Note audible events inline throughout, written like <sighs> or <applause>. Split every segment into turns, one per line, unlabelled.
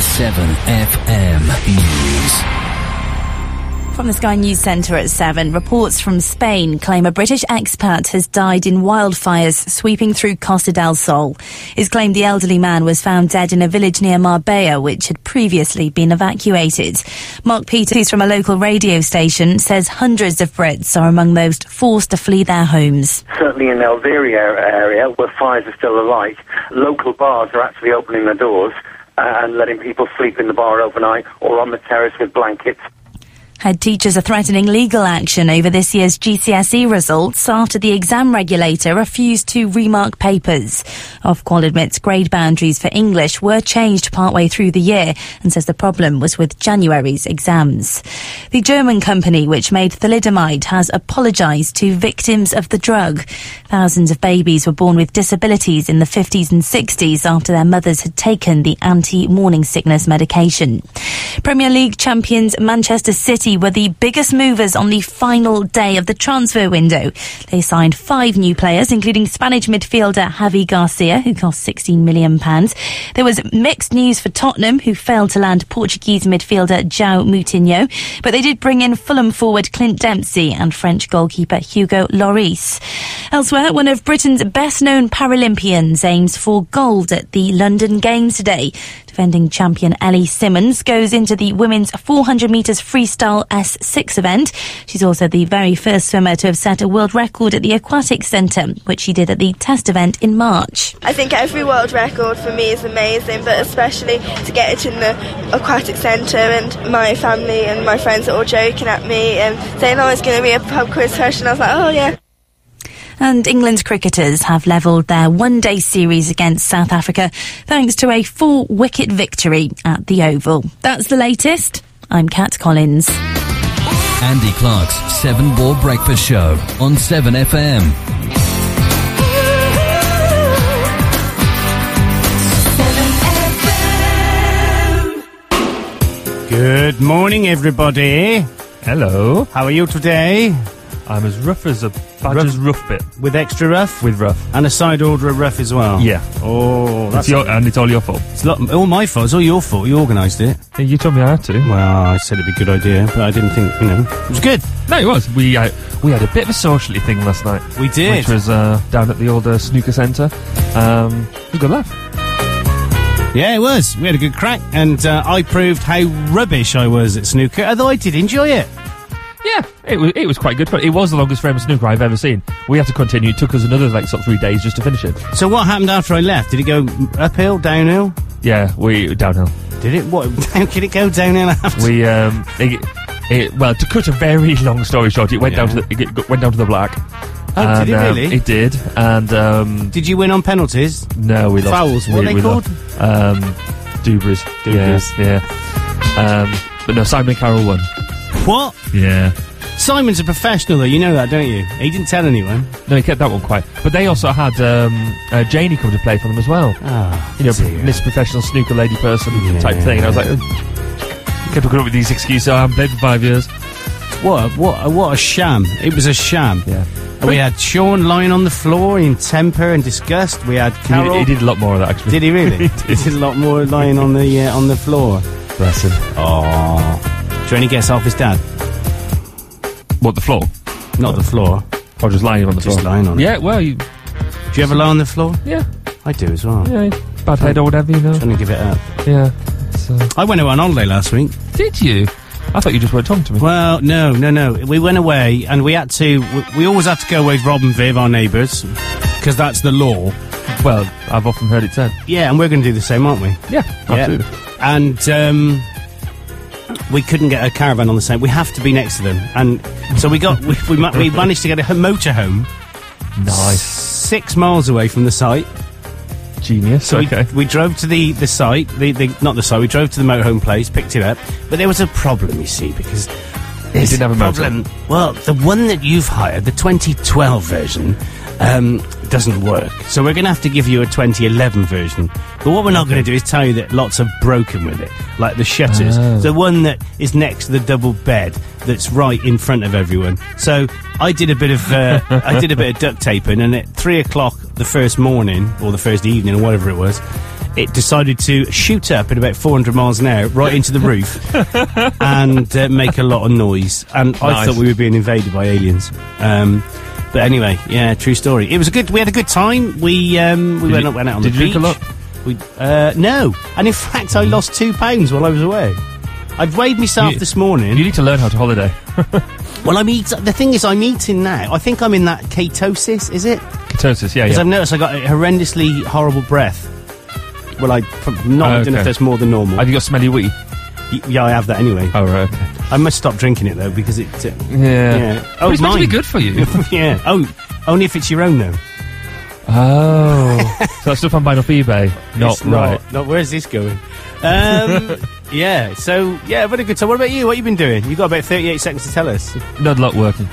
947 FM News.
From the Sky News Centre at 7, reports from Spain claim a British expat has died in wildfires sweeping through Costa del Sol. It's claimed the elderly man was found dead in a village near Marbella, which had previously been evacuated. Mark Peters from a local radio station says hundreds of Brits are among those forced to flee their homes.
Certainly in the Alveria area, where fires are still alight, local bars are actually opening their doors uh, and letting people sleep in the bar overnight or on the terrace with blankets.
Head teachers are threatening legal action over this year's GCSE E results after the exam regulator refused to remark papers. Ofqual admits grade boundaries for English were changed partway through the year and says the problem was with January's exams. The German company which made thalidomide has apologised to victims of the drug. Thousands of babies were born with disabilities in the 50s and 60s after their mothers had taken the anti-morning sickness medication. Premier League champions Manchester City were the biggest movers on the final day of the transfer window. They signed five new players, including Spanish midfielder Javi Garcia, who cost £16 million. There was mixed news for Tottenham, who failed to land Portuguese midfielder João Moutinho, but they did bring in Fulham forward Clint Dempsey and French goalkeeper Hugo Lloris. Elsewhere, one of Britain's best known Paralympians aims for gold at the London Games today. Defending champion Ellie Simmons goes into the women's 400 metres freestyle S6 event. She's also the very first swimmer to have set a world record at the Aquatic Centre, which she did at the test event in March.
I think every world record for me is amazing, but especially to get it in the aquatic centre. And my family and my friends are all joking at me and saying, "Oh, it's going to be a pub quiz question." I was like, "Oh yeah."
And England's cricketers have levelled their one day series against South Africa thanks to a four wicket victory at the Oval. That's the latest. I'm Kat Collins.
Andy Clark's Seven Ball Breakfast Show on 7 FM.
Good morning, everybody.
Hello.
How are you today?
I'm as rough as a badger's rough bit
With extra rough?
with rough.
And a side order of rough as well?
Yeah.
Oh,
It's
that's
your, and it's all your fault.
it's lot, all my fault. It's all your fault. You organised it.
Hey, you told me I had to.
Well, I said it'd be a good idea, but I didn't think, you know. It was good.
No, it was. We uh, we had a bit of a socially thing last night,
We did.
which was uh, down at the old uh, snooker centre. Um, it was a good laugh.
yeah, it was. We had a good crack, and uh, I proved how rubbish I was at snooker, although I did enjoy it.
Yeah, it was it was quite good fun. It was the longest frame of snooker I've ever seen. We had to continue. It took us another like sort of three days just to finish it.
So, what happened after I left? Did it go uphill, downhill?
Yeah, we downhill.
Did it? What? <laughs> Did it go <laughs> downhill after?
We um, it, it, well, to cut a very long story short, it went down to the, it went down to the black.
oh, did
And,
it
um,
really?
It did, and um,
did you win on penalties?
No, we lost.
Fouls, what
we,
are they
we
called?
Lost. Um, Dubras.
Dubras.
Yeah. yeah. Um, but no, Simon Carroll won.
What?
Yeah.
Simon's a professional, though. You know that, don't you? He didn't tell anyone.
No, he kept that one quiet. But they also had um, uh, Janie come to play for them as well.
Ah,
You know,
dear.
Miss Professional Snooker Lady Person
Yeah.
type thing. And I was like, "Ugh." kept coming up with these excuses. I haven't played for five years.
What a, what a, what a sham. It was a sham.
Yeah.
We had Sean lying on the floor in temper and disgust. We had
He,
Carol.
he did a lot more of that, actually.
Did
<laughs>
he really? he did a lot more lying on the uh, on the floor.
Bless him.
Oh. Do you only guess off his dad?
What, the floor?
Not the floor.
Or Oh, just lying on the
Just
floor?
lying on it.
yeah, well, you,
Do you ever lie on the floor?
yeah,
I do as well.
yeah. Bad head or whatever, you know.
Trying to give it up.
Yeah. So.
I went away on holiday last week.
Did you? I thought you just weren't talking to me.
Well, no, no, no. We went away and we had to. We, we always had to go away with Rob and Viv, our neighbours, because that's the law.
Well, I've often heard it said.
Yeah, and we're going to do the same, aren't we?
Yeah, absolutely.
Yeah. And um, we couldn't get a caravan on the same. We have to be next to them, and so we got we, we,
<laughs>
ma- we managed to get a h- motorhome
Nice.
six miles away from the site.
Genius.
We-
okay.
We, drove to the the site, the, the not the site. We drove to the motorhome place, picked it up, but there was a problem, you see, because. there's
didn't have a motor.
problem. Um, Well, the one that you've hired, the 2012 version, um, doesn't work. So we're going to have to give you a 2011 version. But what we're not going to do is tell you that lots have broken with it, like the shutters. The one that is next to the double bed that's right in front of everyone. So I did a bit of uh, I
<laughs>
did a bit of duct taping, and at three o'clock the first morning or the first evening or whatever it was, it decided to shoot up at about 400 miles an hour right into
<laughs>
the roof and uh, make a lot of noise. And I
Nice.
thought we were being invaded by aliens. Um, but anyway, yeah, true story. It was a good. We had a good time. We um, we
Did
went
you-
up, went out on
did
the
you
beach.
drink a lot?
We, uh, no, and in fact, I lost two pounds while I was away. I've weighed myself
You-
this morning.
You need to learn how to holiday.
Well, I'm eat- The thing is, I'm eating now. I think I'm in that ketosis. Is it?
Ketosis, yeah,
Because
yeah.
I've noticed I got a horrendously horrible breath. Well, I prob- not. I don't know
Oh, Okay.
if that's more than normal.
Have you got smelly wee?
Y- yeah, I have that anyway.
Oh, right, okay.
I must stop drinking it though because it. Uh,
Yeah.
yeah.
But it's meant to be
mine.
good for you.
<laughs> yeah. Oh, only if it's your own though. <laughs>
oh. so that stuff I'm buying off eBay. Not
It's
right.
Not, where's this going?
<laughs>
Um, yeah. So yeah, I've had a good time. What about you? What you been doing? You got about thirty-eight seconds to tell us.
Not a lot working.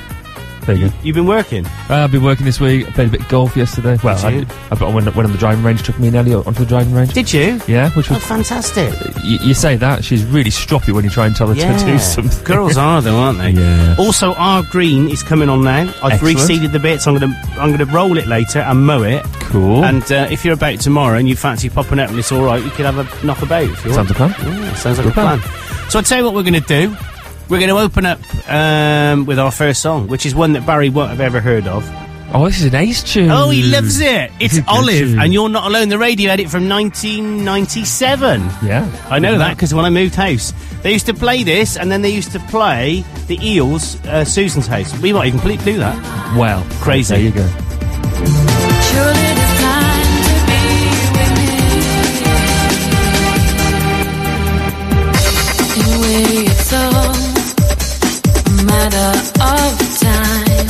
There you go.
You've been working.
Uh, I've been working this week. I played a bit of golf yesterday. Well,
Did
I,
you?
did- I, but I went, went on the driving range, took me and Elliot onto the driving range.
Did you?
yeah, which
Oh,
was.
fantastic.
Y- you say that, she's really stroppy when you try and tell her to do something.
Girls are though, aren't they?
Yeah.
Also, our green is coming on now. I've
Excellent.
reseeded the bits. I'm gonna I'm gonna roll it later and mow it.
Cool.
And uh, if you're about tomorrow and you fancy popping up and it's all right, you could have a knockabout if you
Sounds
want.
like a
Yeah, sounds like a
Good
plan.
plan.
So I tell you what we're going to do. We're going to open up um, with our first song, which is one that Barry won't have ever heard of.
oh, this is an ace tune.
Oh, he loves it! It's
Good
Olive,
tune.
and you're not alone. The radio edit from 1997.
Yeah.
I know that because when I moved house, they used to play this, and then they used to play the Eels, uh, Susan's house. We might even ple- do that.
Well,
Crazy.
There you go.
Surely it's time to be with me. You waited so, a matter of time.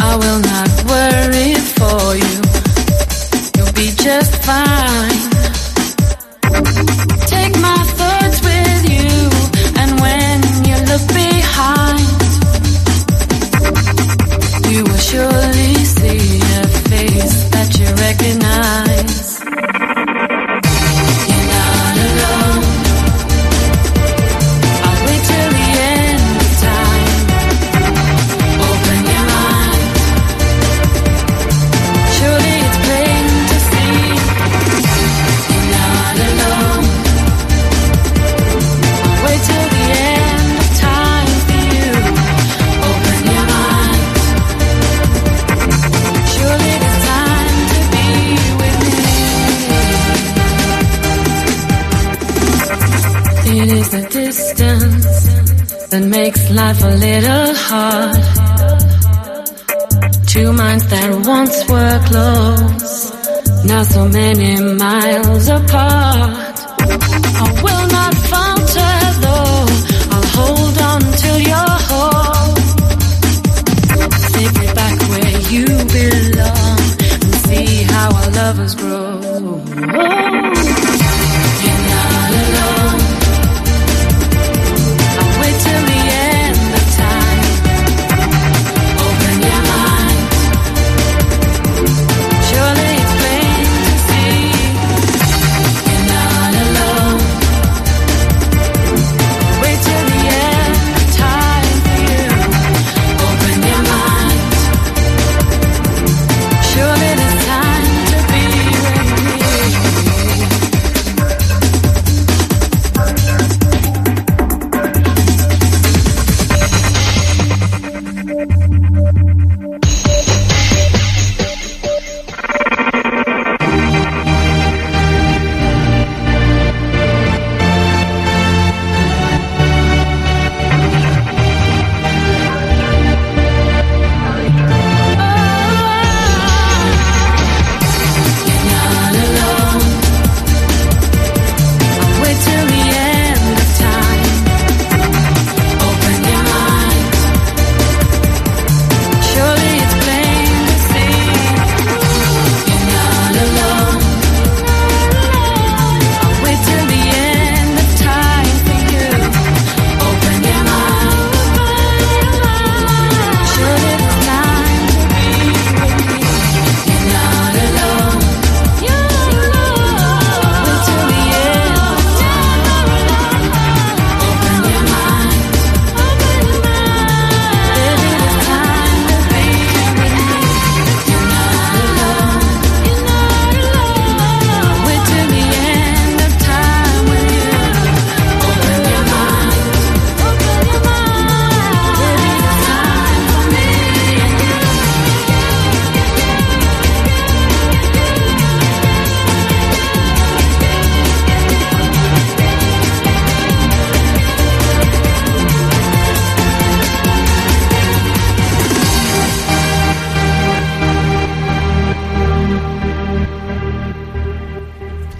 I will not worry for you. You'll be just fine. Take my thoughts with you, and when you look behind. You will surely see a face that you recognize. You're not alone. I'll wait till the end of time. Open your mind. Surely it's plain to see. You're not alone. I'll wait till the end of time for you. Open your mind. Surely it's time to be with me. It is the distance that makes life a little hard. Two minds that once were close, now so many miles apart. I will not falter though, I'll hold on till you're whole. Take me back where you belong and see how our lovers grow. You're not alone. I'll wait till the end of time. Open your mind. Surely it's plain to see. You're not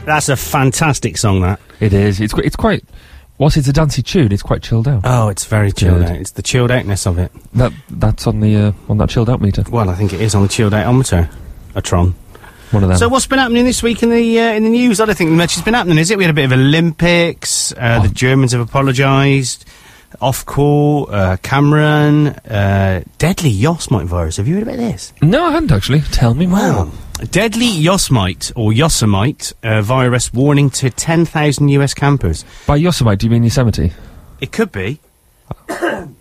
That's a fantastic song, that.
It is. It's quite. It's quite. Whilst it's a dancey tune, it's quite chilled out.
Oh, it's very chilled
Chilled.
out. It's the chilled outness of it.
That that's on the uh, on that chilled out meter.
Well, I think it is on the chilled outometer. A Tron.
One of them.
So what's been happening this week in the uh, in the news? I don't think much has been happening, is it? We had a bit of Olympics. Uh, The Germans have apologised. Off call, uh, Cameron, uh, deadly Yosemite virus. Have you heard about this?
no, I hadn't actually. Tell me more.
Deadly Yosemite or Yosemite uh, virus warning to 10,000 US campers.
By Yosemite, do you mean Yosemite?
It could be.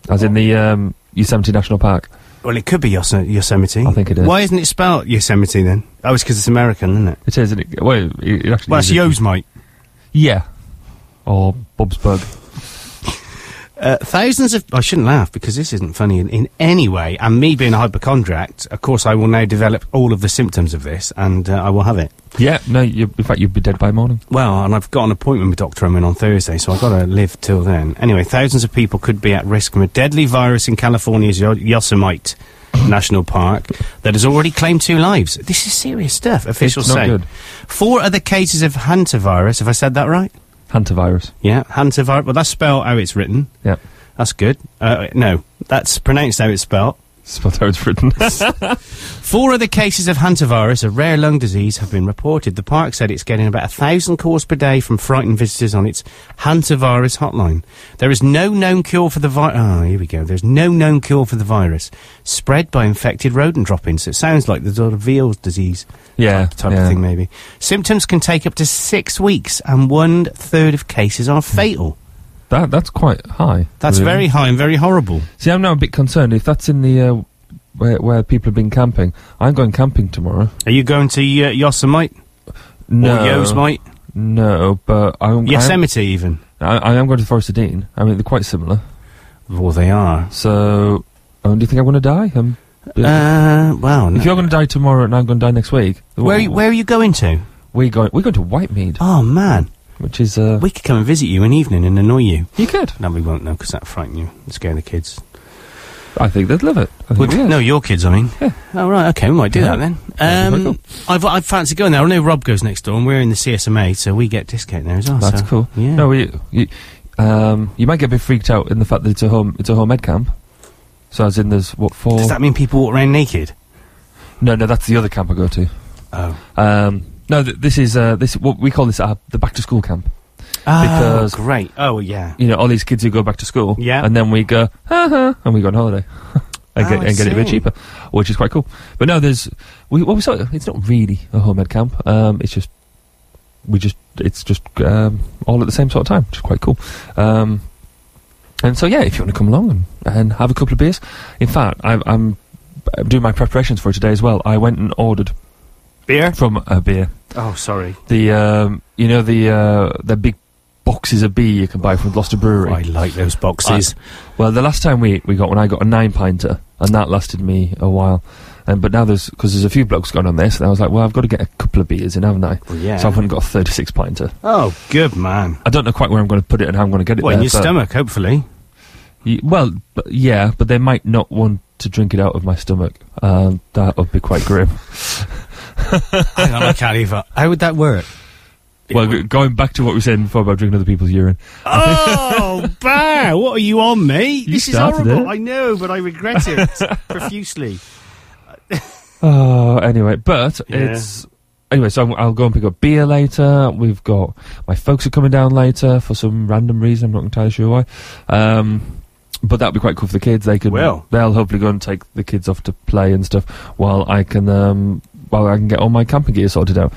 As in the um, Yosemite National Park?
Well, it could be Yos- Yosemite.
I think it is.
Why isn't it spelled Yosemite then? Oh, it's because it's American, isn't it?
It is, isn't it? Well, it, it actually
Well,
is
that's Yosemite.
Yeah. Or Bobsburg.
<laughs> Uh, thousands of. I shouldn't laugh because this isn't funny in, in any way. And me being a hypochondriac, of course, I will now develop all of the symptoms of this and uh, I will have it.
Yeah, no, you, in fact, you'd be dead by morning.
Well, and I've got an appointment with Dr. Omen on Thursday, so I've got to live till then. Anyway, thousands of people could be at risk from a deadly virus in California's Yo- Yosemite National Park that has already claimed two lives. This is serious stuff, officials
not
say.
good.
Four other cases of hantavirus, have I said that right?
Hantavirus.
Yeah, hantavirus. Well, that's spelled how it's written.
Yeah.
That's good. Uh, no, that's pronounced how it's spelled.
Spot how it's written. <laughs>
Four other cases of hantavirus, a rare lung disease, have been reported. The park said it's getting about a thousand calls per day from frightened visitors on its hantavirus hotline. There is no known cure for the virus. Ah, here we go. There's no known cure for the virus spread by infected rodent droppings. It sounds like the sort of veal disease
Yeah,
type, type
yeah.
of thing, maybe. Symptoms can take up to six weeks, and one third of cases are fatal.
Hmm. that, that's quite high.
That's
really.
very high and very horrible.
See, I'm now a bit concerned. If that's in the. Uh, where, where people have been camping. I'm going camping tomorrow.
Are you going to uh, Yosemite
No.
or Yosemite,
No, but I'm.
Yosemite even?
I am, I, I am going to Forest of Dean. I mean, they're quite similar.
Well, they are.
So, um, do you think I'm going to die? Um,
Uh, well, no.
if you're going to die tomorrow and I'm going to die next week,
where are you, where are you going to?
we going? We're going to Whitemead,
Oh man,
which is uh,
we could come and visit you an evening and annoy you.
you could.
No, we won't, no, because that frighten you, and scare the kids.
I think they'd love it. I
Well,
think yeah.
No, your kids, I mean.
Yeah.
Oh right, okay, we might do
Yeah.
that
Yeah,
then.
that'd be
Um,
quite
I've, I fancy going there. I know Rob goes next door, and we're in the CSMA, so we get discount there as well.
that's
so-
cool.
Yeah.
No, we, you, um, you might get a bit freaked out in the fact that it's a home. It's a home ed camp. So as in, there's what four?
Does that mean people walk around naked?
no, no, that's the other camp I go to.
Oh.
Um, no, th- this is uh, this. What we call this uh, the back to school camp.
Oh,
Because-
great. Oh yeah.
You know, all these kids who go back to school.
Yeah.
And then we go, ha ha, and we go on holiday. <laughs> and
Oh,
get,
I
and get it a bit
see.
cheaper, which is quite cool. But no, there's we well, we saw it- it's not really a home ed camp. Um, it's just we just it's just um, all at the same sort of time, which is quite cool. Um, and so yeah, if you want to come along and, and have a couple of beers, in fact, I, I'm uh, doing my preparations for it today as well. I went and ordered
Beer.
from a beer
Oh, sorry.
the um, you know the uh, the big boxes of beer you can buy from Gloucester Brewery.
I like those boxes.
Well, the last time we, we got one, I got a nine pinter, and that lasted me a while. And but now there's because there's a few blokes going on this, and I was like, well, I've got to get a couple of beers in, haven't I?
Well, yeah.
So I went and got a thirty six pinter.
oh, good man.
I don't know quite where I'm going to put it and how I'm going to get it.
Well, in
there,
your
but-
stomach, hopefully.
Y- well, but, yeah, but they might not want to drink it out of my stomach. Um, that would be quite grim.
Hang on, I
<laughs>
can't even. How would that work?
well, g- going back to what we were saying before about drinking other people's urine. <laughs>
Oh, Bar, what are you on, mate?
You
this is
started
horrible.
it.
I know, but I regret
<laughs>
it profusely.
Oh, anyway, but
Yeah.
it's anyway. So I'm, I'll go and pick up beer later. We've got my folks are coming down later for some random reason. I'm not entirely sure why. Um, but that'd be quite cool for the kids. They could
Well.
they'll hopefully go and take the kids off to play and stuff while I can um, while I can get all my camping gear sorted out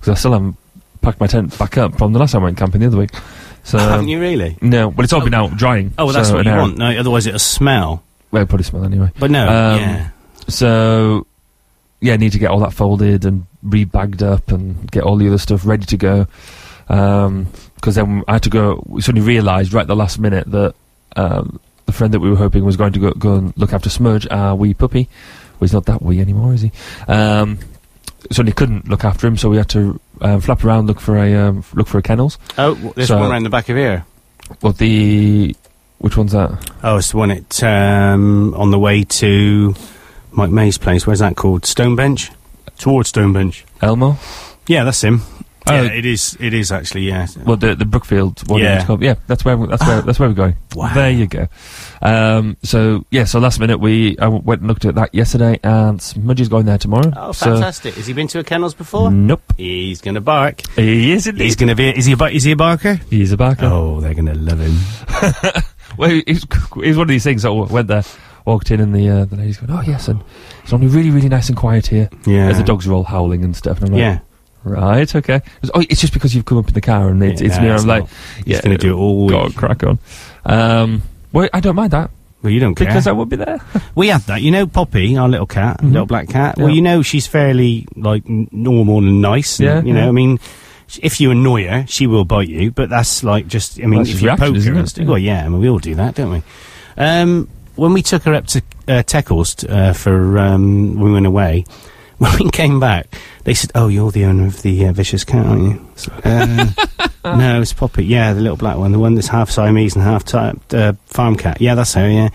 because I still haven't packed my tent back up from the last time I went camping the other week. So
<laughs> Haven't you really?
no, but it's all been out drying.
Oh, well, that's
so
what
an
you
hour-
want. No, otherwise it'll smell.
Well, it'll probably smell anyway.
But no,
Um,
yeah.
So, yeah, need to get all that folded and rebagged up and get all the other stuff ready to go. Because then I had to go. We suddenly realised right at the last minute that um, the friend that we were hoping was going to go, go and look after Smudge, our wee puppy, well, he's not that wee anymore, is he? Um, suddenly couldn't look after him, so we had to um, flap around, look for a um, look for a kennels.
Oh, w- there's
so-
one around the back of here.
Well, the which one's that?
Oh, it's the one at um, on the way to Mike May's place. Where's that called? Stonebench. Towards Stonebench.
Elmo.
Yeah, that's him.
Oh,
yeah, it is. It is actually. Yeah.
well, the the Brookfield one.
Yeah.
Yeah, yeah that's where we- that's where that's where we're going.
<gasps> Wow.
There you go. Um, so yeah, so last minute we I w- went and looked at that yesterday, and Smudgy's going there tomorrow.
Oh,
So-
fantastic! has he been to a kennels before?
Nope.
He's gonna bark.
He is indeed.
He's gonna be. Is he a? bar- Is he a barker?
He's a backer.
Oh, they're gonna love him.
Well, it <laughs> was, it was one of these things. I went there, walked in, and the uh, the lady's going, "Oh yes," and it's only really, really nice and quiet here.
Yeah.
As the dogs are all howling and stuff, and I'm like,
Yeah.
right, okay." It was, oh, it's just because you've come up in the car and it's,
Yeah,
it's
no,
me. and
it's
I'm like,
not. He's gonna do it all
God,
week."
crack on. Um, well, I don't mind that
Well, you don't care.
because I will be there.
<laughs> We had that. You know Poppy, our little cat, little black cat. Well,
Mm-hmm. Yeah.
you know she's fairly like n- normal and nice. and,
Yeah,
You know,
yeah.
I mean, sh- if you annoy her, she will bite you. But that's like just. I mean,
That's
if
just
you
reaction,
poke
isn't
her, and
it?
stuff- well, yeah. I mean, we all do that, don't we? Um, when we took her up to uh, Teckhorst uh, for um, we went away. <laughs> When we came back, they said, "Oh, you're the owner of the uh, vicious cat, aren't you?" So, uh,
<laughs>
<laughs> no, it's Poppy. Yeah, the little black one, the one that's half Siamese and half ti uh, farm cat. Yeah, that's her. Yeah,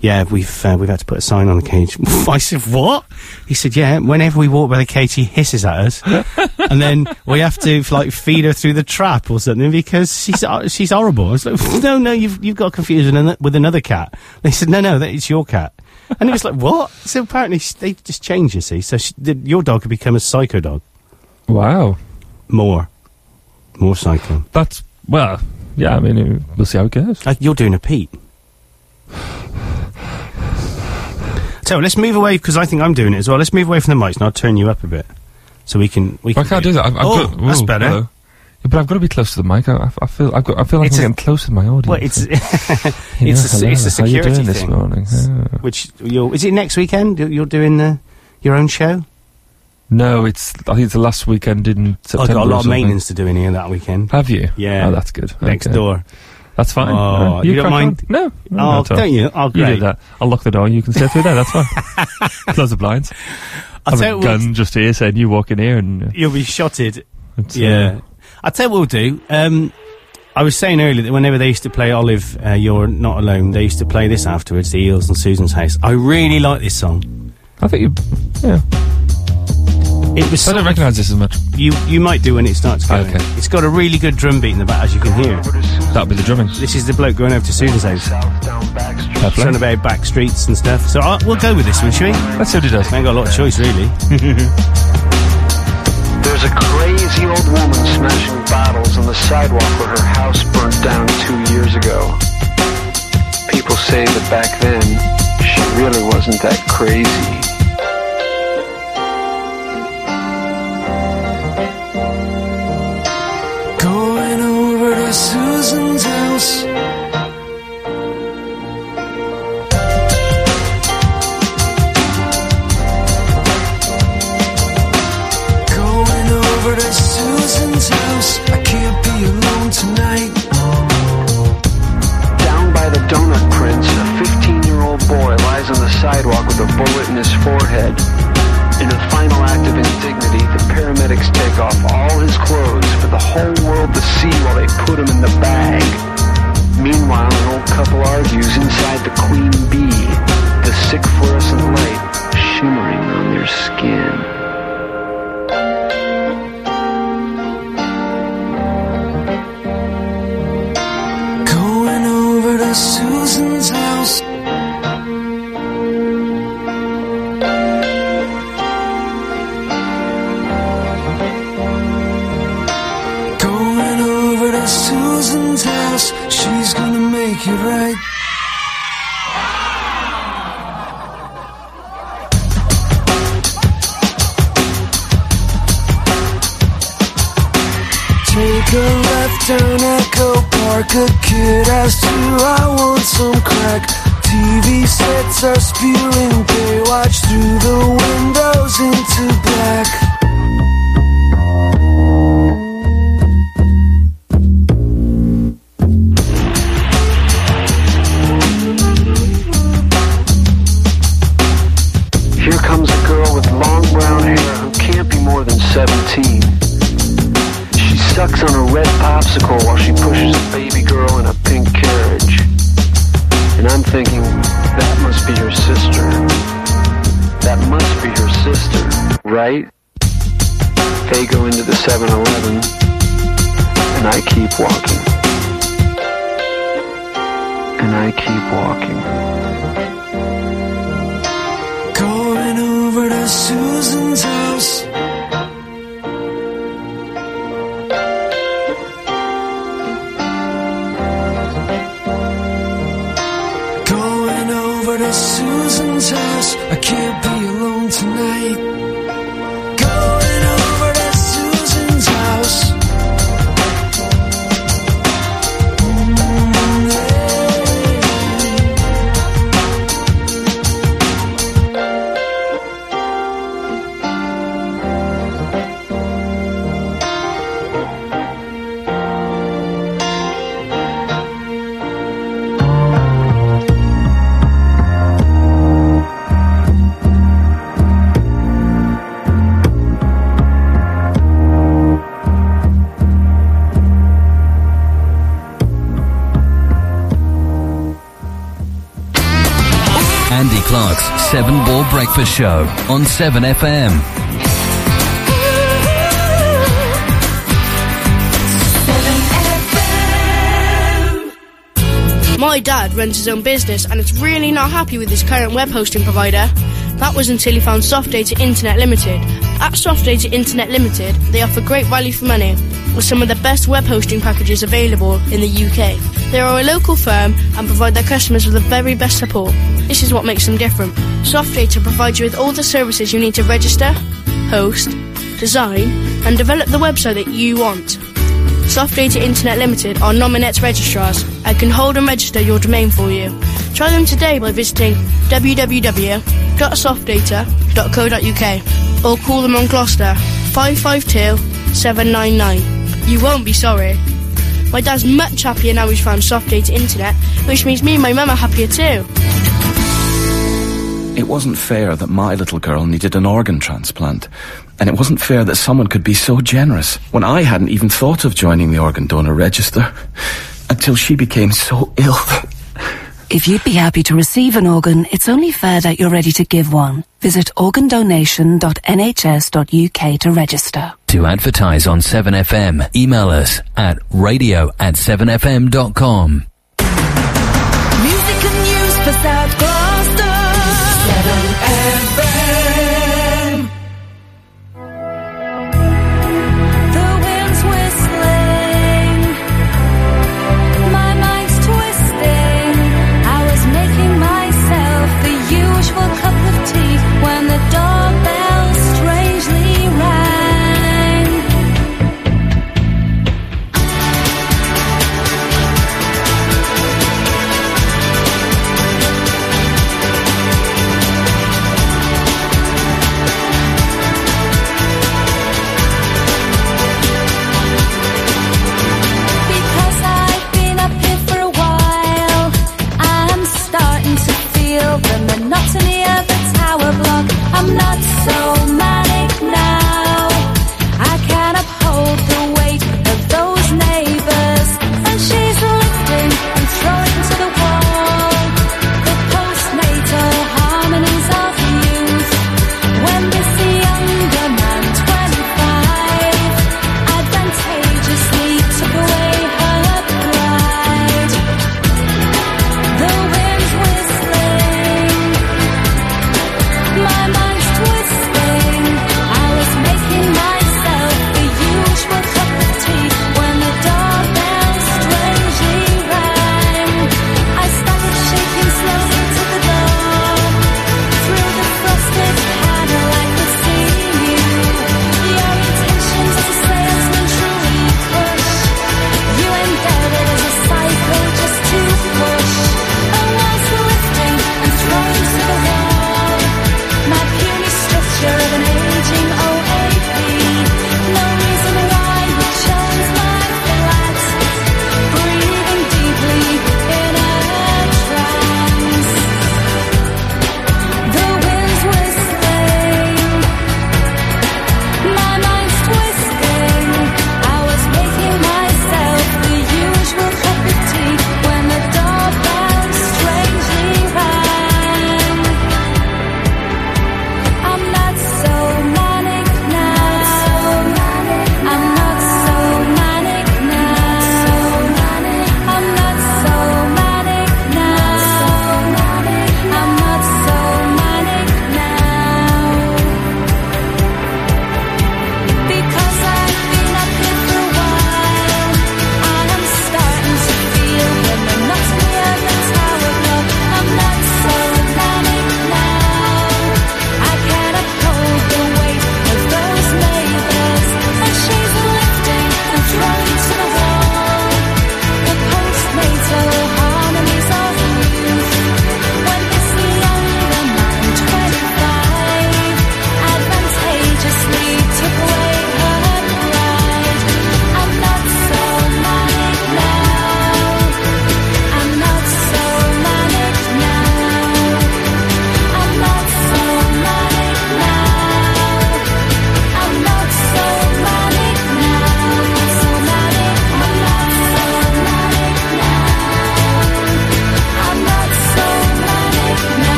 yeah. We've uh, we've had to put a sign on the cage. <laughs> I said, "What?" He said, "Yeah. Whenever we walk by the cage, he hisses at us, and then we have to like feed her through the trap or something because she's uh, she's horrible." I was like, <laughs> "No, no, you've you've got confused with ano- with another cat." They said, "No, no, that it's your cat." And he was like, "What?" So apparently sh- they just changed, you see. So sh the, your dog could become a psycho dog,
wow,
more, more psycho.
that's well, yeah. I mean, uh, we'll see how it goes.
Like you're doing a Pete. So let's move away because I think I'm doing it as well. Let's move away from the mics and I'll turn you up a bit, so we can. We
I
can
can't do that. I've, I've
oh,
got,
that's
whoa,
better.
hello. Yeah, But I've got to be close to the mic. I, I- I feel I've got, I feel like
It's
I'm
a-
getting close to my audience.
Well,
<laughs>
it's <laughs>
You
it's
know,
a se-
hello,
it's a
how you
security
doing this
thing.
morning? Yeah.
which you're, is it next weekend? You're- You're doing the, your own show.
No, it's I think it's the last weekend in
I've
September.
Oh, got a
or
lot of
something.
maintenance to do in here that weekend.
Have you?
Yeah.
Oh, that's good.
Next
Okay.
door.
That's fine.
Oh,
All
you don't
crack on.
mind?
No. no,
Oh,
not at all.
don't you? Oh,
You
great.
do that. I'll lock the door. You can stay through there. That's
<laughs>
fine. Close the blinds.
I'll
Have
tell
a
you what,
gun just here saying you walk in here and. uh,
you'll be shotted
<laughs> It's, uh,
Yeah. I'll tell you what we'll do. Um, I was saying earlier that whenever they used to play Olive, uh, You're Not Alone, they used to play this afterwards, The Eels and Susan's House. I really like this song.
I think you. Yeah.
It was
I
sort
don't
of-
recognise this as much.
you you might do when it starts going.
Okay.
It's got a really good drum beat in the back, as you can hear.
That'd be the drumming.
This is the bloke going over to Susan's house,
Fair play.
showing about back streets and stuff. So i we'll go with this one, shall we? I
Let's see what he does.
ain't got a lot of
<laughs>
choice, really.
There's a crazy old woman smashing bottles on the sidewalk where her house burnt down two years ago. People say that back then, she really wasn't that crazy.
Going over to Susan's house. Going over to Susan's house. I can't be alone tonight.
Down by the donut prints, a 15-year-old boy lies on the sidewalk with a bullet in his forehead. In a final act of indignity, the paramedics take off all his clothes for the whole world to see while they put him in the bag. Meanwhile, an old couple argues inside the queen bee, the sick fluorescent light shimmering on their skin.
Going over to Susan's house. Going over to Susan's house. She's gonna make it right. Take a left down Echo Park. A kid asked you, I want some crack. TV sets are spewing Baywatch through the windows into black.
Here comes a girl with long brown hair who can't be more than 17. She sucks on a red popsicle while she pushes a baby girl in a pink carriage. And I'm thinking, that must be her sister. That must be her sister, right? They go into the 7-Eleven, and I keep walking. And I keep walking.
Going over to Susan's house. Going over to Susan's house. I can't be alone tonight. Going over to Susan's house. Mm, yeah.
Andy Clark's Seven Ball Breakfast Show on 7FM.
My dad runs his own business and is really not happy with his current web hosting provider. That was until he found Softdata Internet Limited. At Softdata Internet Limited, they offer great value for money with some of the best web hosting packages available in the UK. They are a local firm and provide their customers with the very best support. This is what makes them different. Softdata provides you with all the services you need to register, host, design, and develop the website that you want. Softdata Internet Limited are Nominet's registrars and can hold and register your domain for you. Try them today by visiting www.softdata.co.uk or call them on Gloucester 552 799. You won't be sorry. My dad's much happier now he's found Softdata Internet, which means me and my mum are happier too.
It wasn't fair that my little girl needed an organ transplant. And it wasn't fair that someone could be so generous when I hadn't even thought of joining the organ donor register until she became so ill.
If you'd be happy to receive an organ, it's only fair that you're ready to give one. Visit organdonation.nhs.uk to register.
To advertise on 7FM, email us at radio at 7FM.com.
Music and news for South Gloucester. 7FM. The wind's whistling. My mind's twisting. I was making myself the usual cup of tea when the doorbell strangely rang.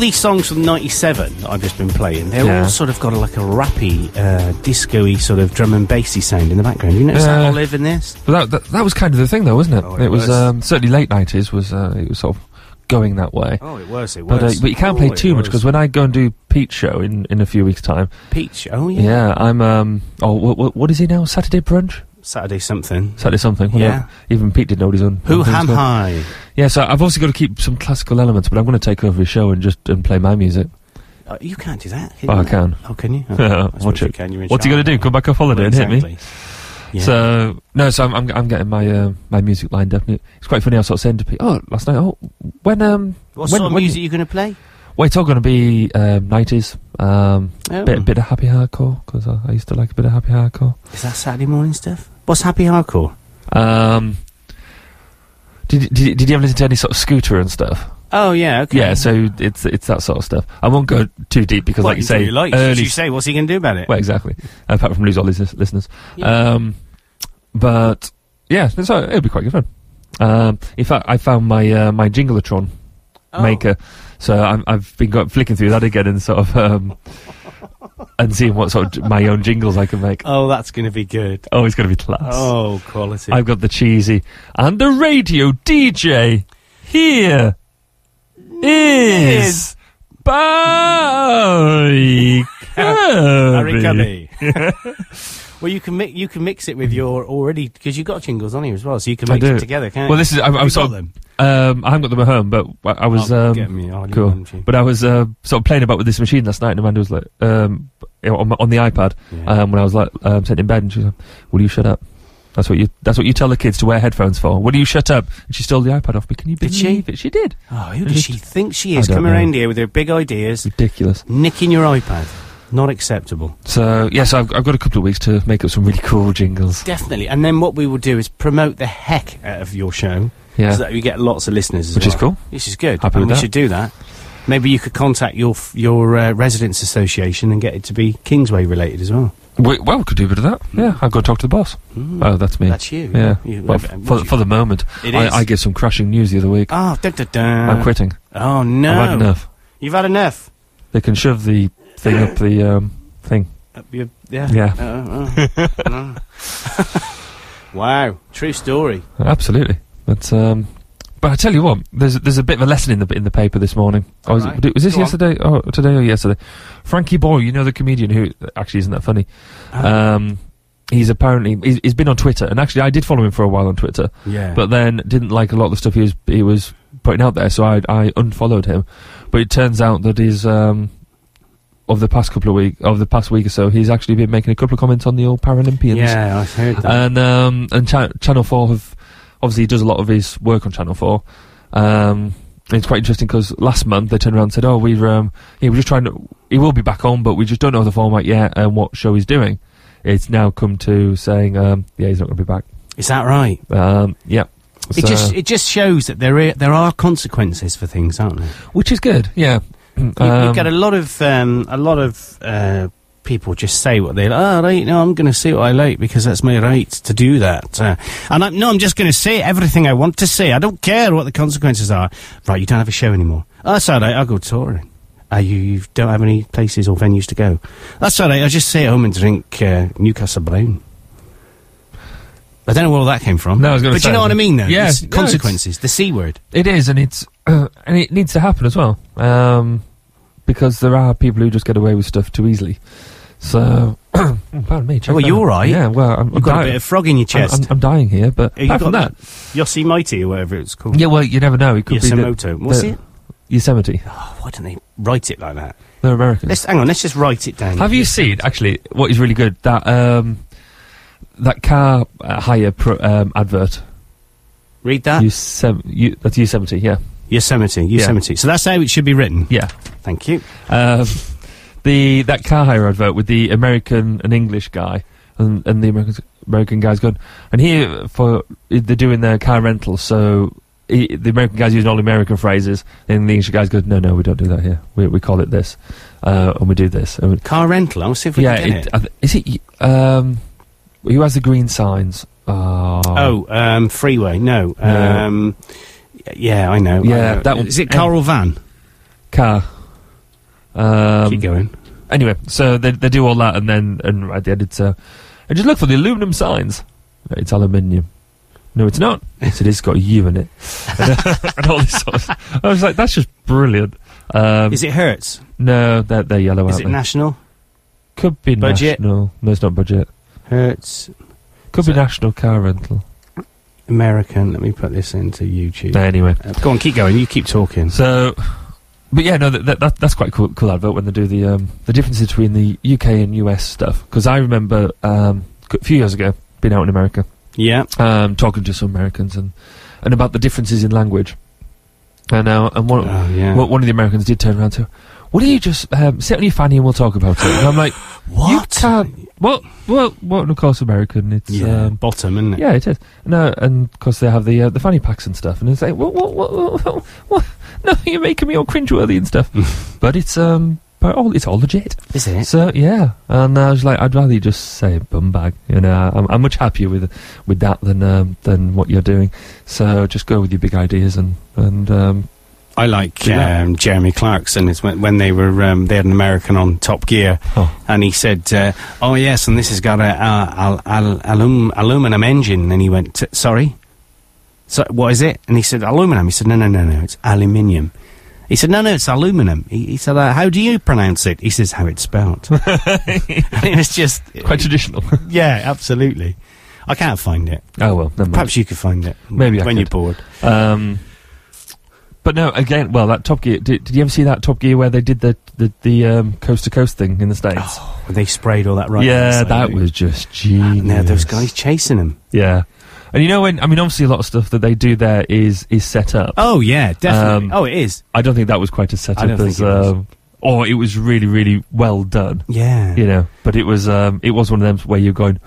these songs from '97 that I've just been playing, they're
Yeah. <laughs>
all <laughs> sort of got like a rappy, uh, disco-y sort of drum and bassy sound in the background. You notice that
Yeah.
Olive in this?
But that, that that was kind of the thing, though, wasn't it?
Oh,
it,
it
was,
was.
Um, certainly late nineties was uh, it was sort of going that way.
Oh, it was, it
But, uh,
was.
but you can't
Oh,
play
it
too much
was.
because when I go and do Pete's show in, in a few weeks' time,
Peach. Oh yeah.
yeah, I'm um oh what, what what is he now? Saturday brunch,
Saturday something.
Saturday something. Well,
Yeah.
even Pete didn't know what his own.
Who
own thing was
ham
called.
high?
Yeah, so I've also got to keep some classical elements, but I'm going to take over his show and just and play my music.
Uh, you can't do that. Can
Oh,
you?
I can.
Oh, can <laughs> you? Oh, I suppose
Watch
you
it.
can, you're in
What's he going to do?
charge.
Come back off holiday and hit me?
exactly. Yeah.
So no, so I'm, I'm I'm getting my uh, my music lined up. and it- It's quite funny. I was sort of saying to people, oh, last night, oh, when um,
what
when,
sort of
when
music are you going to play?
Well, it's all going to be nineties. Um,
Oh.
bit bit of happy hardcore because I, I used to like a bit of happy hardcore.
Is that Saturday morning stuff? What's happy hardcore?
Um, did, did did you ever listen to any sort of scooter and stuff?
Oh yeah, okay.
Yeah, so it's it's that sort of stuff. I won't go too deep because,
Well,
like you
can do
say,
what you like.
early
you say what's he going to do about it?
Well, exactly. Apart from lose all these lis- listeners. Um, but yeah, so it'll be quite good fun. Um, in fact, I found my uh, my Jingletron
Oh.
maker, so I'm, I've been go flicking through that again and sort of um, and seeing what sort of j- my own jingles I can make.
Oh, that's going to be good.
Oh, it's going to be class.
Oh, quality.
I've got the cheesy and the radio DJ here is.
<laughs>
Barry
Harry
Kirby.
<laughs> Cubby. well, you can mi- you can mix it with your already because you've got jingles on here as well, so you can
I
mix
do.
it together. Can't
Well,
you?
this is. I, I
Have
was
you got
sort of-
them?
Um, I haven't got them at home, but I I was.
Oh,
um,
get me. I'll leave
cool.
them to you.
But I was uh, sort of playing about with this machine last night, and Amanda was like, um, you know, on, my- on the iPad,
Yeah.
um, when I was like um, sitting in bed, and she was like, "Will you shut up?" That's what you. That's what you tell the kids to wear headphones for. Will you shut up? And she stole the iPad off me. Can you
Did she?
believe it? She did.
Oh, who
Just-
does she think she
I
is
don't
coming
know.
around here with her big ideas,
Ridiculous.
nicking your iPad? Not acceptable.
So yes, I've, I've got a couple of weeks to make up some really cool jingles.
Definitely. And then what we will do is promote the heck out of your show
Yeah.
so that we get lots of listeners. as
Which is
well.
cool.
Which is good.
Happy
and
with
we
that.
should do that. Maybe you could contact your f- your uh, residents association and get it to be Kingsway related as well. Hmm.
We, well, we could do a bit of that. Yeah, I'll go talk to the boss. Oh, that's me.
That's you.
Yeah.
You-
well,
uh,
f-
would
for,
you-
for the moment,
It
I,
is.
I gave some crashing news the other week.
Oh, da da da.
I'm quitting.
Oh no!
I've had enough.
You've had enough.
They can shove the thing up the um, thing.
Up your- yeah.
Yeah.
Uh, uh, uh. wow! True story.
Absolutely. But um, but I tell you what, there's there's a bit of a lesson in the in the paper this morning. Or was,
Alright.
it- was this
Go on.
yesterday? Oh, today or yesterday? Frankie Boyle, you know the comedian who actually isn't that funny.
Uh-huh.
Um, he's apparently he's, he's been on Twitter, and actually I did follow him for a while on Twitter,
Yeah.
but then didn't like a lot of the stuff he was he was putting out there, so I I unfollowed him. But it turns out that he's um. Of the past couple of week, of the past week or so, he's actually been making a couple of comments on the old Paralympians.
yeah, I've heard that.
and um, and cha- Channel Four have obviously he does a lot of his work on Channel Four. Um, it's quite interesting because last month they turned around and said, "Oh, we're um, yeah, we're just trying to. He will be back on, but we just don't know the format yet and what show he's doing." It's now come to saying, um, "Yeah, he's not going to be back."
Is that right?
Um, yeah,
It
So-
just it just shows that there i- there are consequences for things, aren't there?
which is good. Yeah, um,
You, you get a lot of um, a lot of uh, people just say what they like. Oh, right, no, I'm going to say what I like because that's my right to do that. Uh, and I'm, no, I'm just going to say everything I want to say. I don't care what the consequences are. Right, you don't have a show anymore. Oh, that's all right. I'll go touring. Uh, you, you don't have any places or venues to go. That's all right. I'll just stay at home and drink uh, Newcastle Brown. I don't know where all that came from.
No, I was gonna
but
say-
you know what I mean, though.
Yeah,
It's
no, it's-
consequences. the c word.
it is, and it's <clears throat> and it needs to happen as well um, because there are people who just get away with stuff too easily. So, uh, <clears throat> pardon me. check
Oh, well,
that
you're
out.
right.
Yeah, well, I'm, I'm
You've got a
dying.
bit of frog in your
I'm-
chest.
I'm, I'm dying here, but
Have you
apart from
got
that,
Yosemite or whatever it's called.
yeah, well, you never know. It could
Yosemoto.
be
What's
the-
it?
Yosemite.
Oh, why don't they write it like that?
They're American.
Let's hang on. Let's just write it down.
Have you seen actually what is really good that um that car uh, hire pro, um, advert?
read that?
Yosem- you, that's Yosemite. Yeah,
Yosemite. Yosemite. So that's how it should be written.
yeah.
Thank you.
Um, the that car hire advert with the American and English guy, and and the American American guy's going. And here for they're doing their car rental, so he, the American guy's using all American phrases, and the English guy's going, "No, no, we don't do that here. We we call it this, uh, and we do this." And
Car rental. I'll see if we
yeah,
can get it.
I th- is it? y- Um, who has the green signs? Oh,
oh, um, freeway. No.
No.
Um, yeah, I know. I
Yeah,
know.
that one-
Is it car or van?
car. Um,
Keep going.
Anyway, so they, they do all that, and then and at the end it's uh, and just look for the aluminum signs. It's aluminium. No, it's
<laughs>
not. So it's got you in it, <laughs> and, and all this sort of. I was like, that's just brilliant. Um,
Is it Hertz?
No, they're, they're yellow.
Is
aren't
it
they?
national?
Could be
budget?
national. No, it's not budget.
Hertz
Could be national car rental.
American. Let me put this into YouTube.
Anyway,
Uh, go on, keep going. You keep talking.
So, but yeah, no, that, that, that that's quite cool, cool advert when they do the um, the differences between the UK and US stuff. Because I remember um, a few years ago being out in America,
Yeah.
um, talking to some Americans and and about the differences in language. And now, and one
Oh, yeah.
one- one of the Americans did turn around to, her, "What do you just um, sit on your fanny and we'll talk about it?" And I'm
<gasps>
like, "You
What?
can't." Well, well, well. and Of course, American. It's
yeah.
um,
bottom, isn't it?
yeah, it is. No, and of course they have the uh, the fanny packs and stuff, and it's like, what, what, what, what, what, what? No, <laughs> you're making me all cringeworthy and stuff. but it's um, but all it's all legit.
Is it?
So yeah, and I was like, I'd rather you just say bum bag. You know, I'm, I'm much happier with with that than um, than what you're doing. So just go with your big ideas and and um,
I like
Yeah.
um, Jeremy Clarkson. It's when, when they were um, they had an American on Top Gear,
Oh.
and he said, uh, "Oh yes, and this has got a, uh al, al, alum, aluminum engine." And he went, "Sorry, so what is it?" And he said, "Aluminum." He said, "No, no, no, no, it's aluminium." He said, "No, no, it's aluminum." He, he said, uh, "How do you pronounce it?" He says, "How it's spelled." and it was just
<laughs> quite traditional.
<laughs> yeah, absolutely. I can't find it.
oh well, never mind.
Perhaps you could find it.
Maybe I
when
could.
you're bored.
Um, but no, again, well, that Top Gear. Did, did you ever see that Top Gear where they did the the, the um, coast to coast thing in the
<gasps>
states?
When Oh, they sprayed all that right.
yeah,
outside,
that
didn't they?
was just genius.
Now those guys chasing him.
Yeah, and you know when I mean, obviously, a lot of stuff that they do there is is set up.
Oh yeah, definitely.
Um,
oh, it is.
I don't think that was quite as set
I
up
don't think
as,
it was.
um, or it was really, really well done.
Yeah.
You know, but it was um, it was one of them where you're going,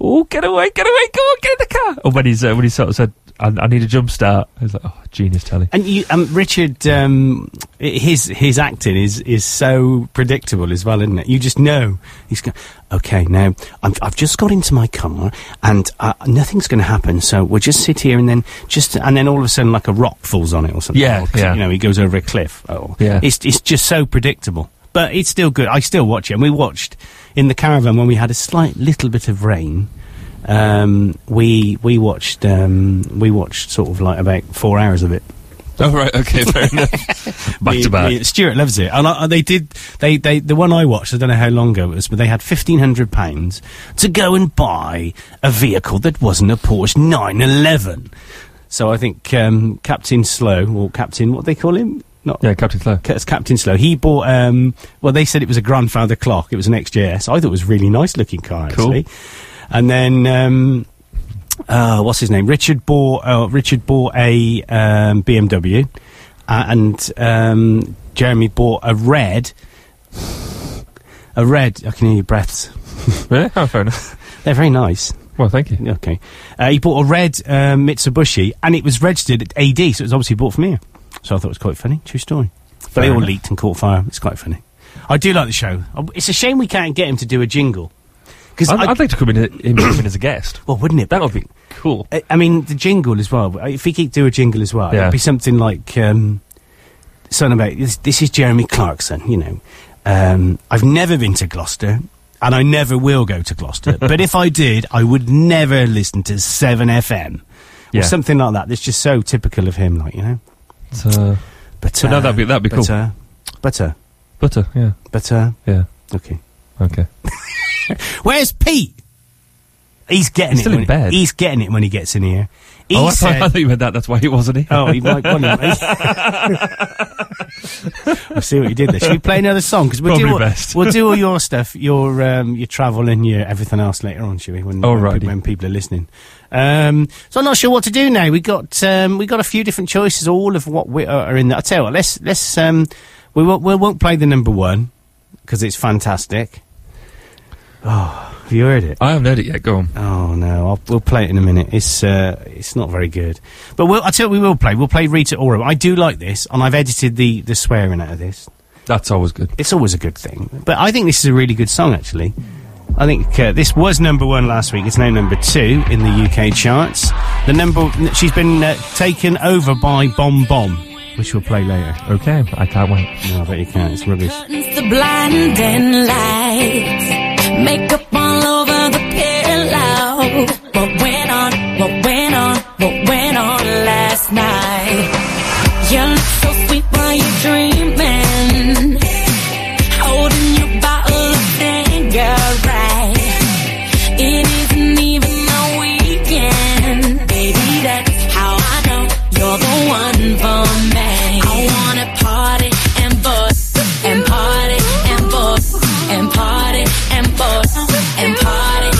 oh, get away, get away, go on, get in the car. Or when he's uh, when he sort of said, I, I need a jump start. I was like, oh, genius, Telly.
And you, um, Richard, um, i- his his acting is is so predictable as well, isn't it? You just know he's going. Okay, now I'm, I've just got into my car, and uh, nothing's going to happen. So we'll just sit here, and then just and then all of a sudden, like a rock falls on it or something.
Yeah,
or,
yeah.
You know, he goes over a cliff. Oh,
Yeah.
It's it's just so predictable, but it's still good. I still watch it, and we watched in the caravan when we had a slight little bit of rain. Um, we we watched um, we watched sort of like about four hours of it.
Oh <laughs> right, okay, fair enough. <laughs> back
Me-
to back.
me- Stuart loves it, and I, I- they did. They, they the one I watched. I don't know how long ago it was, but they had fifteen hundred pounds to go and buy a vehicle that wasn't a Porsche nine eleven. So I think um, Captain Slow or Captain what they call him. Not
Yeah, Captain Slow.
C- it's Captain Slow. He bought. Um, well, they said it was a grandfather clock. It was an XJS. I thought it was a really nice looking car
Cool.
actually. And then um, uh, what's his name? Richard bought. Uh, Richard bought a um, BMW, uh, and um, Jeremy bought a red. A red. I can hear your breaths. <laughs>
Really? Oh, fair enough.
They're very nice.
Well, thank you.
Okay. Uh, he bought a red um, Mitsubishi, and it was registered at AD, so it was obviously bought from here. So I thought it was quite funny. True story. But they all
enough.
leaked and caught fire. It's quite funny. I do like the show. Uh, It's a shame we can't get him to do a jingle. Because
I'd, I'd like to come in, <coughs> him in as a guest.
well, wouldn't it?
That would be cool.
I- I mean, the jingle as well. If he could do a jingle as well,
Yeah.
it'd be something like um, something about this, this is Jeremy Clarkson. You know, um, I've never been to Gloucester, and I never will go to
<laughs>
Gloucester. but if I did, I would never listen to Seven FM
Yeah.
or something like that. That's just so typical of him, like you know.
Uh,
But
So no, that'd be- that'd be
but,
cool.
Uh, but uh,
butter, yeah,
but uh,
yeah,
okay.
okay.
<laughs> Where's Pete? He's getting
He's
it.
still
when
in
he-
bed.
He's getting it when he gets in here. He
oh, I thought,
said,
I thought you meant that. That's why he wasn't here.
Oh, he might want him. I
<laughs>
<laughs> see what you did there. Should we play another song? Because we'll, do
Probably
all-
best. <laughs>
we'll do all your stuff, your um, your travel and your everything else later on, shall we? When, when,
Alrighty.
pe- when people are listening. Um, so I'm not sure what to do now. We got um, we got a few different choices. All of what we uh, are, are in. The, I tell you what, let's let's um, we won't we won't play the number one because it's fantastic. Oh, have you heard it?
I haven't heard it yet. Go on.
Oh no, I'll, we'll play it in a minute. It's uh, it's not very good, but we'll, I tell you, what we will play. We'll play Rita Ora. I do like this, and I've edited the the swearing out of this.
That's always good.
It's always a good thing, but I think this is a really good song actually. I think uh, this was number one last week. It's now number two in the UK charts. The number she's been uh, taken over by Bomb Bomb. which we'll play later.
Okay, I can't wait.
No, I bet you can't. It's rubbish.
the blinding lights, makeup all over the pillow. What went on? What went on? What went on last night? You look so sweet while you're dreaming, holding your bottle of finger right. It isn't even a weekend, baby. That's how I know you're the one for me. I wanna party and bust and party and bust and party and bust and party and party.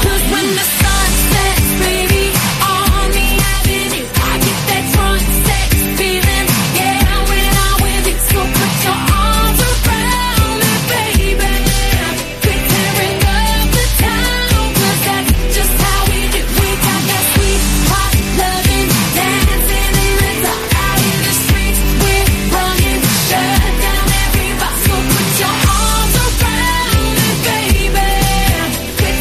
'Cause when the sun sets, baby, on the avenue, I get that drunk sex feeling. Yeah, when I'm with you, so put your arms around me, baby. Quit tearing up the town, 'cause that's just how we do. We got that sweet, hot loving, dancing in the dark, out in the streets. We're running, shut down every bar. So put your arms around me, baby. Quit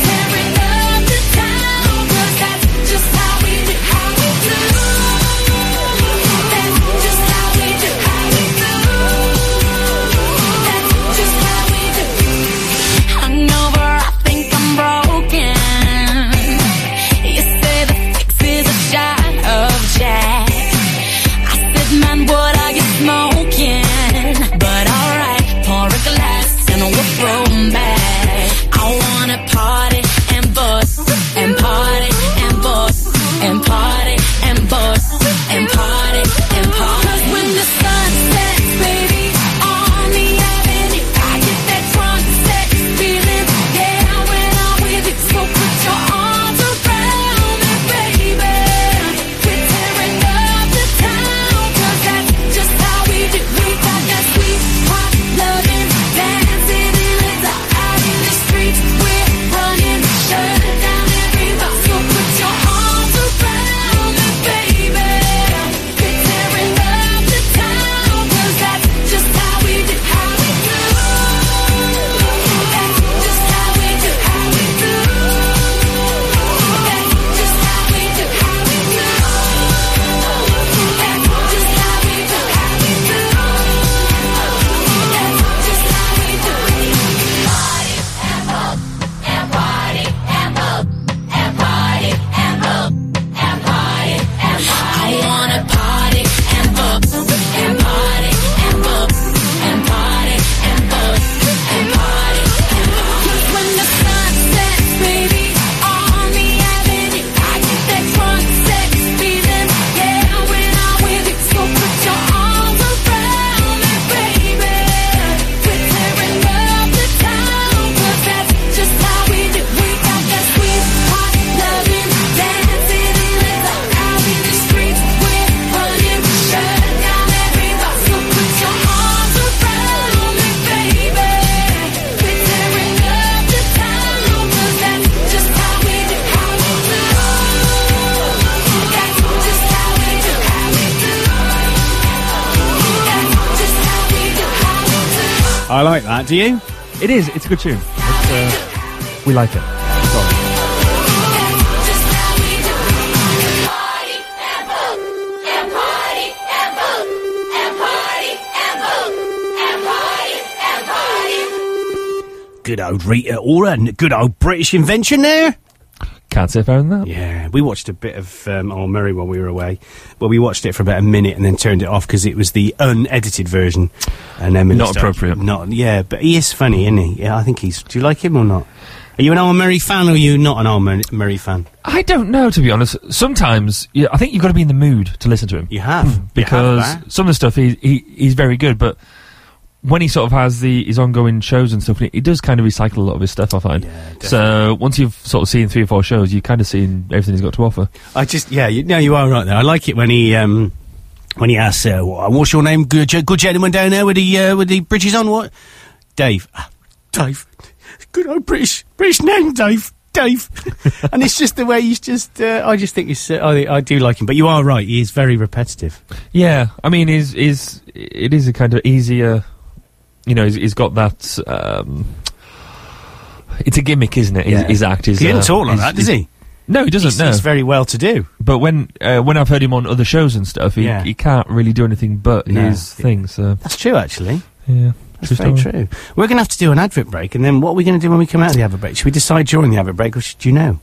tearing up the town, 'cause that's just how we do. How we do. That's just how we do. How we do. That's just how we do. Hungover, I think I'm broken. You say the fix is a shot of Jack. I said, man, what are you smoking? But alright, pour a glass and we'll throw 'em back. I wanna party and bust and party and bust and party and bust and party and party. 'Cause when the sun sets, baby, on the avenue, I get that drunk sex feeling. Yeah, when I'm with you, so put your arms around me, baby. Quit tearing up the town, 'cause that's just how we do. We got that sweet, hot loving, dancing in the dark, out in the streets. We're running, shut down every bar. So put your arms around me, baby. Quit tearing up the town, 'cause that's just how we do. How we do. That's just how we do. How we do. That's just how we do. How we do. That's just how we do. How we do. That's just how we do. Party and boom, and party and boom, and party and boom, and party and party. I wanna party and boom, and party and boom, and party and boom, and party and boom. 'Cause when the sun sets, baby, on the avenue, I get that drunk sex feeling. Yeah, when I'm with you, so put your arms around me, baby. Quit tearing up the town, 'cause that's just how we do. We got that sweet, hot loving, dancing in the dark, out in the streets. We're running, shut down every bar. So put your arms around me, baby. Quit tearing up the town, 'cause that's just how we do. How we do. That's just how we do. How we do. That's just how we do. How we do.
I like that. Do you?
It is. It's a good tune. It's, uh, we like it.
Good old Rita Ora, n- good old British invention there.
Can't say fairer than that.
Yeah, we watched a bit of um, Old Murray while we were away. Well, we watched it for about a minute and then turned it off because it was the unedited version. And Emily
Not
started-
appropriate.
Not yeah, but he is funny, isn't he? Yeah, I think he's. Do you like him or not? Are you an Old Murray fan or are you not an Old Mur- Murray fan?
I don't know, to be honest. Sometimes yeah, I think you've got to be in the mood to listen to him.
You have You have
because
that.
some of the stuff he, he he's very good, but when he sort of has the his ongoing shows and stuff, he, he does kind of recycle a lot of his stuff. I find. so once you've sort of seen three or four shows, you've kind of seen everything he's got to offer.
I just yeah, you, no, you are right there. I like it when he um, when he asks, uh, wha- "What's your name?" Good, ge- good gentleman down there with the uh, with the bridges on. What? Dave. Ah, Dave. Good old British British name, Dave. Dave. <laughs> and it's just the way he's just. Uh, I just think it's. Uh, I, I do like him, but you are right. He is very repetitive.
Yeah, I mean, is is it is a kind of easier, you know, he's, he's got that. Um, it's a gimmick, isn't it? His,
Yeah.
his act is.
he didn't
uh,
talk like
his-
that, does
his-
he?
No, he doesn't.
He's-
no,
he's very well to do.
But when uh, when I've heard him on other shows and stuff, he,
Yeah.
he can't really do anything but
No.
his thing. So
That's true, actually.
yeah,
That's very
story.
true. We're going to have to do an advert break, and then what are we going to do when we come out of the advert break? Should we decide during the advert break, or should you know?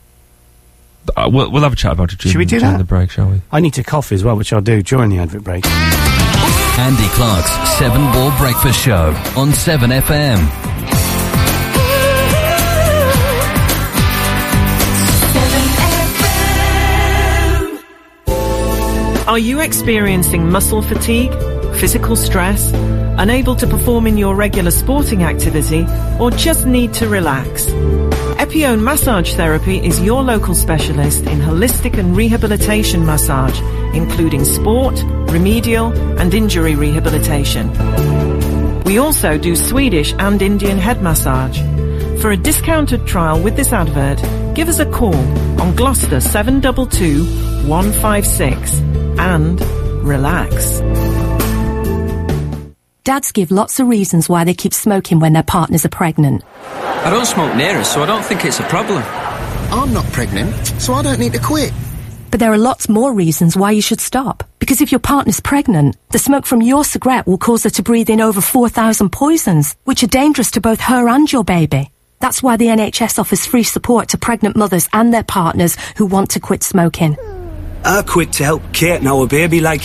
Uh, we'll, we'll have a chat about it. During,
Should we do
during
that?
the break? Shall we?
I need to cough as well, which I'll do during the advert break.
Andy Clark's Seven Ball Breakfast Show on 7FM.
<laughs> Are you experiencing muscle fatigue, physical stress, unable to perform in your regular sporting activity, or just need to relax? Epione Massage Therapy is your local specialist in holistic and rehabilitation massage, including sport, remedial, and injury rehabilitation. We also do Swedish and Indian head massage. For a discounted trial with this advert, give us a call on Gloucester 722 156 and relax.
Dads give lots of reasons why they keep smoking when their partners are pregnant.
I don't smoke near us, so I don't think it's a problem. I'm not pregnant, so I don't need to quit.
But there are lots more reasons why you should stop. Because if your partner's pregnant, the smoke from your cigarette will cause her to breathe in over 4,000 poisons, which are dangerous to both her and your baby. That's why the NHS offers free support to pregnant mothers and their partners who want to quit smoking.
I quit to help Kate and our baby, like.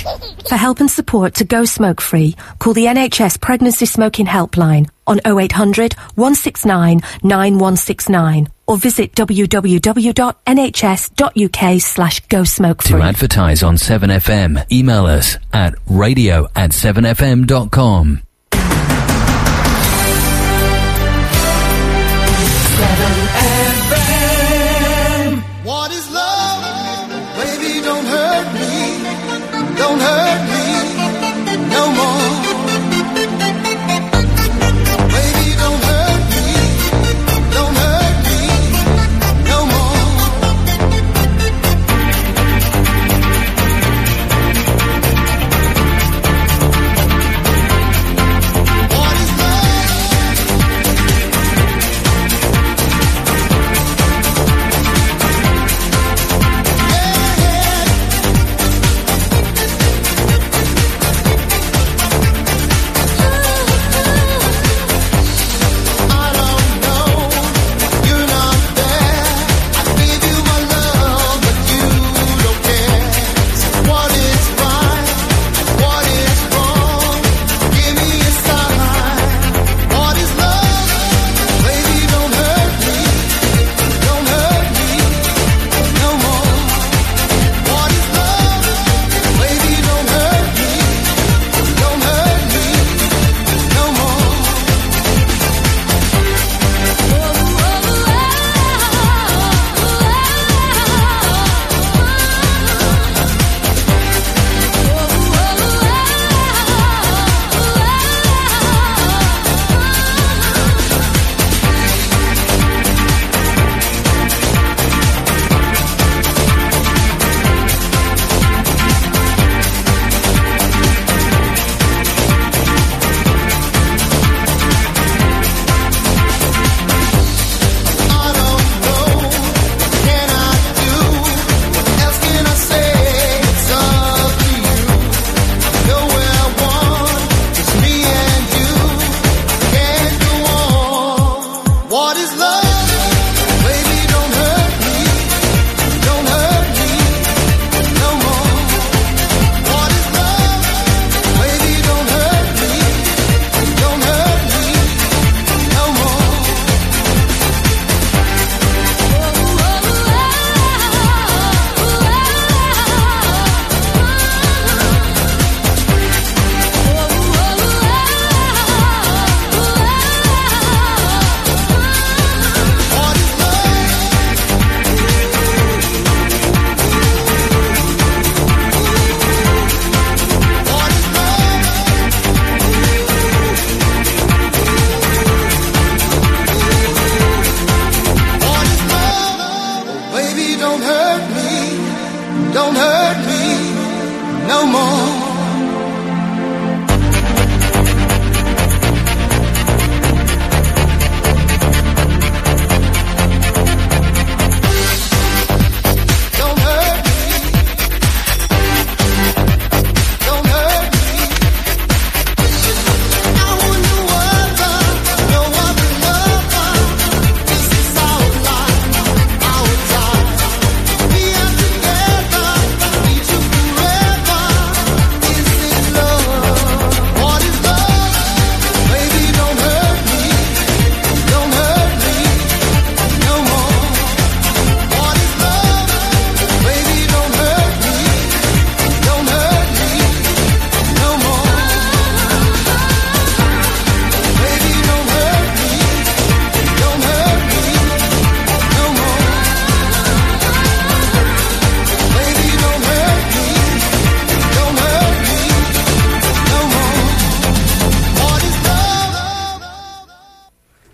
For help and support to go smoke free, call the NHS Pregnancy Smoking Helpline on 0800 169 9169 or visit www.nhs.uk slash go smoke free.
To advertise on 7FM, email us at radio at 7FM.com.
What is love? Baby, don't hurt me. Don't hurt me no more. Baby, don't hurt me. Don't hurt me no more.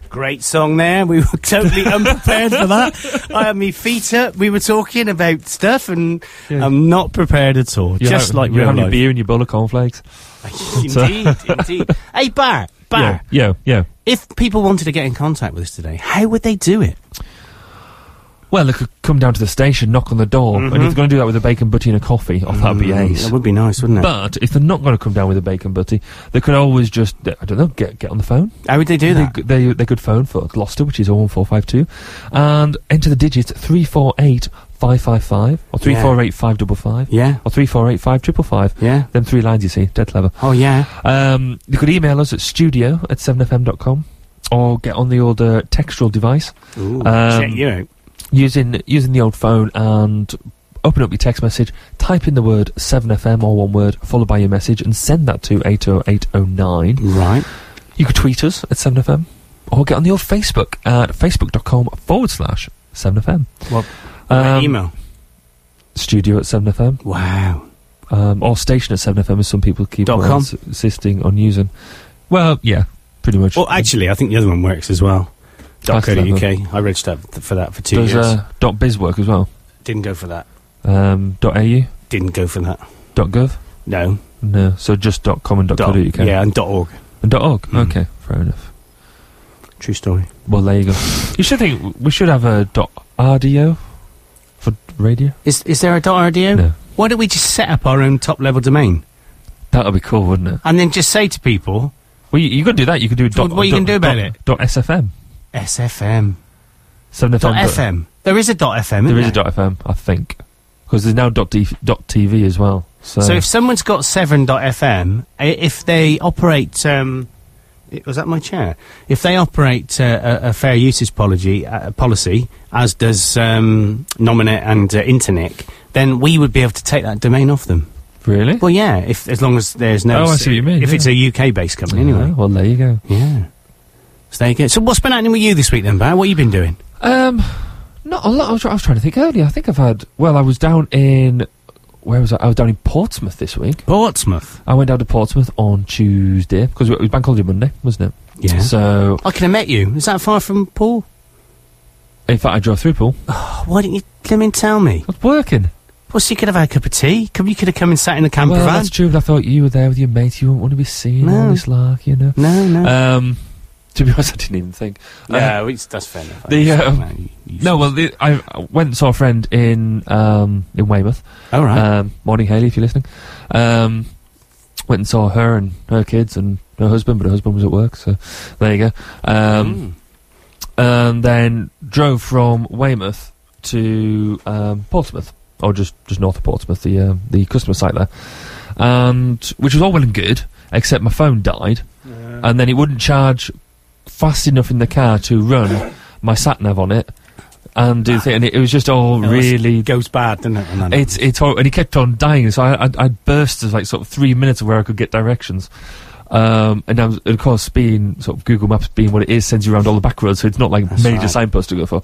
great song there. We were <laughs> totally unprepared for that. I had my feet up. We were talking about stuff, and I'm not prepared at all.
You
just
ha-
like
you
real
having your
life.
beer and your bowl of cornflakes. So-
<laughs> indeed, indeed. Hey, Bar, Bar.
<laughs> Yeah, yeah.
If people wanted to get in contact with us today, how would they do it?
Well, they could come down to the station, knock on the door, and
Mhm.
if they're going to do that with a bacon butty and a coffee, oh, that'd be
Mm,
ace.
that would be nice, wouldn't it?
But if they're not going to come down with a bacon butty, they could always just, I don't know, get get on the phone.
How would they do that?
They, they, could phone for Gloucester, which is 01452, and enter the digits 348 555 or 348 555.
Yeah.
Or 348 5555.
Yeah.
Them three lines, you see. Dead clever.
Oh, yeah.
Um, you could email us at studio at 7fm.com or get on the old uh, textual device.
Ooh, check you out.
Um, Using, using the old phone and open up your text message, type in the word 7FM or one word, followed by your message, and send that to 80809.
Right.
You could tweet us at 7FM or get on the old Facebook at facebook.com forward slash 7FM.
Well,
Um,
email.
Studio at 7FM.
Wow.
Um, or station at 7FM, as some people keep
Dot
on
com.
ins- insisting on using. Well, yeah, pretty much.
Well, actually, I think the other one works as well.
That's clever.
.co.uk. I registered th- for that for two
Does,
years.
uh, dot .biz work as well?
Didn't go for that.
Um, dot .au?
Didn't go for that.
Dot .gov?
No.
No, so just dot .com and dot
Dot-
.co.uk?
yeah, and dot .org. Mm.
And dot .org? Okay, fair enough.
True story.
Well, there you go.
<laughs>
you should think, we should have a dot .rdo for radio.
Is is there a .rdo? Why don't we just set up our own top level domain?
That would be cool, wouldn't it?
And then just say to people,
Well, you, you could do that. You could do dot,
What- what you
dot,
can do about
dot,
it?
Dot SFM.
SFM.
Seven
Dot
FM.
FM. There is a dot FM.
There
isn't
is a dot FM, I think, because there's now dot, D, dot TV as well. So,
So if someone's got 7.fm, i- if they operate. Um, it- was that my chair? If they operate uh, a, a fair usage policy, uh, policy as does um, Nominate and uh, Internic, then we would be able to take that domain off them.
Really?
Well, yeah, if as long as there's
Oh,
no.
I
s-
see what you mean, Oh,
If it's a UK based company, anyway.
well, there you go.
Yeah. So there you go. So what's been happening with you this week then, Bar? What have you been doing?
um, not a lot. I was, try- I was trying to think earlier. I think I've had. Well, I was down in. Where was I? I was down in Portsmouth this week.
Portsmouth.
I went down to Portsmouth on Tuesday because it was Bank Holiday Monday, wasn't it?
Yeah.
So
I could have met you. Is that far from Paul?
in fact, I drove through Paul.
Oh, why didn't you come and tell me?
It's working.
Well, so you could have had a cup of tea. Come- You could have come and sat in the camper
well,
van.
that's true. But I thought you were there with your mates. You wouldn't want to be seen all
No.
this lark, you know.
No, no.
Um, to be honest, I didn't even think. Uh,
yeah, it's, that's fair enough.
The um, no, well, the, I I went and saw a friend in um, in Weymouth.
All Oh, right.
Um, morning, Haley, if you're listening. Um, went and saw her and her kids and her husband, but her husband was at work, so there you go.
Mm.
Um, And then drove from Weymouth to um, Portsmouth, or just just north of Portsmouth, the um the customer site there, and which was all well and good, except my phone died, and then it wouldn't charge fast enough in the car to run my sat nav on it and do the thing. And it, it was just all really
goes bad, doesn't it? when that
It's it's all, and it kept on dying. So I I, I burst as like sort of three minutes of where I could get directions. Um, and I was, of course, being sort of Google Maps being what it is, sends you around all the back roads, so it's not like major
right. Oh.
signposts to go for.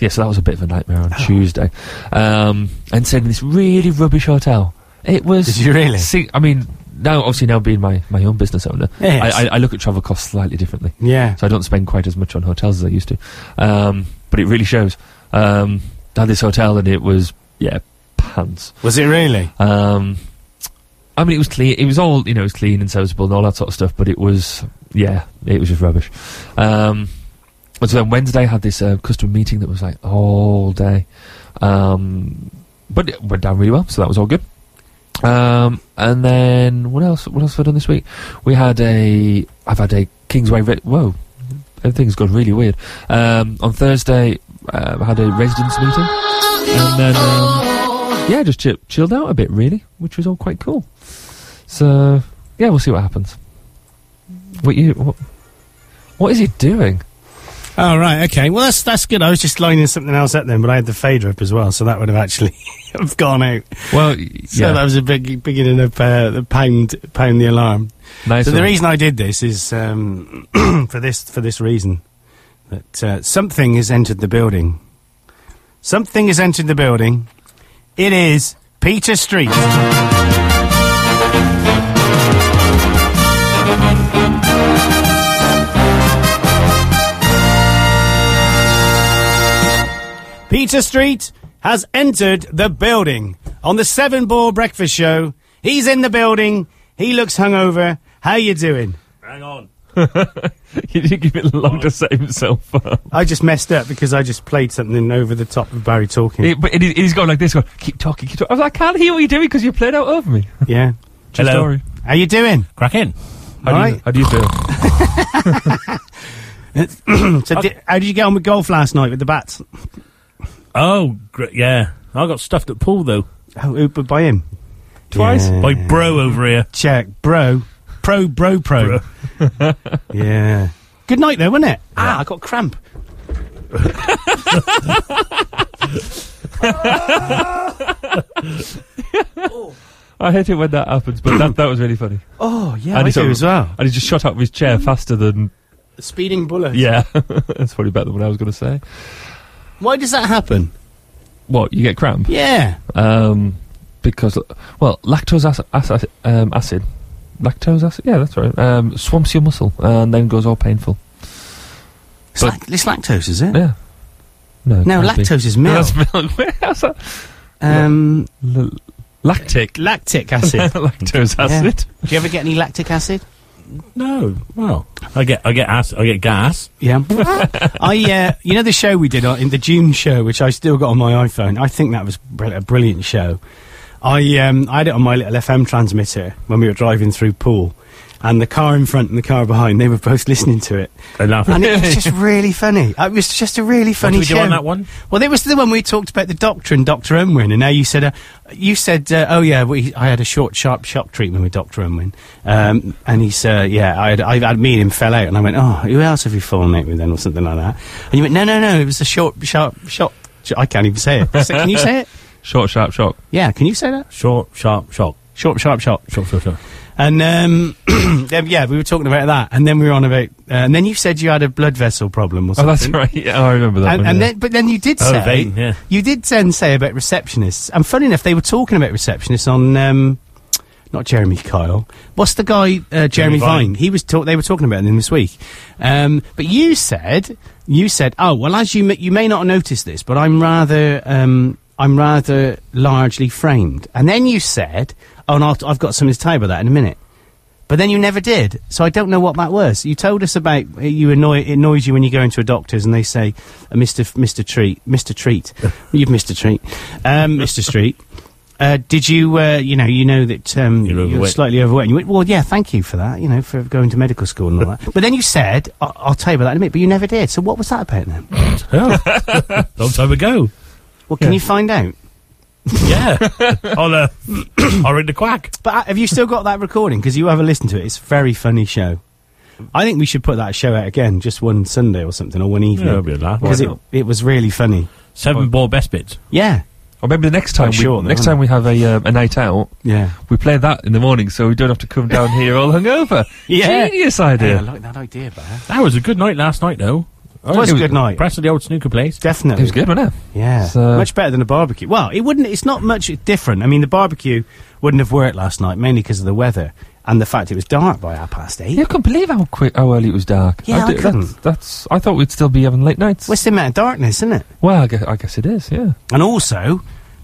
Yeah, so that was a bit of a nightmare on Tuesday. Um, and stayed in this really rubbish hotel. It was.
Did you really?
See, I mean, now obviously now being my, my own business owner,
Yes.
I, I, I look at travel costs slightly differently.
Yeah.
So I don't spend quite as much on hotels as I used to. Um, but it really shows. Um, I had this hotel and it was, yeah, pants.
Was it really?
Um, I mean, it was clean. It was all, you know, it was clean and serviceable and all that sort of stuff, but it was, yeah, it was just rubbish. Um, and so then Wednesday I had this uh, customer meeting that was like all day. Um, but it went down really well, so that was all good. Um, and then what else? What else have I done this week? We had a. I've had a Kingsway. Re- Whoa, everything's gone really weird. Um, on Thursday, uh, I had a residence meeting, and then um, yeah, just chill, chilled out a bit really, which was all quite cool. So yeah, we'll see what happens. What you? What, what is he doing?
Oh, right, okay. Well, that's that's good. I was just lining something else up then, but I had the fader up as well, so that would have actually <laughs> have gone out.
Well,
So
yeah.
that was a big beginning of uh, the pound pound the alarm.
Nice
so the
one.
reason I did this is um, <clears throat> for this for this reason that uh, something has entered the building. Something has entered the building. It is Peter Street. Peter Street has entered the building on the Seven Ball Breakfast Show. He's in the building. He looks hungover. How you doing?
Hang on. <laughs> you did give it long to set himself up.
I just messed up because I just played something over the top of Barry talking.
He- but he- he's going like this, going, keep talking, keep talking. I was like, I can't hear what you're doing because you're playing out over me.
Yeah.
True
Hello.
story.
How you doing?
Crack in.
How, do you,
Right.
how do you feel?
<laughs> so, di- how did you get on with golf last night with the bats?
Oh, gr- yeah. I got stuffed at pool though.
Oh, Uber by him
twice
Yeah.
by bro over here.
Check, bro, pro, bro, pro. <laughs> yeah. Good night, though, wasn't it? Ah, I got cramp.
I hate it when that happens, but
<coughs>
that, that was really funny.
Oh, yeah,
and
I
he sort
do
of-
as well.
And he just shot out of his chair faster than.
Speeding bullet.
Yeah, <laughs> that's probably better than what I was going to say.
Why does that happen?
What you get cramp?
Yeah.
Um, because well, lactose acid, acid, um, acid, lactose acid. Yeah, that's right. Um, swamps your muscle and then goes all painful.
It's, lac- it's lactose, is it?
Yeah. No, it
No,
can't be.
lactose
<laughs>
is
No,
milk.
that's milk. How's that?
Um,
L- lactic.
Lactic acid.
<laughs> lactose acid.
Yeah. Do you ever get any lactic acid?
No. Well, I get I get ass I get
<laughs>
gas.
Yeah. I, uh, you know, the show we did on, in the June show, which I still got on my iPhone. I think that was br- a brilliant show. I, um, I had it on my little FM transmitter when we were driving through Poole, and the car in front and the car behind, they were both listening to it.
And laugh.
And
<laughs>
it was just really funny. It was just a really funny
did we do
show.
on that one?
Well, it was the one we talked about the doctor and Doctor Unwin, and now you said, uh, you said, uh, oh yeah, we, I had a short, sharp shock treatment with Doctor Unwin, um, and he said, yeah, I had, I had me and him fell out, and I went, oh, who else have you fallen out with then, or something like that? And you went, no, no, no, it was a short, sharp shock. sh- I can't even say it. So can you say it?
<laughs> Short, sharp shock.
Yeah, can you say that?
Short, sharp shock.
Short, sharp shock.
Short, short, short.
And um, <clears throat> then, yeah, we were talking about that, and then we were on about, uh, and then you said you had a blood vessel problem or
Oh,
something.
that's right. <laughs> Yeah, I remember that.
And,
one,
and
yeah.
then, but then you did
Oh,
say,
vein, yeah.
you did then say about receptionists. And funny enough, they were talking about receptionists on, um, not Jeremy Kyle. What's the guy, uh, Jeremy
Jeremy
Vine?
Vine.
He was talk. They were talking about him this week. Um, but you said, you said, oh well, as you ma- you may not notice this, but I'm rather, um, I'm rather largely framed. And then you said, oh, and I'll, I've got something to tell you about that in a minute. But then you never did, so I don't know what that was. You told us about uh, you annoy it annoys you when you go into a doctor's and they say, uh, "Mister F- Mister Treat, Mister <laughs> Treat, you've Mister Treat, um, <laughs> Mister Street." Uh, did you, uh, you know, you know that um, you're,
overweight.
slightly overweight? And you went, well, yeah, thank you for that, you know, for going to medical school and all <laughs> that. But then you said, I- I'll tell you about that in a minute, but you never did. So what was that about <laughs> then?
Long time ago.
Well, can
Yeah.
you find out?
Yeah. <laughs> I'll uh, <clears throat> I'll ring the quack.
But uh, have you still got that recording? Because you have a listen to it. It's a very funny show. I think we should put that show out again, just one Sunday or something, or one evening.
it'll be a laugh.
Because
Why
it,
not?
it was really funny.
Seven ball best bits.
Yeah.
Or maybe the next
Quite
time we
short, though,
next
isn't
time we have a um, a night out,
Yeah.
we play that in the morning, so we don't have to come down here
<laughs>
all hungover.
Yeah.
genius idea.
I like that idea, but
That was a good night last night though.
It was a good night.
Press at the old snooker place.
Definitely.
it was good, wasn't it?
Yeah.
So-
much better than a barbecue. Well, it wouldn't. It's not much different. I mean, the barbecue wouldn't have worked last night, mainly because of the weather and the fact it was dark by half past eight.
You couldn't believe how quick, how early it was dark.
Yeah, I
did-
couldn't.
That's, that's. I thought we'd still be having late nights.
What's the amount of darkness, isn't it?
well, I guess, I guess it is. Yeah.
And also,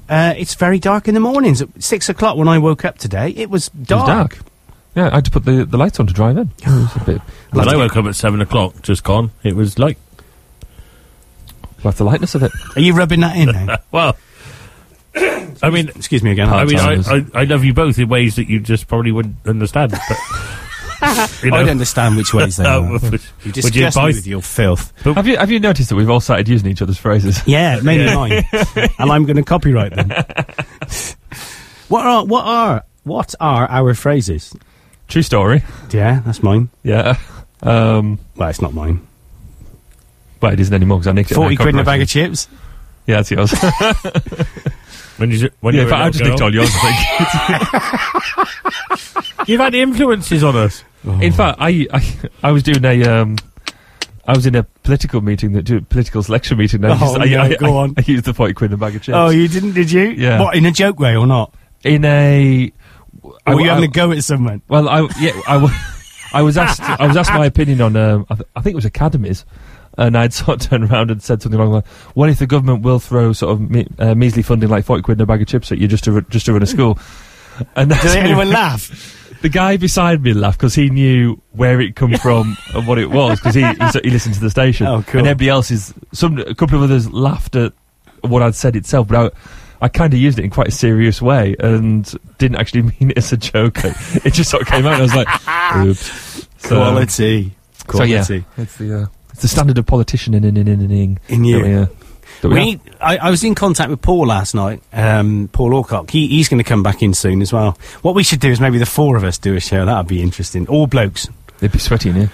uh, it's very dark in the mornings. At six o'clock when I woke up today, it was
It was
dark.
dark. Yeah, I had to put the, the lights on to drive in. <sighs> It was a bit.
When I woke up at seven o'clock, just gone. It was like
Like the lightness of it.
Are you rubbing that in now?
<laughs> well. I mean,
Excuse me again.
I
hard
mean, I,
timers.
I, I love you both in ways that you just probably wouldn't understand. But,
<laughs>
you know,
I don't understand
<laughs>
<laughs>
which ways they
Uh,
are.
would-
You
would you
disgust me
buy-
with your filth.
Have you Have you noticed that we've all started using each other's phrases? <laughs>
Yeah, mainly mine. and I'm going to copyright them. <laughs> what are what are what are our phrases?
True story.
Yeah, that's mine.
Yeah. Um.
Well, it's not mine.
Well, it isn't anymore because I nicked it.
Forty
and I
quid in a bag
copyrighted
of chips.
it. Yeah, that's yours.
<laughs> when you, when
yeah, in
you were
fact,
a
I just
little
nicked all
girl.
yours. I think.
<laughs> You've had influences on us.
Oh.
In fact, I, I I was doing a um, I was in a political meeting that do political selection meeting. and I used,
Oh,
I-
no,
I,
go
I-
on.
I used the forty quid in a bag of chips.
Oh, you didn't, did you?
Yeah.
What in a joke way or not?
in a. I-
Or were you
I-
having a go at someone? <laughs>
well, I yeah, I, wa- I was asked I was asked my opinion on um, I, th- I think it was academies, And I'd sort of <laughs> turned around and said something along the line, "What if the government will throw sort of me- uh, measly funding like forty quid in a bag of chips at you just to ru- just to run a school?" And that's
Did anyone
when-
laugh?
The guy beside me laughed because he knew where it
<laughs>
come from and what it was because he, he s- he listened to the station.
Oh, cool.
And everybody else is some a couple of others laughed at what I'd said itself, but I, I kind of used it in quite a serious way and didn't actually <laughs> mean it as a joke. it just sort of came out. and I was
<laughs>
like, "Oops." So- um,
Quality.
So, yeah,
Quality.
it's the uh, it's the standard of politician in in in in in in,
In you.
That we, uh, that we
We
have.
need- I, I was in contact with Paul last night, um, Paul Orcock. He, he's going to come back in soon as well. What we should do is maybe the four of us do a show. That would be interesting. All blokes.
They'd be sweaty, yeah.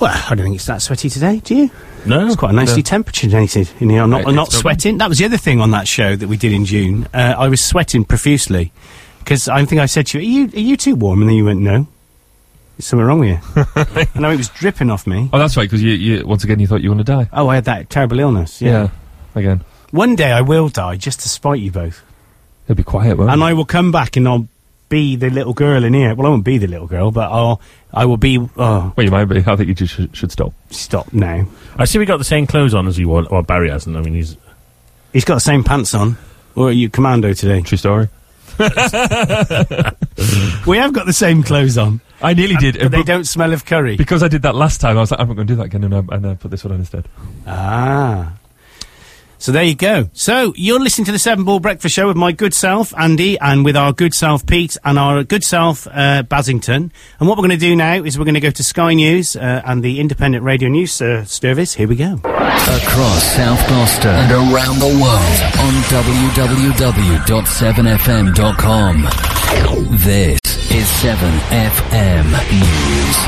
Well, I don't think it's that sweaty today, do you?
No.
It's quite
No.
nicely temperaturated in here. I'm not,
Right,
I'm not
it's not-
sweating. That was the other thing on that show that we did in June. Uh, I was sweating profusely because I think I said to you, are you, are you too warm? And then you went, no. There's something wrong with
<laughs>
you. and I it was dripping off me.
Oh, that's right. Because you, you once again you thought you want to die.
Oh, I had that terrible illness.
Yeah, again.
One day I will die just to spite you both.
It'll be quiet, won't
And I will come back and I'll be the little girl in here. Well, I won't be the little girl, but I'll I will be. Oh,
well, you might be. I think you just should, should stop.
Stop now.
I see we got the same clothes on as you wore. Well, Barry hasn't. I mean, he's
he's got the same pants on. Or are you commando today?
True story.
we have got the same clothes on.
I nearly did, uh,
But they don't smell of curry.
Because I did that last time, I was like, I'm not going to do that again, and I, and I put this one on instead.
Ah. So there you go. So you're listening to the Seven Ball Breakfast Show with my good self, Andy, and with our good self, Pete, and our good self, uh, Basington. And what we're going to do now is we're going to go to Sky News uh, and the Independent Radio News uh, Service. Here we go.
Across South Gloucester and around the world on www.7fm.com. This is 7FM News.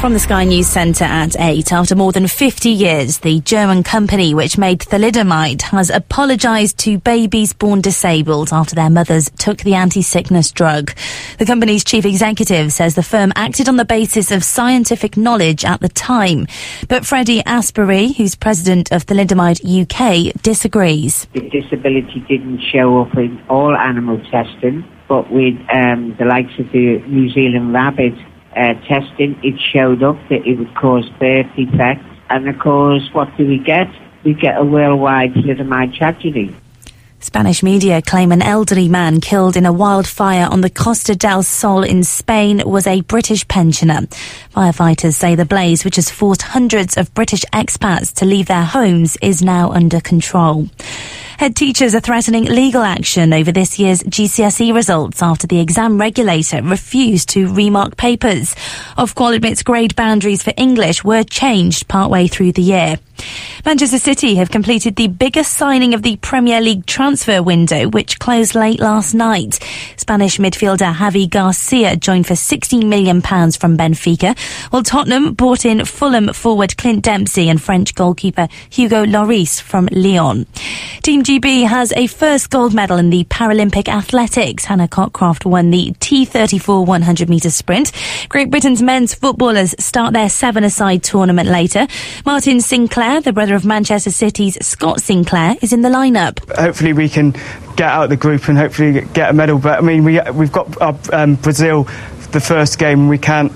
From the Sky News Centre at 8, after more than 50 years, the German company which made thalidomide has apologised to babies born disabled after their mothers took the anti-sickness drug. The company's chief executive says the firm acted on the basis of scientific knowledge at the time. But Freddie Asbury, who's president of Thalidomide UK, disagrees.
The disability didn't show up in all animal testing, but with um, the likes of the New Zealand rabbit uh, testing, it showed up that it would cause birth defects. And of course, what do we get? We get a worldwide thalidomide tragedy.
Spanish media claim an elderly man killed in a wildfire on the Costa del Sol in Spain was a British pensioner. Firefighters say the blaze, which has forced hundreds of British expats to leave their homes, is now under control. Head teachers are threatening legal action over this year's GCSE E results after the exam regulator refused to remark papers. Ofqual admits grade boundaries for English were changed partway through the year. Manchester City have completed the biggest signing of the Premier League transfer window, which closed late last night. Spanish midfielder Javi Garcia joined for £16 million from Benfica, while Tottenham bought in Fulham forward Clint Dempsey and French goalkeeper Hugo Lloris from Lyon. Team GB has a first gold medal in the Paralympic athletics. Hannah Cockcroft won the T34 100 metre sprint. Great Britain's men's footballers start their seven-a-side tournament later. Martin Sinclair, the brother of Manchester City's Scott Sinclair, is in the lineup.
hopefully we can get out of the group and hopefully get a medal. But I mean, we we've got our, um, Brazil the first game. We can't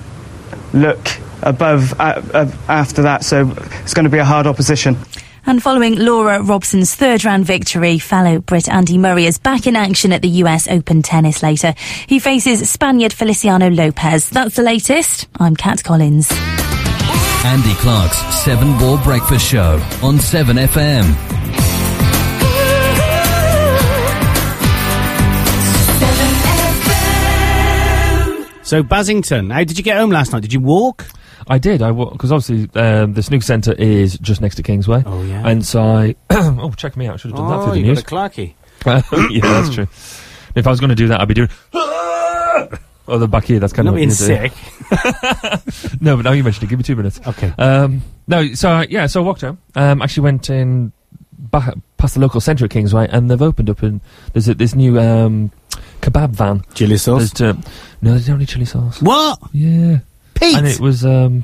look above uh, uh, after that, so it's going to be a hard opposition.
And following Laura Robson's third round victory, fellow Brit Andy Murray is back in action at the US Open tennis later. He faces Spaniard Feliciano Lopez. That's the latest. I'm Kat Collins.
Andy Clark's Seven Ball Breakfast Show on 7FM.
So Basington, how did you get home last night? Did you walk?
I did. I because obviously um, the snooker centre is just next to Kingsway. Oh
yeah.
And so I <coughs> oh check me out. Should have done that
Oh,
through the
you got
news.
a Clarkey.
<coughs> yeah, that's true. If I was going to do that, I'd be doing. <coughs> Oh, the back here. That's kind
Not
of
being
sick. <laughs> no, but now you mentioned it. Give me two minutes.
Okay.
Um, no, so I- yeah, so I walked home. Um, actually went in back, past the local centre at Kingsway, and they've opened up and there's a, this new um, kebab van. uh,
Chili sauce.
no, they don't need chili sauce.
What?
Yeah.
Pete.
And it was. Um,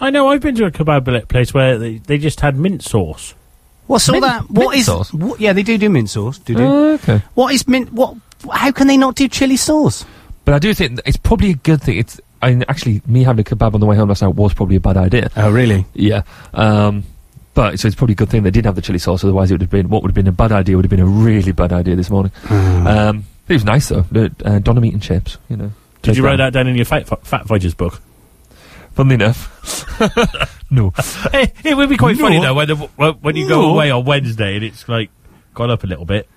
I know. I've been to a kebab place where they, they just had mint sauce.
What's all
Mint-
that? What
mint
is?
sauce?
What, yeah, they do do mint sauce. Do do.
Oh, okay.
What is mint? What? How can they not do chili sauce?
But I do think that it's probably a good thing. It's and actually, me having a kebab on the way home last night was probably a bad idea.
Oh, really?
Yeah. Um, but so it's probably a good thing they did have the chili sauce. Otherwise, it would have been what would have been a bad idea would have been a really bad idea this morning.
Hmm.
Um, it was nice though. The, Uh, doner meat and chips. You know.
Did
Take
you write
that.
that down in your Fat, fat Fudges
<laughs>
book?
Funnily enough, <laughs> no.
it, Eh, it would be quite No. funny though when, the, when when you
No.
go away on Wednesday and it's like gone up a little bit.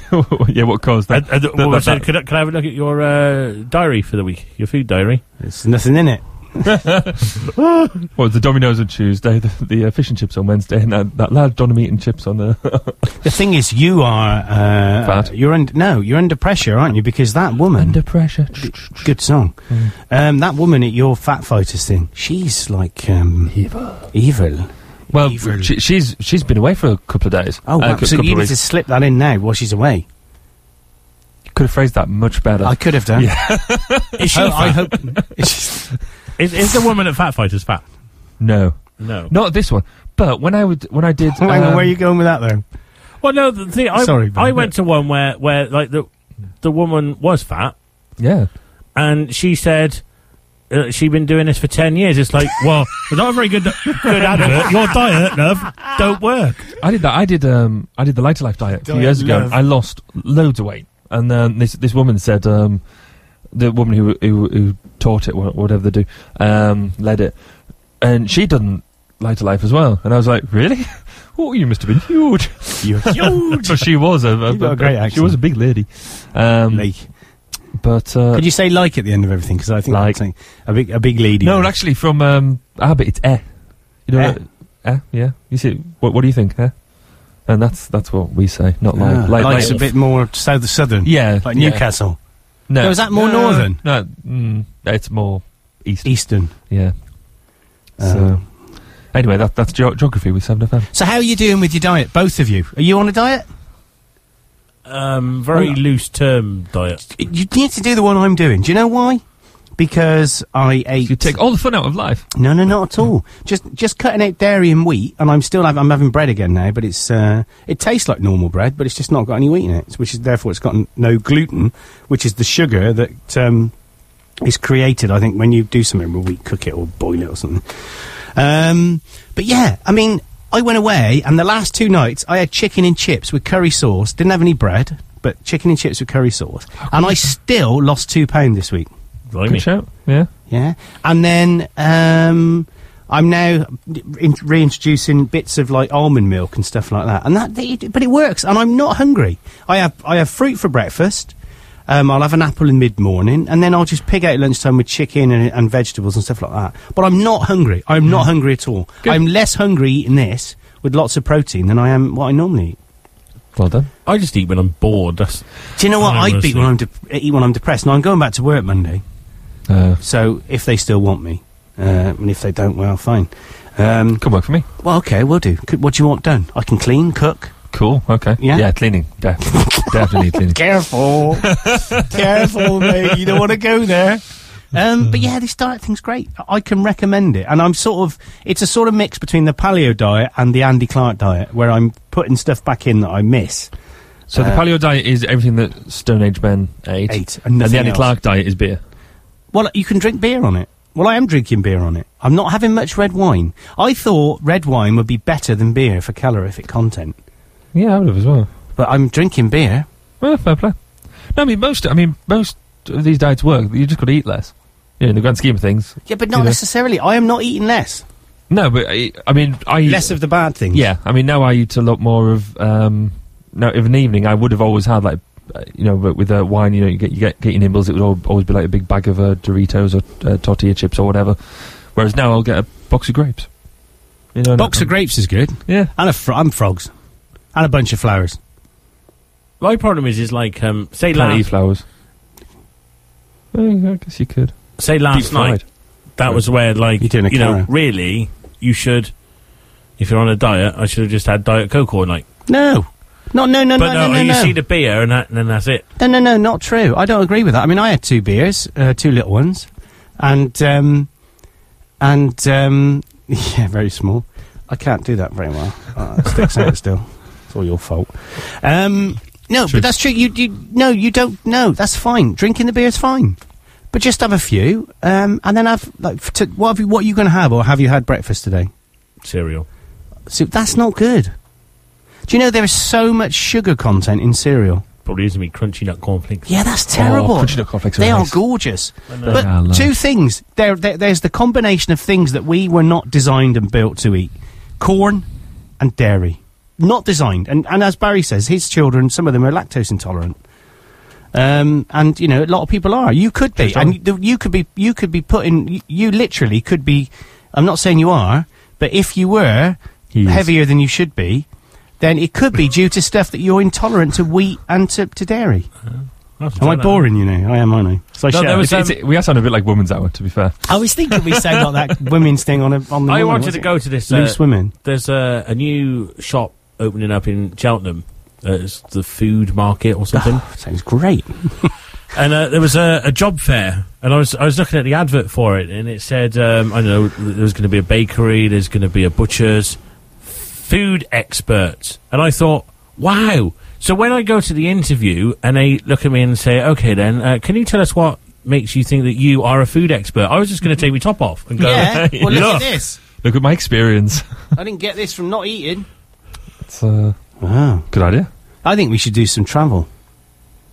<laughs> yeah, what caused that?
And, and
That-
what was
that-
it? can, I, can I have a look at your uh, diary for the week? Your food diary?
There's nothing in it.
what was the Dominoes on Tuesday, the, the uh, fish and chips on Wednesday, and that, that lad doner meat and chips on the. <laughs>
The thing is, you are uh, you're under no, you're under pressure, aren't you? Because that woman under
pressure. Mm.
Good song. Um, that woman at your Fat Fighters thing, she's like um,
evil.
Evil.
Well, she, she's she's been away for a couple of days.
Oh,
Uh,
wow.
cou-
so
couple
you
of
need to
weeks.
slip that in now while she's away.
You could have phrased that much better.
I could have done.
Is she
Oh,
fat?
I hope.
Is, is the woman at Fat Fighters fat?
<laughs> No,
No.
not this one. But when I would when I did,
Hang on,
um,
where are you going with that though?
Well, no. The thing I,
Sorry,
I
Ben.
went to one where where like the the woman was fat,
yeah,
and she said. Uh, she'd been doing this for ten years. It's like, <laughs> well, it's not a very good good advert. Your diet, love, don't work.
I did that. I did. Um, I did the lighter life diet a few
Diet
years ago.
love.
I lost loads of weight, and then this this woman said, um, the woman who who, who taught it, wha- whatever they do, um, led it, and she done lighter life as well. And I was like, really? <laughs> Oh, you must have been huge. <laughs>
You're huge.
but she was a, a,
You've got a great
She was a
accent.
big lady. Um, But uh,
Could you say like at the end of everything? Because I think
Like.
that's a big a big lady.
no, actually, from um, Abbott, it's eh. You know,
Eh.
eh. yeah. You see, what, what do you think, eh? And that's that's what we say, not like
Ah,
like,
Like's
like-
a bit more south southern.
Yeah,
like
yeah.
Newcastle.
No,
is that more
No,
northern?
No, mm, it's more eastern.
Eastern. Ah.
Yeah. so, anyway, that, that's ge- geography with Seven FM.
So how are you doing with your diet, both of you? Are you on a diet?
Um, very
Oh.
loose term diet.
You need to do the one I'm doing. Do you know why? Because I ate. You
take all the fun out of life.
No, no, not at all. just just cutting out dairy and wheat, and I'm still having, I'm having bread again now, but it's uh, it tastes like normal bread, but it's just not got any wheat in it, which is therefore it's got n- no gluten, which is the sugar that um, is created. I think when you do something with wheat, cook it or boil it or something. Um, but yeah, I mean, I went away, and the last two nights I had chicken and chips with curry sauce. Didn't have any bread, but chicken and chips with curry sauce, and I still lost two pound this week.
Good shout. Yeah.
Yeah, and then um, I'm now in- reintroducing bits of like almond milk and stuff like that, and that they- but it works, and I'm not hungry. I have I have fruit for breakfast. Um, I'll have an apple in mid morning, and then I'll just pig out at lunchtime with chicken and, and vegetables and stuff like that. But I'm not hungry. I'm not hungry at all. I'm less hungry eating this with lots of protein than I am what I normally eat.
Well done.
I just eat when I'm bored. That's
Do you know what
Oh,
I
honestly.
eat when I'm de- eat when I'm depressed? Now I'm going back to work Monday,
Uh,
so if they still want me, uh, and if they don't, well, fine. Um,
Come work for me.
Well, okay, we'll do. C- What do you want done? I can clean, cook.
Cool. Okay.
Yeah.
cleaning.
<laughs>
Definitely, definitely cleaning. <laughs>
Careful, careful, mate. You don't want to go there. Um, but yeah, this diet thing's great. I- I can recommend it, and I'm sort of it's a sort of mix between the paleo diet and the Andy Clark diet, where I'm putting stuff back in that I miss.
So the
Uh,
paleo diet is everything that Stone Age men ate.
Ate, and
and,
nothing
the Andy
else.
Clark diet is beer.
Well, you can drink beer on it. Well, I am drinking beer on it. I'm not having much red wine. I thought red wine would be better than beer for calorific content,
Yeah, I would have as well.
but I'm drinking beer.
Well, fair play. No, I mean most. I mean most of these diets work. You just got to eat less. Yeah, in the grand scheme of things.
Yeah, but
You
not
know.
necessarily. I am not eating less.
No, but I, I mean, I
Less of the bad things.
Yeah, I mean, now I eat a lot more of. Um, now, if an evening, I would have always had like, uh, you know, with with, uh, wine, you know, you get you get, get your nibbles. It would al- always be like a big bag of uh, Doritos or uh, tortilla chips or whatever. Whereas now I'll get a box of grapes. You know, and
Box
I-
of grapes is good.
Yeah,
and a fro- and frogs, and a bunch of flowers.
My problem is, is like, um, say
Can't eat
last,
flowers. Well, I guess you could.
say last
Deep
night,
fried.
that was where, like, you,
doing a
know,
cara.
really, you should, if you're on a diet, I should have just had Diet Coke all night.
No, no, no, no,
but
no, no, no,
you
no.
see the beer and, that, and then that's it.
no, no, no, not true. I don't agree with that. I mean, I had two beers, uh, two little ones, and um, and um, <laughs> yeah, very small. I can't do that very well. Uh, it
<laughs>
sticks out still. It's all your fault. Um, no, but that's true. You, you, no, you don't. No, that's fine. Drinking the beer is fine. But But just have a few, um, and then have like f- to, what have you, what are you going to have, or have you had breakfast today?
Cereal.
So that's not good. Do you know there is so much sugar content in cereal?
Probably isn't me crunchy nut cornflakes. Oh,
Yeah, that's terrible. they are gorgeous.
know.
But
They are
two things. There, there, there's the combination of things that we were not designed and built to eat: corn and dairy. Not designed, and and as Barry says, his children, some of them are lactose intolerant. Um, and you know, a lot of people are. You could be, and you, you could be, you could be put in. You, you literally could be. I'm not saying you are, but if you were heavier than you should be, then it could be due to stuff that you're intolerant to wheat and to, to dairy. Am I boring you now? I am, aren't I? So
No,
I shout.
there was, it's, it's, we are sounding a bit like women's hour, to be fair.
I was thinking we said not that women's thing on a, on the.
I
morning,
wanted
was
to
it?
go to this. uh,
loose women.
There's a, a new shop opening up in Cheltenham. Uh, it's the food market or something.
<sighs> sounds great.
and uh, there was a, a job fair, and I was I was looking at the advert for it, and it said um, I don't know there was going to be a bakery, there's going to be a butcher's, food experts, and I thought, wow. So when I go to the interview and they look at me and say, okay, then uh, can you tell us what makes you think that you are a food expert? I was just going to take my top off and go, <laughs>
Mm-hmm. Yeah, well, look at this.
Look at my experience. <laughs>
I didn't get this from not eating.
It's, uh,
Wow.
Good idea.
I think we should do some travel.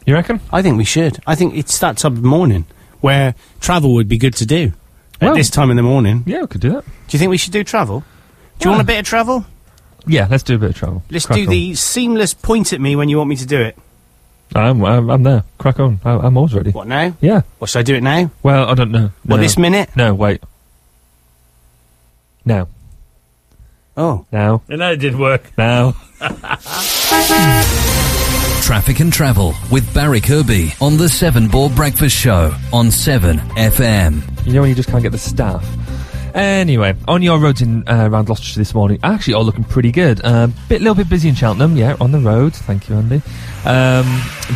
You reckon?
I think we should. I think it's that type of morning where travel would be good to do at this time in the morning.
Yeah, we could do that. Do
you think we should do travel? Do you want a bit of travel?
Yeah, let's do a bit of travel.
Let's
Crack
do
on.
the seamless point at me when you want me to do it.
I'm, I'm, I'm there. Crack on. I, I'm always ready.
What now?
Yeah.
What should I do it now?
Well, I don't know. No.
What, this minute?
No, wait. Now.
Oh.
Now.
and that didn't work.
Now.
Traffic and Travel with Barry Kirby on the Seven Ball Breakfast Show on 7FM.
You know when you just can't get the staff? Anyway, on your roads in uh, around Gloucestershire this morning, actually all looking pretty good. A bit, little bit busy in Cheltenham, yeah, on the roads. Thank you, Andy. Um,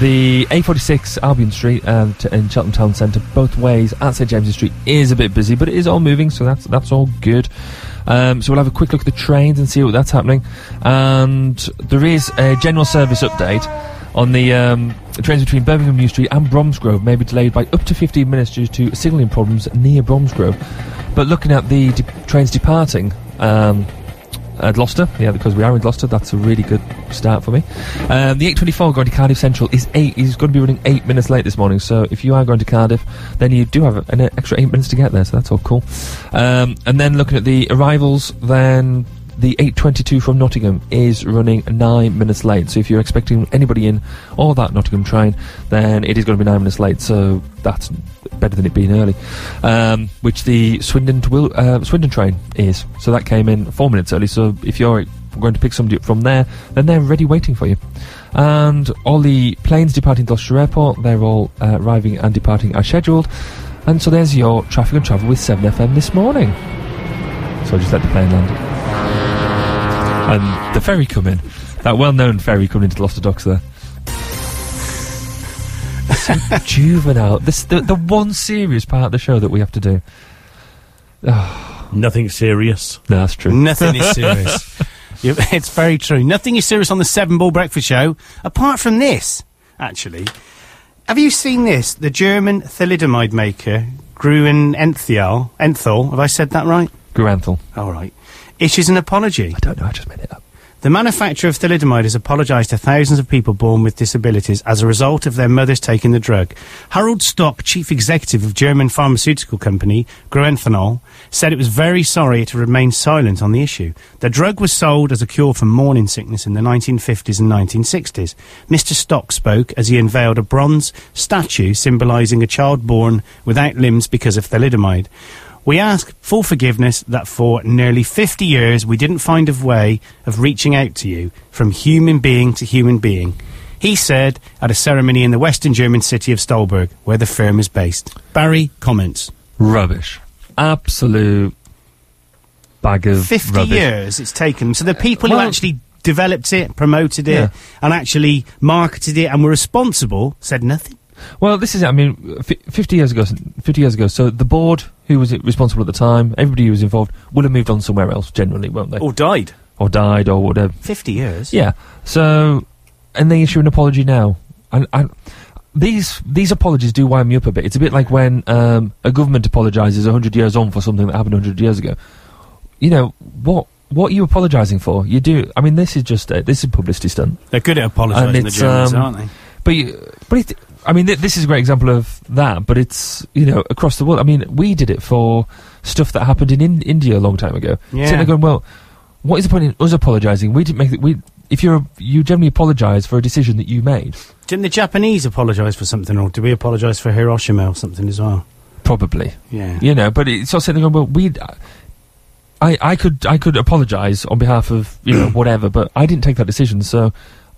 the A46 Albion Street um, t- in Cheltenham Town Centre, both ways at St James's Street is a bit busy, but it is all moving, so that's that's all good. Um, so we'll have a quick look at the trains and see what that's happening. And there is a general service update on the um, trains between Birmingham New Street and Bromsgrove may be delayed by up to 15 minutes due to signalling problems near Bromsgrove. But looking at the de- trains departing um, at Gloucester, yeah, because we are in Gloucester, that's a really good start for me. Um, the 8:24 going to Cardiff Central is eight. Is going to be running eight minutes late this morning. So if you are going to Cardiff, then you do have an extra eight minutes to get there. So that's all cool. Um, and then looking at the arrivals, then the 8.22 from Nottingham is running 9 minutes late. So if you're expecting anybody in or that Nottingham train, then it is going to be 9 minutes late. So that's better than it being early. Um, which the Swindon, to Wil- uh, Swindon train is. So that came in 4 minutes early. So if you're going to pick somebody up from there, then they're ready waiting for you. And all the planes departing Gloucester Airport, they're all uh, arriving and departing as scheduled. And so there's your traffic and travel with 7FM this morning. So I just let the plane land. And the ferry come in. That well known ferry coming into Gloucester Docks there. so
<laughs>
juvenile. This the, the one serious part of the show that we have to do.
Nothing serious.
No, that's true. <laughs>
Nothing is serious. You- <laughs> it's very true. Nothing is serious on the Seven Ball Breakfast Show, apart from this, actually. Have you seen this? The German thalidomide maker, Gruen Enthial. Enthal, have I said that right?
Gruenthal.
All right. Issues an apology. I
don't know, I just made it up.
The manufacturer of thalidomide has apologised to thousands of people born with disabilities as a result of their mothers taking the drug. Harold Stock, chief executive of German pharmaceutical company Groenthanol, said it was very sorry it had remained silent on the issue. The drug was sold as a cure for morning sickness in the 1950s and 1960s. Mr. Stock spoke as he unveiled a bronze statue symbolising a child born without limbs because of thalidomide. We ask full forgiveness that for nearly 50 years we didn't find a way of reaching out to you from human being to human being. He said at a ceremony in the western German city of Stolberg, where the firm is based. Barry comments.
Rubbish. Absolute bag of
50
rubbish.
years it's taken. So the people
well-
who actually developed it, promoted it,
Yeah.
and actually marketed it and were responsible said nothing.
Well, this is. I mean, f- fifty years ago. Fifty years ago. So the board, who was it responsible at the time, everybody who was involved, will have moved on somewhere else. Generally, won't they?
Or died.
Or died, or whatever.
50 years?
Yeah. So, and they issue an apology now. And I, these these apologies do wind me up a bit. It's a bit like when um, a government apologises hundred years on for something that happened hundred years ago. You know what? What are you apologising for? You do. I mean, this is just a, this is a publicity stunt.
They're good at
And
apologising, the
it's,
Germans,
um,
aren't they?
But you, but it, I mean, th- this is a great example of that. But it's you know across the world. I mean, we did it for stuff that happened in, in India a long time ago.
Yeah.
Sitting there going, well, what is the point in us apologising? We didn't make it. We if you're you generally apologise for a decision that you made.
Didn't the Japanese apologise for something, or did we apologise for Hiroshima or something as well?
Probably.
Yeah.
You know, but it's not sitting there going, well, we. I, I could I could apologise on behalf of you
<clears throat>
know whatever, but I didn't take that decision, so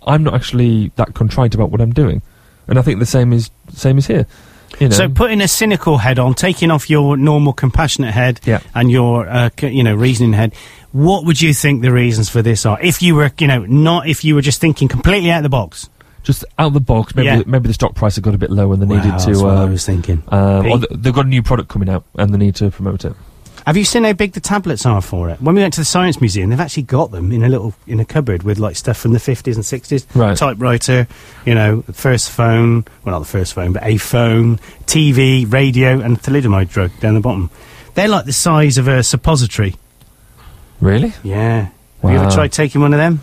I'm not actually that contrite about what I'm doing, and I think the same is same is here. You know,
So putting a cynical head on, taking off your normal compassionate head and your uh, c- you know reasoning head, what would you think the reasons for this are? If you were you know not if you were just thinking completely out of the box,
just out of the box. Maybe
Yeah.
maybe the stock price had got a bit low and they
Wow,
needed to.
that's what I
um,
was thinking.
um, or
Pete?
th- they've got a new product coming out and they need to promote it.
Have you seen how big the tablets are for it? When we went to the science museum, they've actually got them in a little in a cupboard with like stuff from the fifties and sixties.
Right.
Typewriter, you know, first phone. Well, not the first phone, but a phone, TV, radio, and thalidomide drug down the bottom. They're like the size of a suppository.
Really?
Yeah. Have you
Wow.
ever tried taking one of them?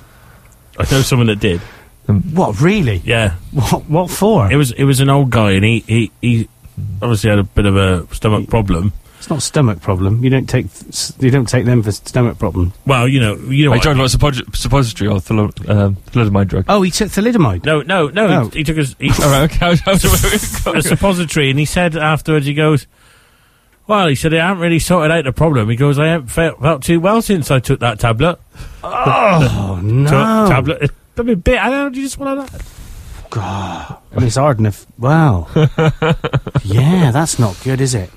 I know someone that did.
Um,
What really?
Yeah.
What? What for?
It was it was an old guy, and he he, he obviously had a bit of a stomach problem.
It's not stomach problem. You don't take s- you don't take them for stomach problem.
Well, you know, you know.
I
what-
tried about suppo- suppository or thalo- um, thalidomide drug.
Oh, he took thalidomide.
No, no, no.
Oh.
He, he took his.
<laughs>
He,
All right, okay, I was- I was aware it
a suppository, and he said afterwards, he goes, "Well, he said I haven't really sorted out the problem." He goes, "I haven't felt, felt too well since I took that tablet."
<laughs> Oh no!
Ta- tablet. I mean, bit. I don't. You just want to.
God. I mean, it's hard enough.
<laughs>
Wow. yeah, that's not good, is it?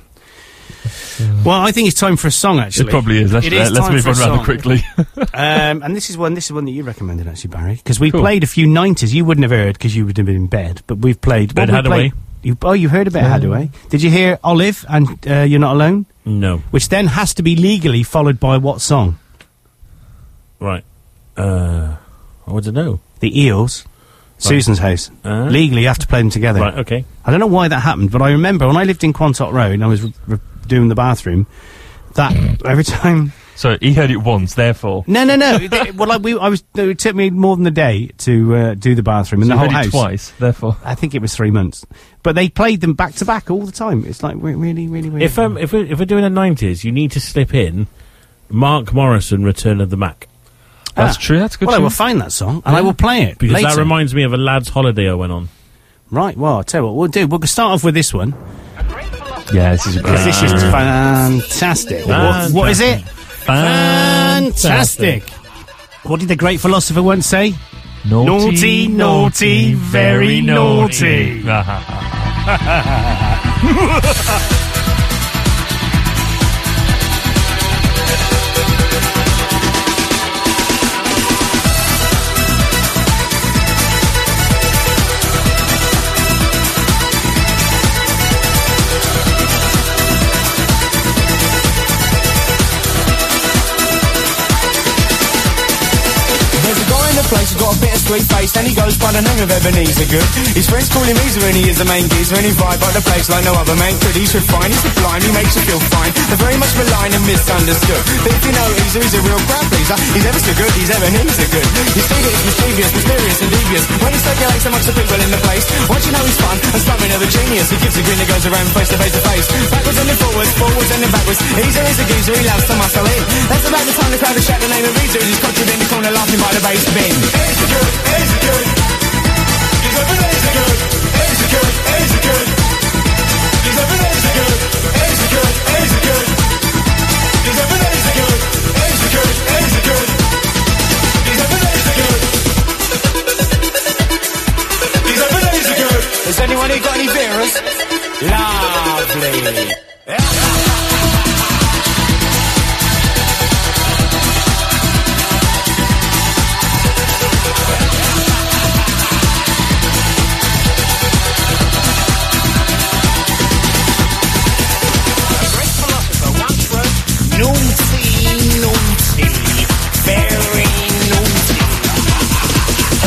Well, I think it's time for a song, actually.
probably is. Let's-
It
uh, let's
time
move
for a
on rather
song.
quickly.
<laughs> um, and this is one. This is one that you recommended, actually, Barry, because
<laughs>
we played a few nineties. You wouldn't have heard because you would have been in bed. But we've played.
Ed
we
Hadaway.
played- You, oh, you heard about
Yeah.
Hadaway? Did you hear Olive and uh, You're Not Alone?
No.
Which then has to be legally followed by what song?
Right. Uh, I want to know.
The Eels. Susan's house.
Ah.
Legally, you have to play them together.
Right, okay.
I don't know why that happened, but I remember when I lived in Quantock Road and I was r r doing the bathroom, that every time.
So he heard it once, therefore.
No, no,
<laughs>
no. Th- well, I, we, I was. It took me more than a day to uh, do the bathroom in
So
the
you
whole
heard
house
it twice, therefore.
I think it was three months, but they played them back to back all the time. It's like re- really, really weird.
If um, if we're, if we're doing the nineties, you need to slip in Mark Morrison, Return of the Mac.
That's Ah. true, that's a good Well, I tune. will find that song and I will play it
because that
later.
reminds me of a lad's holiday I
<laughs>
went on.
right, well, I'll tell you what we'll do. We'll start off with this one
Yeah, this is a
because this is fantastic. What- what is it? Fantastic. What did the great philosopher once say?
Naughty,
naughty, naughty, very naughty.
There's a guy in the place who's got a bit of sweet face and he goes by the name of Ebenezer Good. His friends call him Easer and he is the main geezer and he vibe like the place like no other man could. He's refined, he's sublime, he makes you feel fine. They're very much maligned and misunderstood. But if you know Easer, he's a real crowd pleaser. He's ever so good, he's Ebenezer Good. His figure is mischievous, mysterious and devious. When he circulates amongst the people in the place, once you know he's fun and something of a genius, he gives a grin that goes around face to face to face. Backwards and then forwards, forwards and then backwards. Easer is a geezer, he loves to muscle in. That's about the time the crowd has shout the name of Easer as he's conjured in the corner laughing by the bass bin. Easer Good, Easer Good. He's Ebenezer Good. Easer Good, Easer Good. He's Ebenezer Good. Easer Good, Easer Good. He's Ebenezer Good. Easer Good, Easer Good. He's Ebenezer Good. He's Ebenezer Good. Has anyone here got any beers? Lovely. Naughty, naughty, very naughty.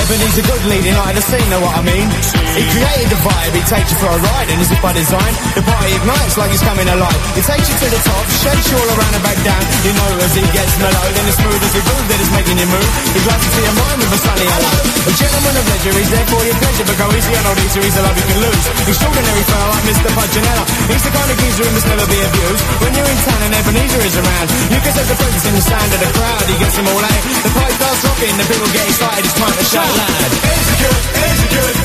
Ebenezer He's a good leading light of the scene, know what I mean? He created the vibe, he takes you for a ride, and is it by design? The party ignites like it's coming alive. It takes you to the top, shakes you all around and back down. You know as it gets mellow, then it's smooth as a groove that is making you move. He glides into your mind with a sunny hello. A gentleman of leisure, he's there for your pleasure, but go easy on all these, or he's a love you can lose. Extraordinary fella like Mr. Punchinella. He's the kind of geezer who must never be abused. When you're in town and Ebenezer is around, you can sense the presence in the sound of the crowd. He gets them all out. The party starts rocking, the people get excited, it's time to shout loud. Execute, execute.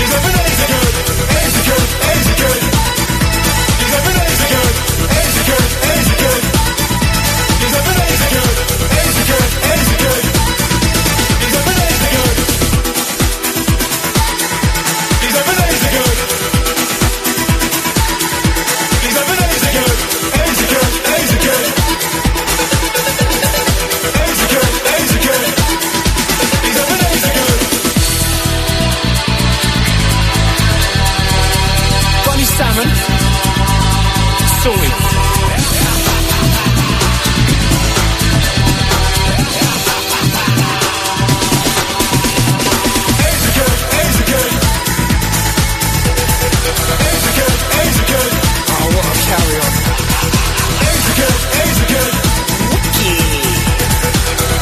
He's up and execute, execute, execute. He's up and execute, execute, execute. He's up and execute, execute, execute. He's up and execute. He's up and execute. He's up and execute, execute, execute. Execute, execute. He's up and execute. Bunny salmon. Soy. Execute, execute. Execute, execute. Oh, what a carry on. Execute, execute.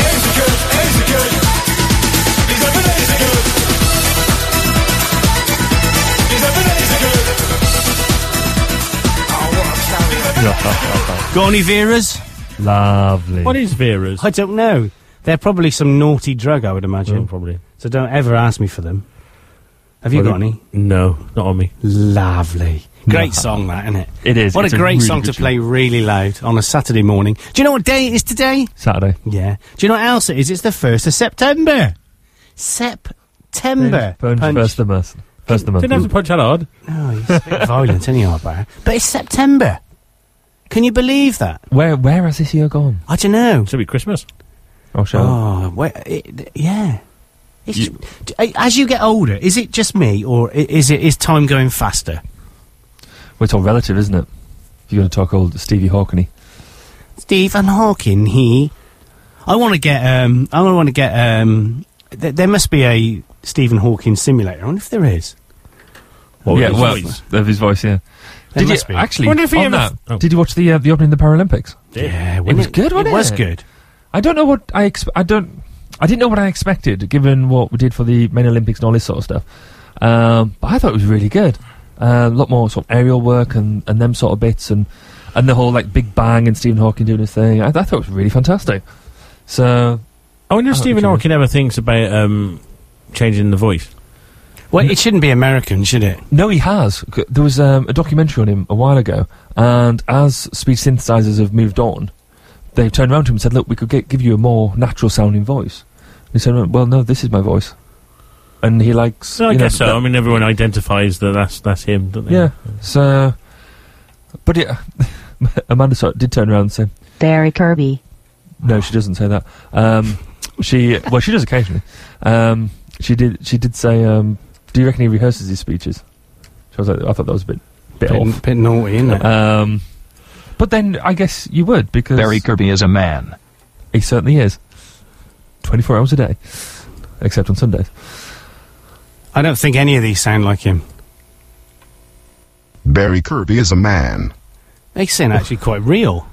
Execute, execute. He's up and execute. He's up and execute. Oh, what a carry on.
Got any Veras?
Lovely.
What is Veras? I don't know. They're probably some naughty drug, I would imagine.
probably.
So don't ever ask me for them. Have you
Well,
got any?
No, not on me.
Lovely. Great song, that, isn't it?
It is.
What
It's
a
a
great
really
song to
good
play really loud on a Saturday morning. Do you know what day it is today?
Saturday.
Yeah. Do you know what else it is? It's the 1st of September. September.
Punch, First of month. First of month.
Didn't have to
punch hard.
No, he's a bit violent, isn't he, our Barry? But it's September. Can you believe that?
<laughs> Where where has this year gone?
I don't know.
Should be Christmas.
Oh, shall
Oh, where, it, yeah. It's ju- d- as you get older, is it just me, or i- is it is time going faster?
Well, it's all relative, isn't it? If you're going to talk old Stevie Hawkney.
Stephen Hawking, he. I want to get. Um, I want to get. Um, th- there must be a Stephen Hawking simulator. I wonder if there is.
yeah, well, of his voice, yeah.
There
did you
must be.
actually?
Wonder if he
on
ever-
that,
Oh.
did you watch the uh, the opening of the Paralympics?
Yeah,
it was good. Wasn't it,
was good.
I don't know what I ex- I don't. I didn't know what I expected, given what we did for the main Olympics and all this sort of stuff. Um, but I thought it was really good. Uh, a lot more sort of aerial work and, and them sort of bits and and the whole like Big Bang and Stephen Hawking doing his thing. I, I thought it was really fantastic. So
I wonder if
I hope
Stephen
you
Hawking ever thinks about um, changing the voice.
Well, it shouldn't be American, should it?
No, he has. C- There was um, a documentary on him a while ago, and as speech synthesizers have moved on, they've turned around to him and said, "Look, we could get, give you a more natural sounding voice." And he said, "Well, no, this is my voice," and he likes. you
I
know,
guess so.
that-
I mean, everyone identifies that that's that's him, don't they?
yeah. So, but yeah, <laughs> Amanda sort of did turn around and say,
Barry Kirby.
No, she doesn't say that. Um, she well, she does occasionally. Um, she did. She did say, um, "Do you reckon he rehearses his speeches?" So I was like, I thought that was a bit, bit,
Bit-
off,
bit naughty, isn't it?
Um, but then I guess you would because Barry
Kirby is a man.
He certainly is. Twenty-four hours a day, except on Sundays.
I don't think any of these sound like him.
Barry Kirby is a man.
They sound actually quite real.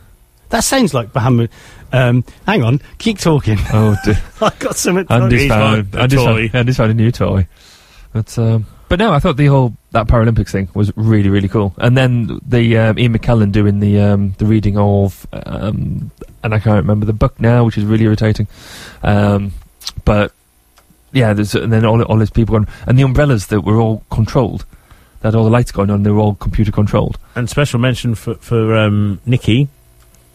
That sounds like Bahamut. Um, hang on, keep talking.
Oh,
<laughs>
dear.
I've got some.
Andy's found, Andy's, found, Andy's found a new toy. But, um, but no, I thought the whole that Paralympics thing was really really cool. And then the um, Ian McKellen doing the um, the reading of um, and I can't remember the book now, which is really irritating. Um, but yeah, there's and then all all these people going and the umbrellas that were all controlled, that all the lights going on, they were all computer controlled.
And special mention for for um, Nikki,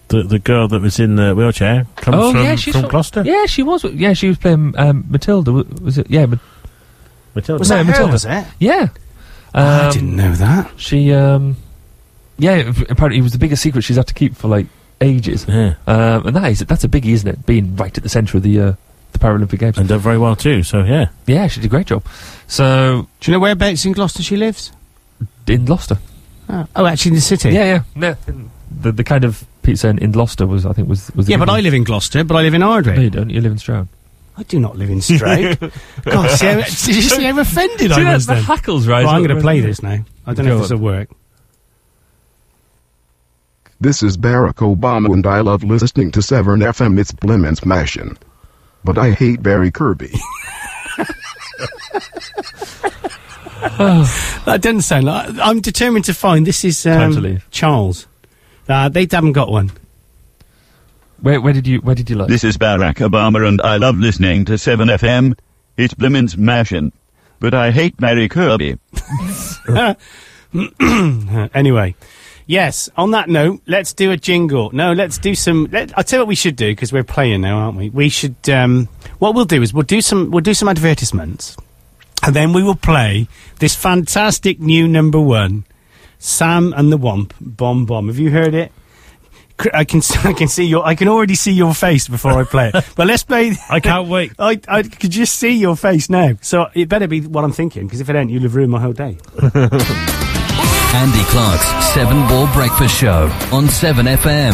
the the girl that was in the wheelchair, comes
oh
from,
yeah, she's
from Gloucester.
Yeah, she was. Yeah, she was playing um, Matilda. wa- Was it? Yeah, Ma-
Matilda.
Was
No,
that her,
Matilda.
was it?
Yeah. I didn't
know that.
She, um, yeah, v- apparently it was the biggest secret she's had to keep for like ages.
Yeah.
Um, and that is that's a biggie, isn't it? Being right at the centre of the uh, the Paralympic Games and
done very well too. So yeah,
yeah, she did a great job. So
do you know whereabouts in Gloucester she lives?
In Gloucester.
Oh, oh, actually, in the city.
Yeah, yeah. No, the the kind of pizza in, in Gloucester was I think was was. The
Yeah,
big
but
one.
I live in Gloucester, but I live in Ardwick.
No, you don't. You live in Stroud.
I do not live in Stroud. <laughs> God, see, how- did you see
<laughs>
how offended
See,
I
that's
was
the
then?
hackles rising
Well, I'm
up
going to
right
play
there.
this now. I don't know
Go
if this
on.
will
<sighs>
work.
This is Barack Obama and I love listening to Severn FM. It's blim and smashing. But I hate Barry Kirby. <laughs>
that doesn't sound like. I'm determined to find this is um,
Time to leave.
Charles. Uh, they haven't got one.
Where, where did you where did you look?
This is Barack Obama and I love listening to 7FM. It's blimmin' smashing. But I hate Mary Kirby.
anyway, yes. On that note, let's do a jingle. No, let's do some. Let, I'll tell you what we should do because we're playing now, aren't we? We should. Um, what we'll do is we'll do some. We'll do some advertisements, and then we will play this fantastic new number one, Sam and the Womp Bomb Bomb. Have you heard it? Cr- I can <laughs> I can see your I can already see your face before I play <laughs> it. But let's play. I <laughs> can't wait. I I could just see your face now. So it better be what I'm thinking because if it ain't, you'll have ruined my whole day.
<laughs>
Andy Clark's Seven Ball Breakfast Show on 7FM.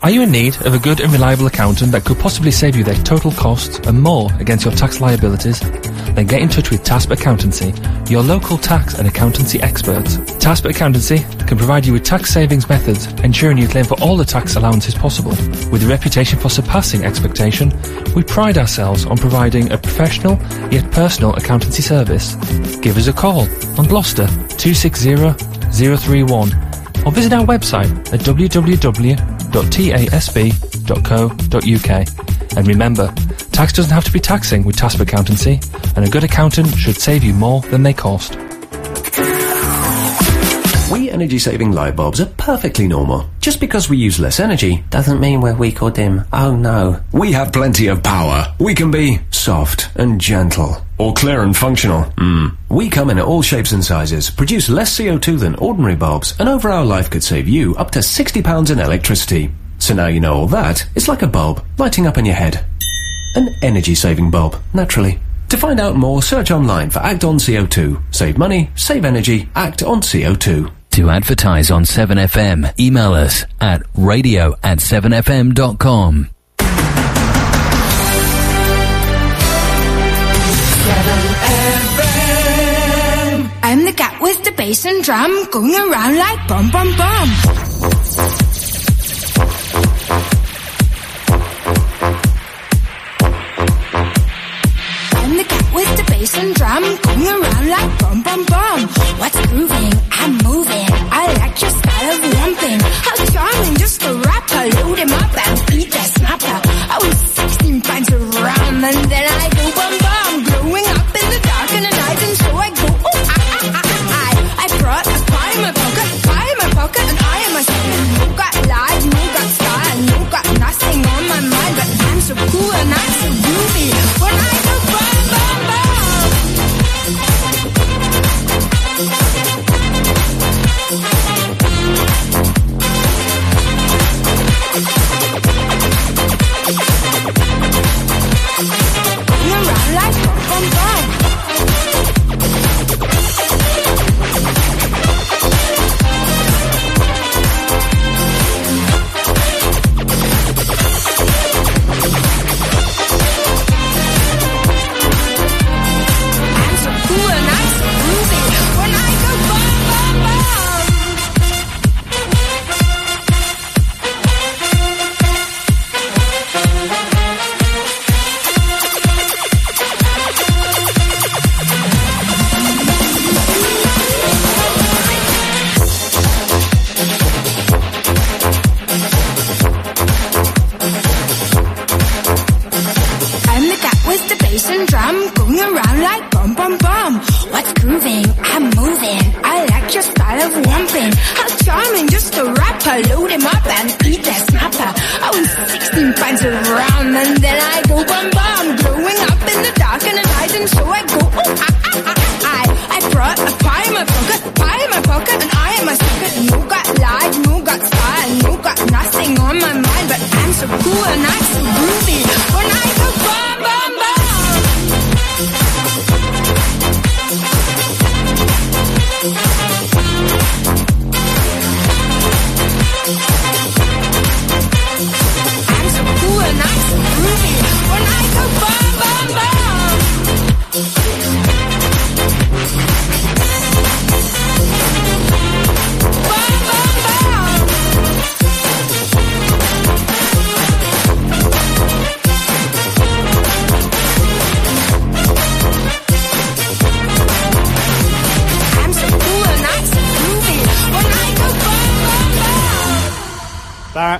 Are you in need of a good and reliable accountant that could possibly save you their total costs and more against your tax liabilities? Then get in touch with TASP Accountancy, your local tax and accountancy experts. TASP Accountancy can provide you with tax savings methods, ensuring you claim for all the tax allowances possible. With a reputation for surpassing expectation, we pride ourselves on providing a professional yet personal accountancy service. Give us a call on Gloucester 260 031 or visit our website at www.tasb.co.uk. And remember, tax doesn't have to be taxing with TASB accountancy, and a good accountant should save you more than they cost.
We energy saving light bulbs are perfectly normal. Just because we use less energy doesn't mean we're weak or dim. Oh no. We have plenty of power. We can be soft and gentle. Or clear and functional. Mm. We come in at all shapes and sizes, produce less CO2 than ordinary bulbs, and over our life could save you up to £60 in electricity. So now you know all that, it's like a bulb lighting up in your head. An energy saving bulb, naturally. To find out more, search online for Act on CO2. Save money, save energy, act on CO2.
To advertise on 7FM, email us at radio at 7fm.com.
I'm the cat with the bass and drum going around like bum bum bum. I'm the cat with the bass and drum going around like bum bum bum. What's grooving? I'm moving. I like your style of romping. How strong and just a rapper. Load him up and beat that snapper. I was 16 pints of rum and then I go bum bum. Growing up in the dark in the night and so I go oh I, I, I, I, I. ah." I brought a pie in my pocket, pie in my pocket and I am a singer. No got lies, no got style, no got nothing on my mind. But I'm so cool and I'm so groovy. When I go bum bum bum. Going around like bum bum bum. I'm so cool and I'm so groovy. When I go bum bum bum. I'm the cat with the bass and drum, going around like bum bum bum. What's grooving? I'm moving. I like your style of romping. How charming, just a rapper. Load him up and eat that snapper. Oh, I was 16 pints of rum and then I go bum bum. Growing up in the dark and the night and so I go oh I I I I I. I brought a pie in my pocket, pie in my pocket and I am a sucker. No got lies, no got style, no got nothing on my mind. But I'm so cool and I'm so groovy. When I go bum bum bum.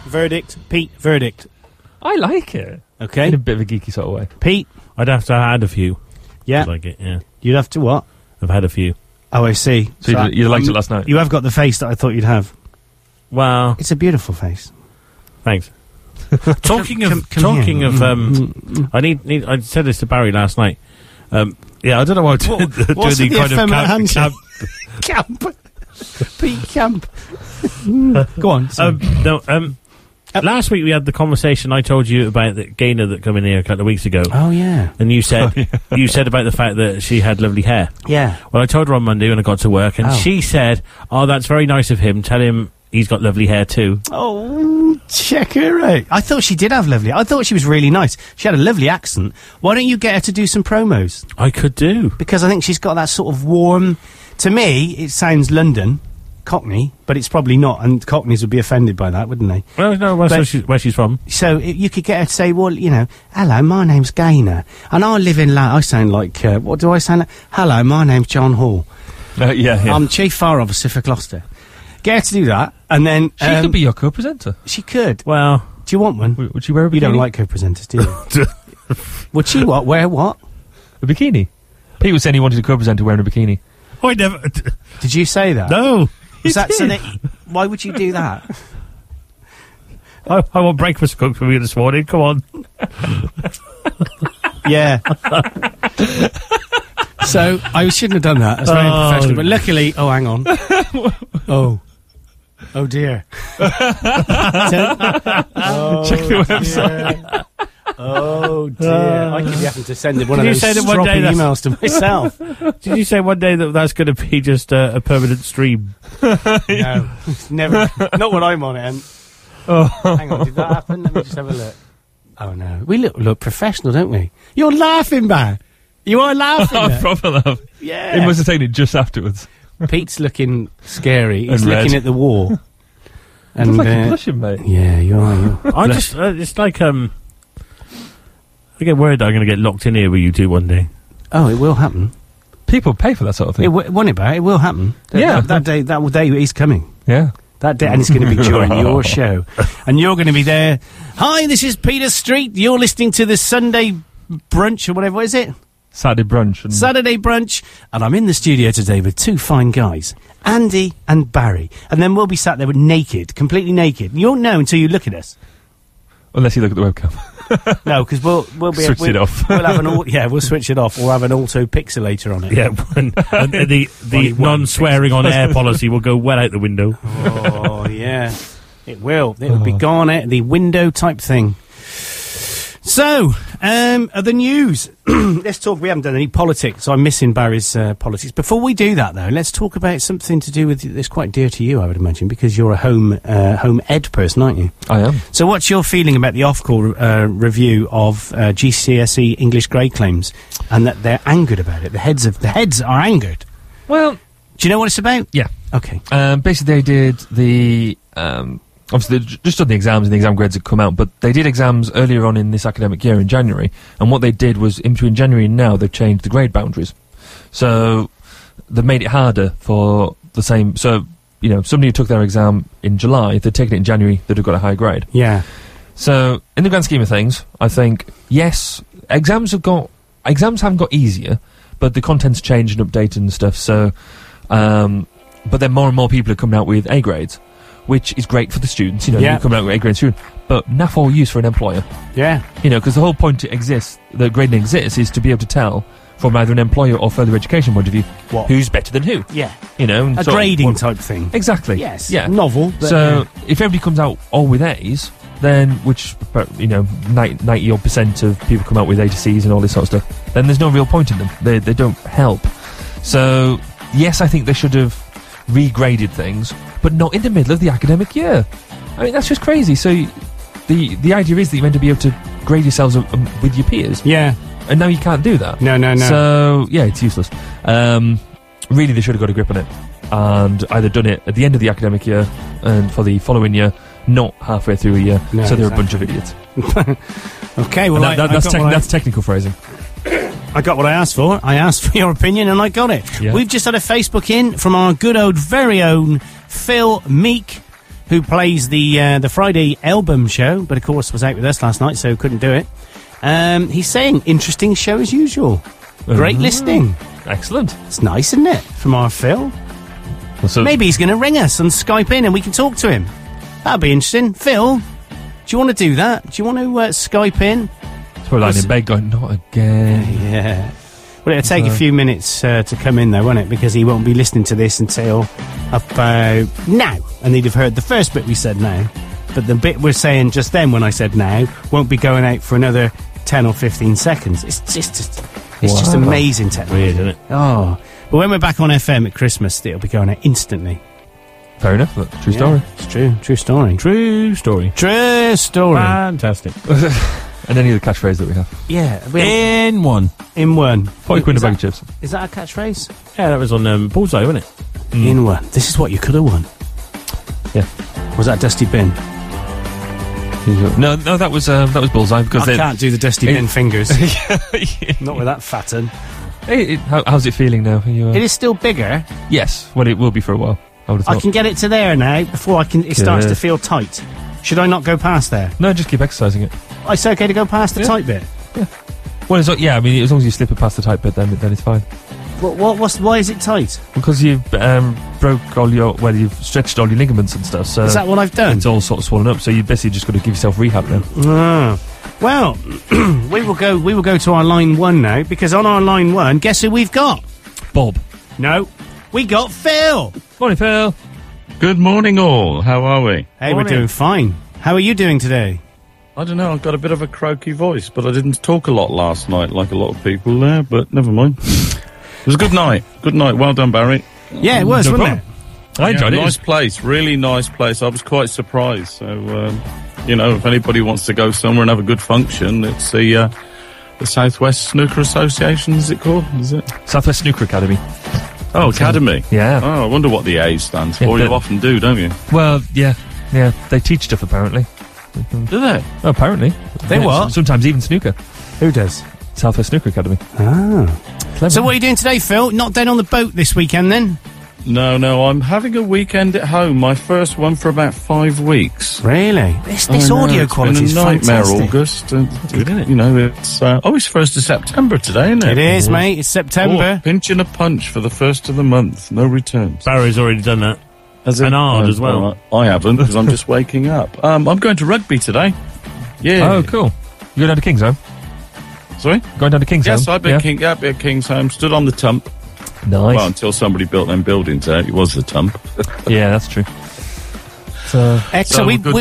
Verdict. Pete, verdict.
I like it.
Okay.
In a bit of a geeky sort of way.
Pete.
I'd have to add a few.
Yeah.
Like it, yeah.
You'd have to what?
I've had a few.
Oh, I see.
So you- you liked it last night?
You have got the face that I thought you'd have.
Wow.
It's a beautiful face.
Thanks. <laughs> talking of talking of
Mm,
um, I need, need I said this to Barry last night. Um, yeah, I don't know why I'm <laughs> doing
What-
the,
what's
doing
the
the kind of
effeminate
camp,
handshake?
camp
<laughs> Camp. Pete Camp. <laughs> Go on. sorry.
Um, no, um, last week we had the conversation I told you about the gainer that come in here a couple of weeks ago.
Oh, yeah.
and you <laughs> said you said about the fact that she had lovely hair.
Yeah.
Well, I told her on Monday when I got to work, and
Oh.
she said, "Oh, that's very nice of him. Tell him he's got lovely hair too."
Oh, check her out. I thought she did have lovely. I thought she was really nice. She had a lovely accent. Why don't you get her to do some promos?
I could do.
Because I think she's got that sort of warm. To me, it sounds London, Cockney, but it's probably not. And Cockneys would be offended by that, wouldn't they?
Well, no, well, so
But-
she's, where she's from.
So i- you could get her to say, well, you know, hello, my name's Gaynor. And I live in. La- I sound like. Uh, what do I sound like? Hello, my name's John Hall.
Uh, yeah, yeah.
I'm Chief Fire Officer for Gloucester. Get her to do that, and then. um,
She could be your co-presenter.
She could.
Well.
Do you want one? Would
she wear a
You don't
bikini?
like co-presenters, do <laughs> you? would she what? Wear what?
A bikini. Pete was saying he wanted a co-presenter wearing a bikini.
I
<laughs>
never.
Did you say that?
No.
Was that so that, why would you do that?
I, I want breakfast cooked for me this morning. Come on.
yeah. so <laughs> I shouldn't have done that. That's very
Oh.
unprofessional. But luckily, oh, hang on. oh, oh dear.
Check the website.
Oh dear! I could be having to send
Did
one of
you
those
say that one
stroppy
day that's-
emails to
<laughs>
myself.
Did you say one day that that's going to be just uh, a permanent stream?
no, <laughs> never. Not when I'm on it. And Oh. hang on, did that happen? Let me just have a look. Oh no, we look look professional, don't we? Oh, You're laughing, man. You are laughing.
I
man.
proper love.
Yeah.
He must have taken it just afterwards.
Pete's looking scary. He's
And red.
looking at the
<laughs>
wall.
And like
uh,
you're blushing, mate.
yeah, you are. You are.
I just, uh, it's like, um, I get worried I'm going to get locked in here with you two one day.
Oh, it will happen.
People pay for that sort of
It
thing.
w- won't it, Barry? It will happen. That-
Yeah.
that, that day, that day, he's coming.
yeah.
That day, and it's
<laughs>
going to be during your show, and you're going to be there. Hi, this is Peter Street. You're listening to the Sunday brunch or whatever is it?
Saturday brunch. And
Saturday brunch, and I'm in the studio today with two fine guys, Andy and Barry, and then we'll be sat there with naked, completely naked. You won't know until you look at us.
Unless you look at the webcam.
No, because we'll we'll be
Switch
we'll,
it off.
we'll have an au- yeah, we'll switch it off or have an auto pixelator on it.
Yeah, <laughs> and, and the the non-swearing on air policy will go well out the window. Oh.
Oh yeah, it will. It will be gone out the window type thing. So, um, other news. <clears throat> let's talk. We haven't done any politics, so I'm missing Barry's uh, politics. Before we do that, though, let's talk about something to do with that's quite dear to you, I would imagine, because you're a home uh, home ed person, aren't you?
I am.
So, what's your feeling about the Ofcor uh, review of uh, GCSE English grade claims, and that they're angered about it? The heads of the heads are angered.
Well,
Do you know what it's about?
yeah.
Okay.
Um, basically, they did the. Um, obviously, they j- just done the exams and the exam grades had come out, but they did exams earlier on in this academic year in January. And what they did was, in between January and now, they've changed the grade boundaries. So they made it harder for the same. So, you know, somebody who took their exam in July, if they'd taken it in January, they'd have got a high grade.
Yeah.
So, in the grand scheme of things, I think yes, exams have got exams haven't got easier, but the content's changed and updated and stuff. So, um, but then more and more people are coming out with A grades, which is great for the students. You know,
Yeah.
you come out with A grade student, but naff all use for an employer.
Yeah.
You know, because the whole point it exists, the grading exists, is to be able to tell from either an employer or further education point of view
What?
who's better than who.
Yeah.
You know, and
A
sort of
grading
what-
type thing.
Exactly.
Yes.
Yeah.
Novel. but,
So if everybody comes out all with A's, then which you know ninety odd percent of people come out with A to C's and all this sort of stuff, then there's no real point in them. They they don't help. So yes, I think they should have regraded things, but not in the middle of the academic year. I mean that's just crazy. So y- the the idea is that you're meant to be able to grade yourselves um, um, with your peers,
yeah.
and now you can't do that.
No, no, no.
So yeah, it's useless. Um, really, they should have got a grip on it and either done it at the end of the academic year and for the following year, not halfway through a year.
No,
so they're a bunch of idiots.
<laughs> okay. Well,
And that- that-
I,
that's,
I,
tec-
got what I,
that's technical
<laughs>
phrasing.
I got what I asked for. I asked for your opinion, and I got it.
Yeah.
We've just had a Facebook in from our good old, very own Phil Meek. who plays the uh, the Friday album show, but of course was out with us last night, so couldn't do it. Um, he's saying, "Interesting show as usual. Great
Mhm.
listening.
Excellent.
It's nice, isn't it?" From our Phil.
so-
Maybe he's going to ring us and Skype in, and we can talk to him. That'd be interesting. Phil, do you want to do that? Do you want to uh, Skype in?
It's probably lying in bed going, not again.
<laughs> Yeah. Well, it'll take a
So-
few minutes uh, to come in, though, won't it? Because he won't be listening to this until about now. And he'd have heard the first bit we said now. But the bit we're saying just then when I said now won't be going out for another 10 or 15 seconds. It's just, just- it's just
Wow.
amazing technology, isn't it? Oh. But when we're back on FM at Christmas, it'll be going out instantly.
Fair enough. Look, true
Yeah,
story.
It's true. True story.
True story.
True story. <laughs>
Fantastic.
and any of the catchphrase that we have.
Yeah.
In one.
In one.
40 quid a bag of chips.
Is that a
<laughs>
catchphrase?
Yeah, that was on um, Bullseye, wasn't it?
In one. This is what you could have won.
Yeah.
Was that Dusty Bin?
No, no, that was um, that was bullseye because
I
they-
can't do the Dusty
It- <laughs>
Bin fingers. Not with that fatten.
Hey, it- how, how's it feeling now? Are you, uh,
It is still bigger.
Yes, well, it will be for a while. I would have thought.
I can get it to there now before I can. It starts
Yeah.
to feel tight. Should I not go past there? Oh,
No, just keep exercising it.
It's okay to go past the
Yeah.
tight bit.
Well, it's, yeah, I mean, as long as you slip it past the tight bit, then then it's fine.
What? What? What's? Why is it tight?
Because you've um, broke all your well, you've stretched all your ligaments and stuff. So
Is that what I've done?
It's all sort of swollen up. So you basically just got to give yourself rehab now.
Ah. Well, <clears throat> we will go. We will go to our line one now because on our line one, guess who we've got?
Bob.
No, we got Phil.
Morning, Phil.
Good morning, all. How are we?
Hey, we're doing fine. How are you doing today?
I don't know. I've got a bit of a croaky voice, but I didn't talk a lot last night, like a lot of people there. But never mind. it was a good night. Good night. Well done, Barry.
Yeah, it was, wasn't
it?
I enjoyed it.
Nice place. Really nice place. I was quite surprised. So, um, you know, if anybody wants to go somewhere and have a good function, it's the uh, the Southwest Snooker Association. Is it called? Is it
Southwest Snooker Academy?
Oh, academy.
Yeah.
Oh, I wonder what the A stands for.
Yeah,
you
but-
often do, don't you?
Well, yeah, yeah. They teach stuff apparently. Do
they?
apparently.
They
Yeah,
what?
some- Sometimes even snooker.
Who does?
Southwest Snooker Academy.
Ah.
Clever.
So what are you doing today, Phil? Not down on the boat this weekend then?
No, no, I'm having a weekend at home. My first one for about five weeks.
Really? This, this
I know,
audio
it's
quality
been a
is
nightmare.
fantastic.
August, and, you know, it's uh, oh, it's first of September today, isn't it?
It is, mate. It's September.
Oh, pinch and a punch for the first of the month. No returns.
Barry's already done that.
As
And hard as well.
I haven't because I'm
<laughs>
just waking up. Um, I'm going to rugby today. Yeah.
Oh, cool. You going down to Kings Home?
Sorry,
going down to Kings Home.
Yes, I've been
Yeah.
king, up at King's Home. Stood on the tump.
Nice.
Well, until somebody built them buildings out, it was the tump.
yeah, that's true. So,
Ex- so we, we,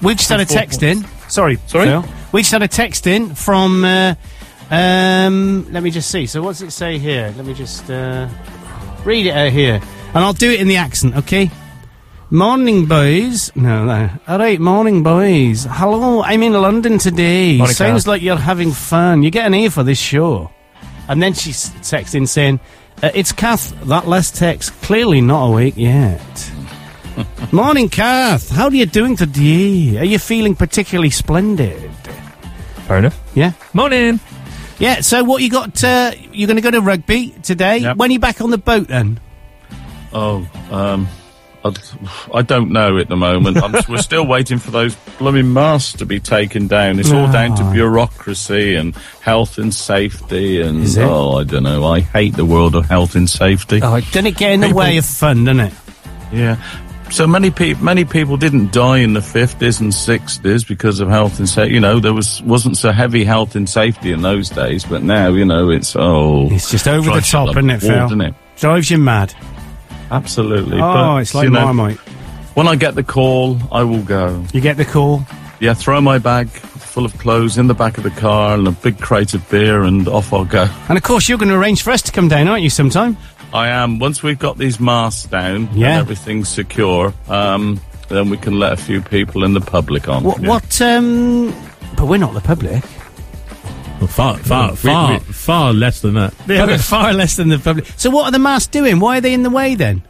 we just had a
good four
text in. Sorry, sorry. We just had a text in from. Uh, um, let me just see. So what's it say here? Let me just uh, read it out here, and I'll do it in the accent. Okay. Morning, boys. No, no. All right, morning, boys. Hello, I'm in London today.
Morning,
Sounds
Carl.
like you're having fun. You get an A for this show. And then she s- texts in saying, uh, It's Kath. That last text, clearly not awake
<laughs>
yet. Morning, Kath. How are you doing today? Are you feeling particularly splendid?
Fair enough.
Yeah.
Morning.
Yeah, so what you got? Uh, you're going to go to rugby today. When are you back on the boat then?
Oh, um, I, I don't know at the moment. I'm, we're still waiting for those blooming masks to be taken down. It's all down to
Ah.
bureaucracy and health and safety. And
Is it?
oh, I don't know. I hate the world of health and safety.
Oh, doesn't it get in the
People-
way of fun, doesn't it?
Yeah. So many people, many people didn't die in the fifties and sixties because of health and safety. You know, there was wasn't so heavy health and safety in those days, but now you know it's oh,
it's just over the top, isn't it, Phil?
Isn't it?
Drives you mad.
Absolutely.
Oh,
but,
it's like
you know,
Marmite.
When I get the call, I will go.
You get the call.
Yeah, throw my bag full of clothes in the back of the car and a big crate of beer, and off I'll go.
And of course, you're going to arrange for us to come down, aren't you, sometime?
I am. Once we've got these masks down
Yeah.
and everything's secure, um, then we can let a few people in the public on.
What?
Yeah.
What? Um, but we're not the public.
far, far,
We-
far,
we-
far less than that.
Yeah, but far less than the public. So what are the masks doing? Why are they in the way then?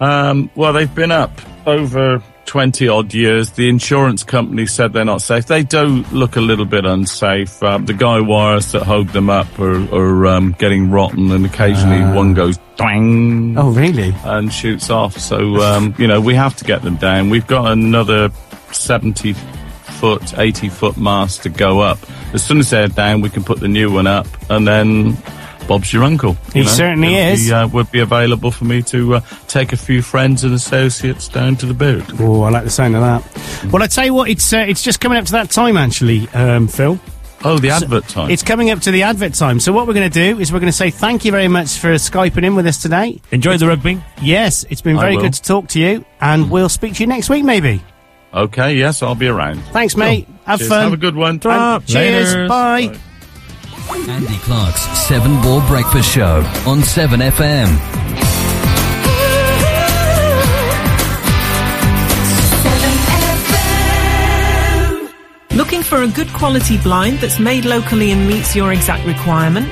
Um, well, they've been up over 20 odd years. The insurance company said they're not safe. They do look a little bit unsafe. Um, the guy wires that hold them up are, are um, getting rotten, and occasionally
Ah.
one goes twang.
Oh, really?
And shoots off. So,
<laughs>
um, you know, we have to get them down. We've got another 70 foot, 80 foot mast to go up. As soon as they're down, we can put the new one up, and then. Bob's your uncle. you
He certainly
It'll be,
is.
uh, would be available for me to uh, take a few friends and associates down to the boot.
Oh, I like the sound of that. Well, I tell you what, it's uh, it's just coming up to that time actually, um, Phil.
Oh, the advert time.
It's coming up to the advert time. So what we're going to do is we're going to say thank you very much for skyping in with us today.
Enjoy the rugby.
Yes, it's been
I
very
will. Mm.
good to talk to you, and we'll speak to you next week maybe.
Okay, yes, I'll be around.
Thanks, mate. Have
Cheers.
fun.
Have a good one.
And Cheers.
Later.
Bye.
Andy Clark's Seven Ball Breakfast Show on 7FM.
Looking for a good quality blind that's made locally and meets your exact requirement?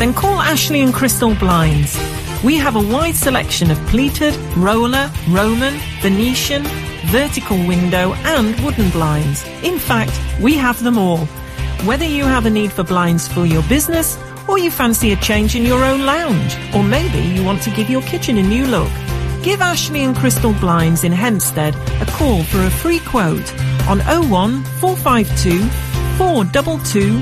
Then call Ashley and Crystal Blinds. We have a wide selection of pleated, roller, Roman, Venetian, vertical window, and wooden blinds. In fact, we have them all. Whether you have a need for blinds for your business, or you fancy a change in your own lounge, or maybe you want to give your kitchen a new look. Give Ashley and Crystal Blinds in Hempstead a call for a free quote on 01 452 422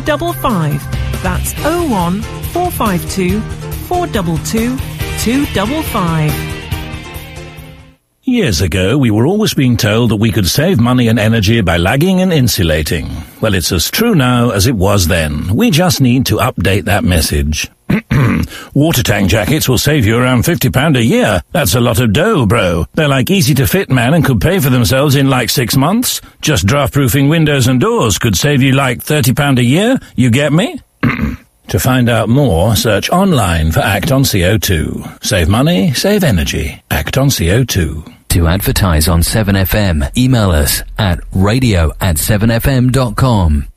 255. That's 01 452 422 255.
Years ago, we were always being told that we could save money and energy by lagging and insulating. Well, it's as true now as it was then. We just need to update that message. <clears throat> Water tank jackets will save you around £50 a year. That's a lot of dough, bro. They're like easy to fit, man, and could pay for themselves in like six months. Just draft proofing windows and doors could save you like £30 a year. You get me? <clears throat> To find out more, search online for Act on CO2. Save money, save energy. Act on CO2.
To advertise on 7FM, email us at radio at 7FM.com.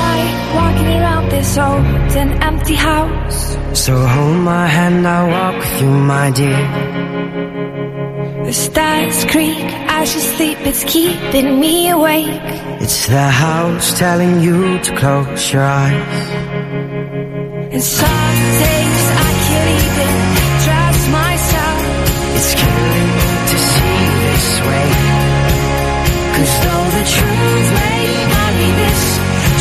Like walking around this old and empty house.
So hold my hand, I'll walk with you, my dear.
The stars creak as you sleep, it's keeping me awake.
It's the house telling you to close your eyes.
And some days I can't even trust myself.
It's killing me to see this way.
Cause though the truth may vary, this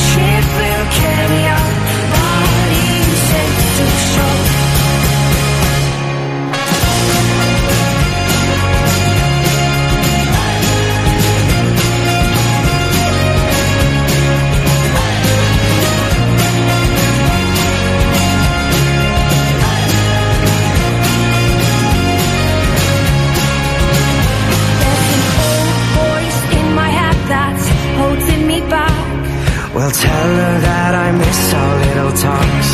ship will carry our bodies into shore. Voice in my head that's holding me back.
Well, tell her that I miss our little talks.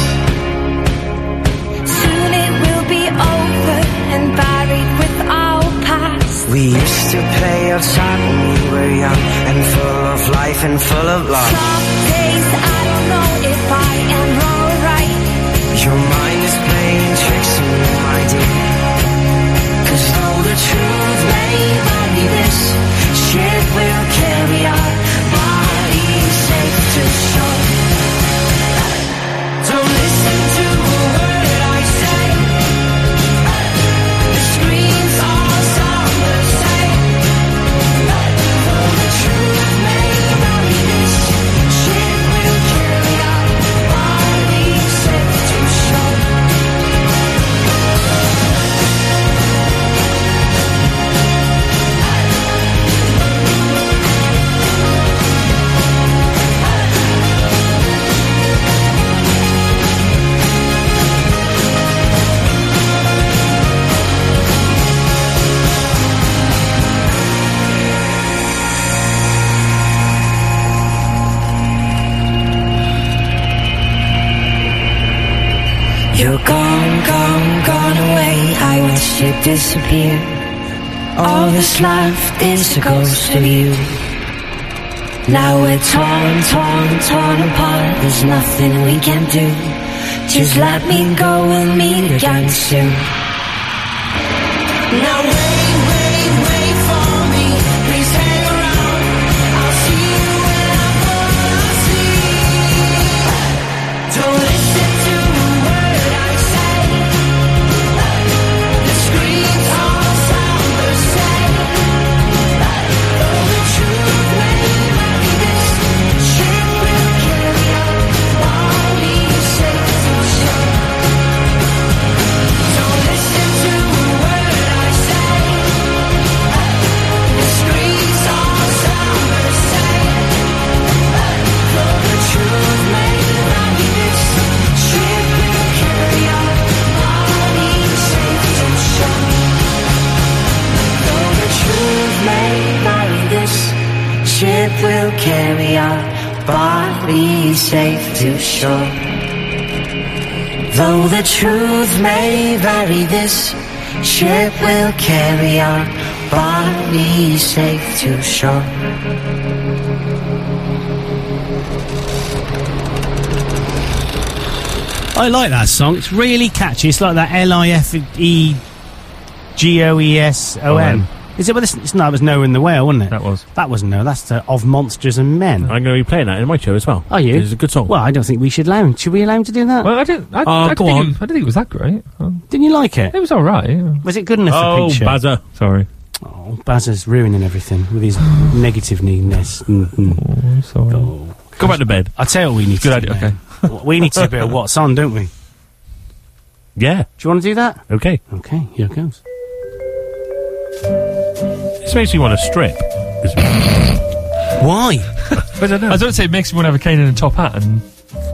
Soon it will be over and buried with our past.
We used to play outside when we were young and full of life and full of love.
Some days I don't know if I am alright.
Your mind is playing tricks on you, my dear.
Cause though the truth may vary, this ship will carry our bodies safe to shore. Don't listen to a word I say. The screams all sound the same. Though the truth may vary, this ship You're gone, gone, gone away. I wish you disappeared. All that's left is a ghost of you. Now we're torn, torn, torn apart. There's nothing we can do. Just let me go, we'll meet again soon. Now wait, wait, wait for me. Please hang around. I'll see you when I wanna see. Don't listen to a word I say. The screams all sound the same. Though the truth may not be this, shit will carry on. All these things will show. Don't listen to a word I say. The screams all sound the same. Though the truth may not be this, shit will carry on. All these things will show. Though the truth may bury this, ship will carry our body safe to shore. Though the truth may vary, this ship will carry our body safe to shore.
I like that song. It's really catchy. It's like that L I F E G O E S O N.
O-N.
Is it? Well, it's, it's, no, it was No in the Whale, wasn't it?
That was.
That was No. That's uh, Of Monsters and Men.
I'm going to be playing that in my show as well.
Are you?
It's a good song.
Well, I don't think we should allow him. Should we allow him to do that?
Well, I don't. I,
Oh,
I
go
think
on.
It, I didn't think it was that great. Um,
Didn't you like it?
It was all right. yeah.
Was it good enough
Oh,
for picture?
Bazza.
Sorry. Oh, Bazza's ruining everything with his <sighs> negativeness. Oh,
sorry.
Go back to bed. I tell you what we need. Good to idea. Do, okay. We need to do a bit of what's on, don't we?
Yeah.
Do you want to do that?
Okay.
Okay. Here it goes.
This makes me want to strip.
Why?
<laughs> I don't know. I don't say it makes me want to have a cane and a top hat and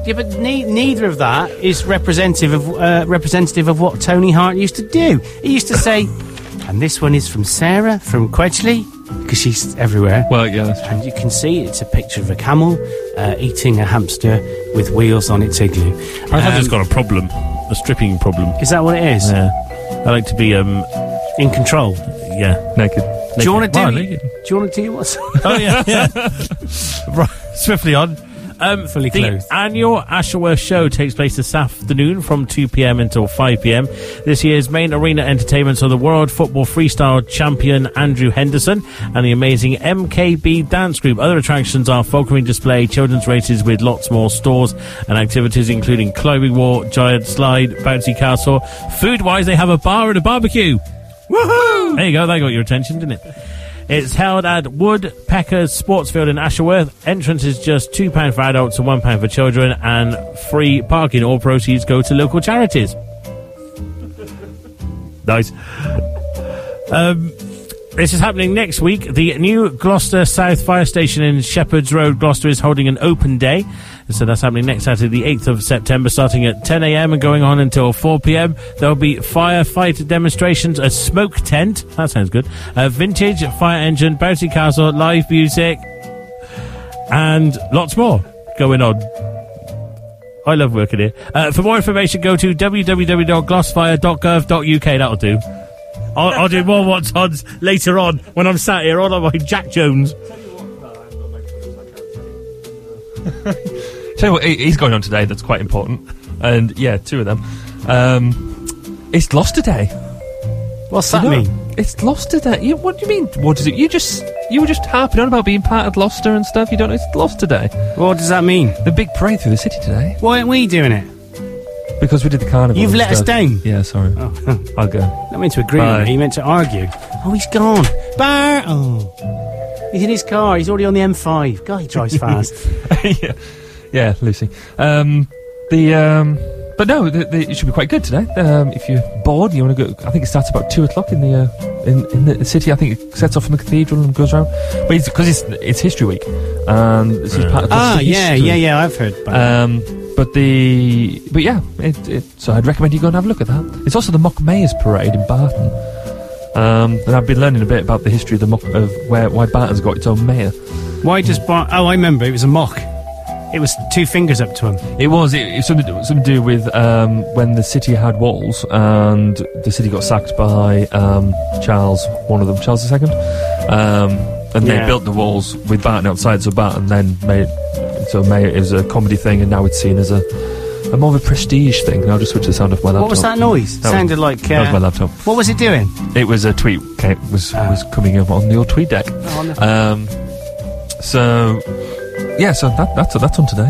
Yeah, but ne- neither of that is representative of uh, representative of what Tony Hart used to do. He used to say, "And this one is from Sarah from Quedgley, because she's everywhere."
Well, yeah, that's
and you can see it's a picture of a camel uh, eating a hamster with wheels on its igloo.
I think
Um,
it's got a problem, a stripping problem.
Is that what it is?
Yeah. I like to be um
in control.
Yeah,
naked.
Do you want to
Why
do?
naked?
Do you want to do what's?
Oh yeah,
<laughs>
yeah. right, <laughs> swiftly on. Um,
Fully
the
clothed.
annual Ashworth Show takes place this afternoon from 2 p.m. until 5 p.m. This year's main arena entertainments are the World Football Freestyle Champion Andrew Henderson and the amazing MKB Dance Group. Other attractions are falconry display, children's races with lots more stores and activities including climbing wall, giant slide, bouncy castle. Food-wise, they have a bar and a barbecue. Woohoo! There you go. That got your attention, didn't it? It's held at Woodpecker's Sportsfield in Asherworth. Entrance is just £2 for adults and £1 for children, and free parking. All proceeds go to local charities. <laughs> nice. Um, this is happening next week. The new Gloucester South Fire Station in Shepherd's Road, Gloucester, is holding an open day. So that's happening next Saturday, the 8th of September, starting at 10 a.m. and going on until 4 p.m. There'll be firefighter demonstrations, a smoke tent, that sounds good, a vintage fire engine, bouncy castle, live music, and lots more going on. I love working here. Uh, for more information, go to www.glossfire.gov.uk. That'll do. I'll, I'll do more what's odds later on when I'm sat here on my Jack Jones.
Tell you what, he- he's going on today. That's quite important. And yeah, two of them. Um, it's lost today.
What's
that mean? It's lost today. You, what do you mean? What is it? You just you were just harping on about being part of Gloucester and stuff. You don't. know It's lost today.
What does that mean?
The big parade through the city today.
Why aren't we doing it?
Because we did the carnival.
You've
and
let us
stuff.
down. Oh.
Yeah, sorry. I'll go.
Not meant to agree
Bye.
with you. You meant to argue. Oh, he's gone. Bar. Oh, he's in his car. He's already on the M5. God, he drives fast.
<laughs> yeah. yeah, Lucy. Um, the um, but no, the, the, it should be quite good today. Um, if you're bored, you want to go. I think it starts about two o'clock in the uh, in, in the city. I think it sets off from the cathedral and goes around. But it's because it's it's History Week, and this is part of
Ah,
Gloucester
yeah,
history.
yeah, yeah, I've heard about that.
Um, but the but yeah, it, it, so I'd recommend you go and have a look at that. It's also the Mock Mayors Parade in Barton. Um, and I've been learning a bit about the history of the mock of where why Barton's got its own mayor. Mm.
Why does Bar? Oh, I remember. It was a mock. It was two fingers up to him.
It was. It, it was something, something to do with um, when the city had walls and the city got sacked by um, Charles, one of them, Charles II. Um, and
Yeah.
they built the walls with Barton outside, so Barton then made so May it was a comedy thing, and now it's seen as a, a more of a prestige thing. And I'll just switch the sound off my laptop.
What was that noise?
That
Sounded like,
that was
uh,
my laptop.
What was it doing?
It was a tweet. Okay, it was was coming up on your tweet deck.
Ah. Oh, wonderful.
um, so yeah, so that, that's that's on today.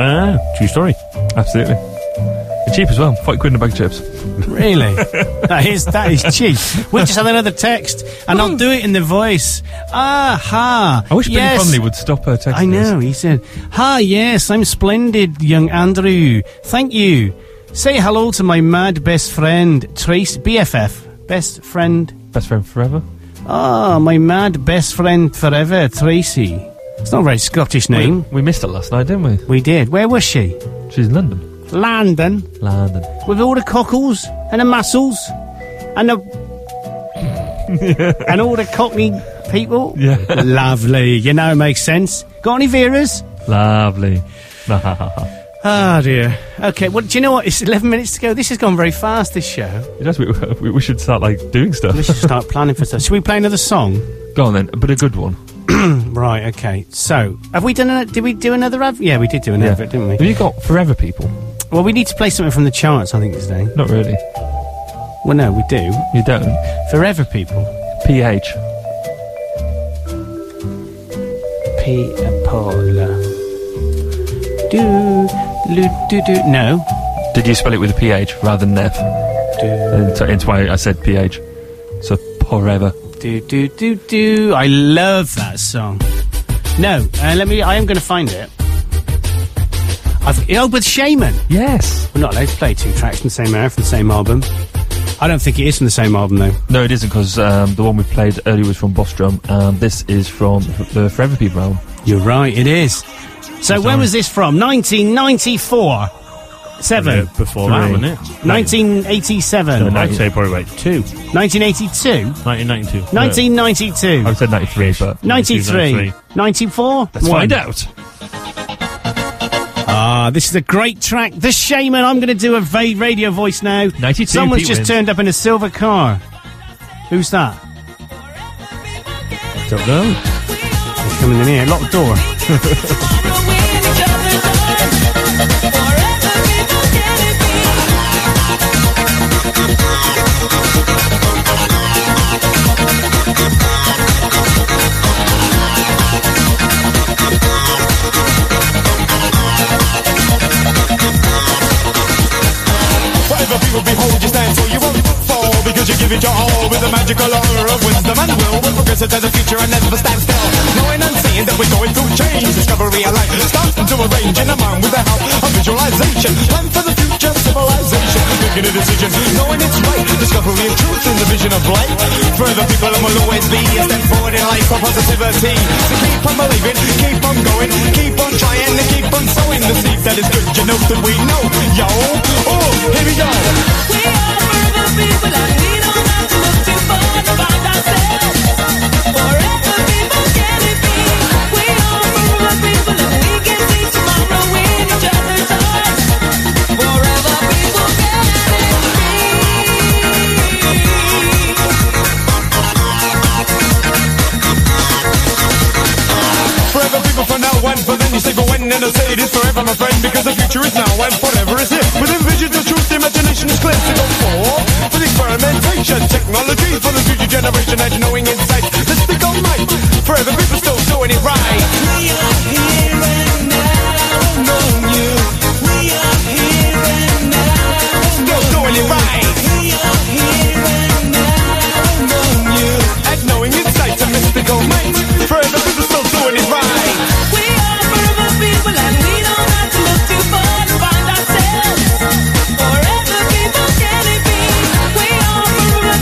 Ah, true story.
Absolutely, and cheap as well. Forty quid in a bag of chips. <laughs>
Really? that is that is cheap. We just had another text, and I'll do it in the voice. Aha!
Hmm. I wish Billy
yes.
Connolly would stop her texting.
I know. He said, "Ha, yes, I'm splendid, young Andrew. Thank you. Say hello to my mad best friend, Trace BFF, best friend,
best friend forever.
Ah, my mad best friend forever, Tracy. It's not a very Scottish name.
We, missed it last night, didn't we?
We did. Where was she?
She's in London.
London.
London.
With all the cockles and the muscles and the
<laughs>
and all the Cockney people.
<laughs>
Yeah.
Lovely. You know, it makes sense. Got any Veras?
Lovely.
Ah, <laughs> dear. Okay, well, do you know what? It's 11 minutes to go. This has gone very fast, this show.
It does. We, <laughs> we, we should start like doing stuff.
We should start planning for stuff. Should we play another song?
Go on then, but a good one.
<clears throat> right, okay. So, have we done an, did we do another advert? Yeah, we did do an
Yeah.
advert, didn't we?
Have you got Forever People?
Well, we need to play something from the charts, I think, today.
Not really.
Well, no, we do.
You don't.
Forever People.
PH.
P. uh, Paula. Do, lu, do, do. No.
Did you spell it with a PH rather than F? And so it's why I said PH. So forever.
Do, do, do, do. I love that song. No, uh, let me. I am going to find it. I've, oh, with Shaman.
Yes.
We're not allowed to play two tracks from the same era, from the same album. I don't think it is from the same album, though.
No, it isn't because um, the one we played earlier was from Boss Drum, and this is from the Forever People album.
You're right, it is. So, when was this from? 1994. Seven.
Before that, wasn't it?
1987.
I'd say probably like two.
1982.
1992.
1992.
I've said 93, but.
93. 94.
Let's
One.
find out.
Ah, this is a great track. The Shaman. I'm going to do a va- radio voice now.
92,
Someone's
Pete
just
wins.
turned up in a silver car. Who's that?
Don't know.
He's coming in here. Lock the door. <laughs>
Whatever people behold, you stand tall, you won't fall because you give it your all with the magical aura of wisdom and will. We progress into the future and never stand still. Knowing and seeing that we're going through change, discovery and life starts to arrange in a mind with the help of visualization. Plan for the future civilization, making a decision, knowing it's right. Discovery of truth in the vision of light. Further people and will always be a step forward in life for positivity. So keep on believing, keep on going, keep on trying, and keep on sowing the seed that is good. You know that we know, yo. Oh, here we go. Forever people for now and for then you say for when and I say it is forever my friend because the future is now and forever is here. Within visions of truth, the imagination is clear to go for. For the experimentation, technology for the future generation and knowing insight. Let's speak on might. Forever people still doing it right. We are here and now among you. We are here and now still doing it right. We are here and now among you. And knowing insight to mystical might. Forever people still doing it right.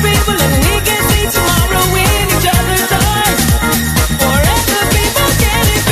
People and we can see tomorrow in each other's eyes. Forever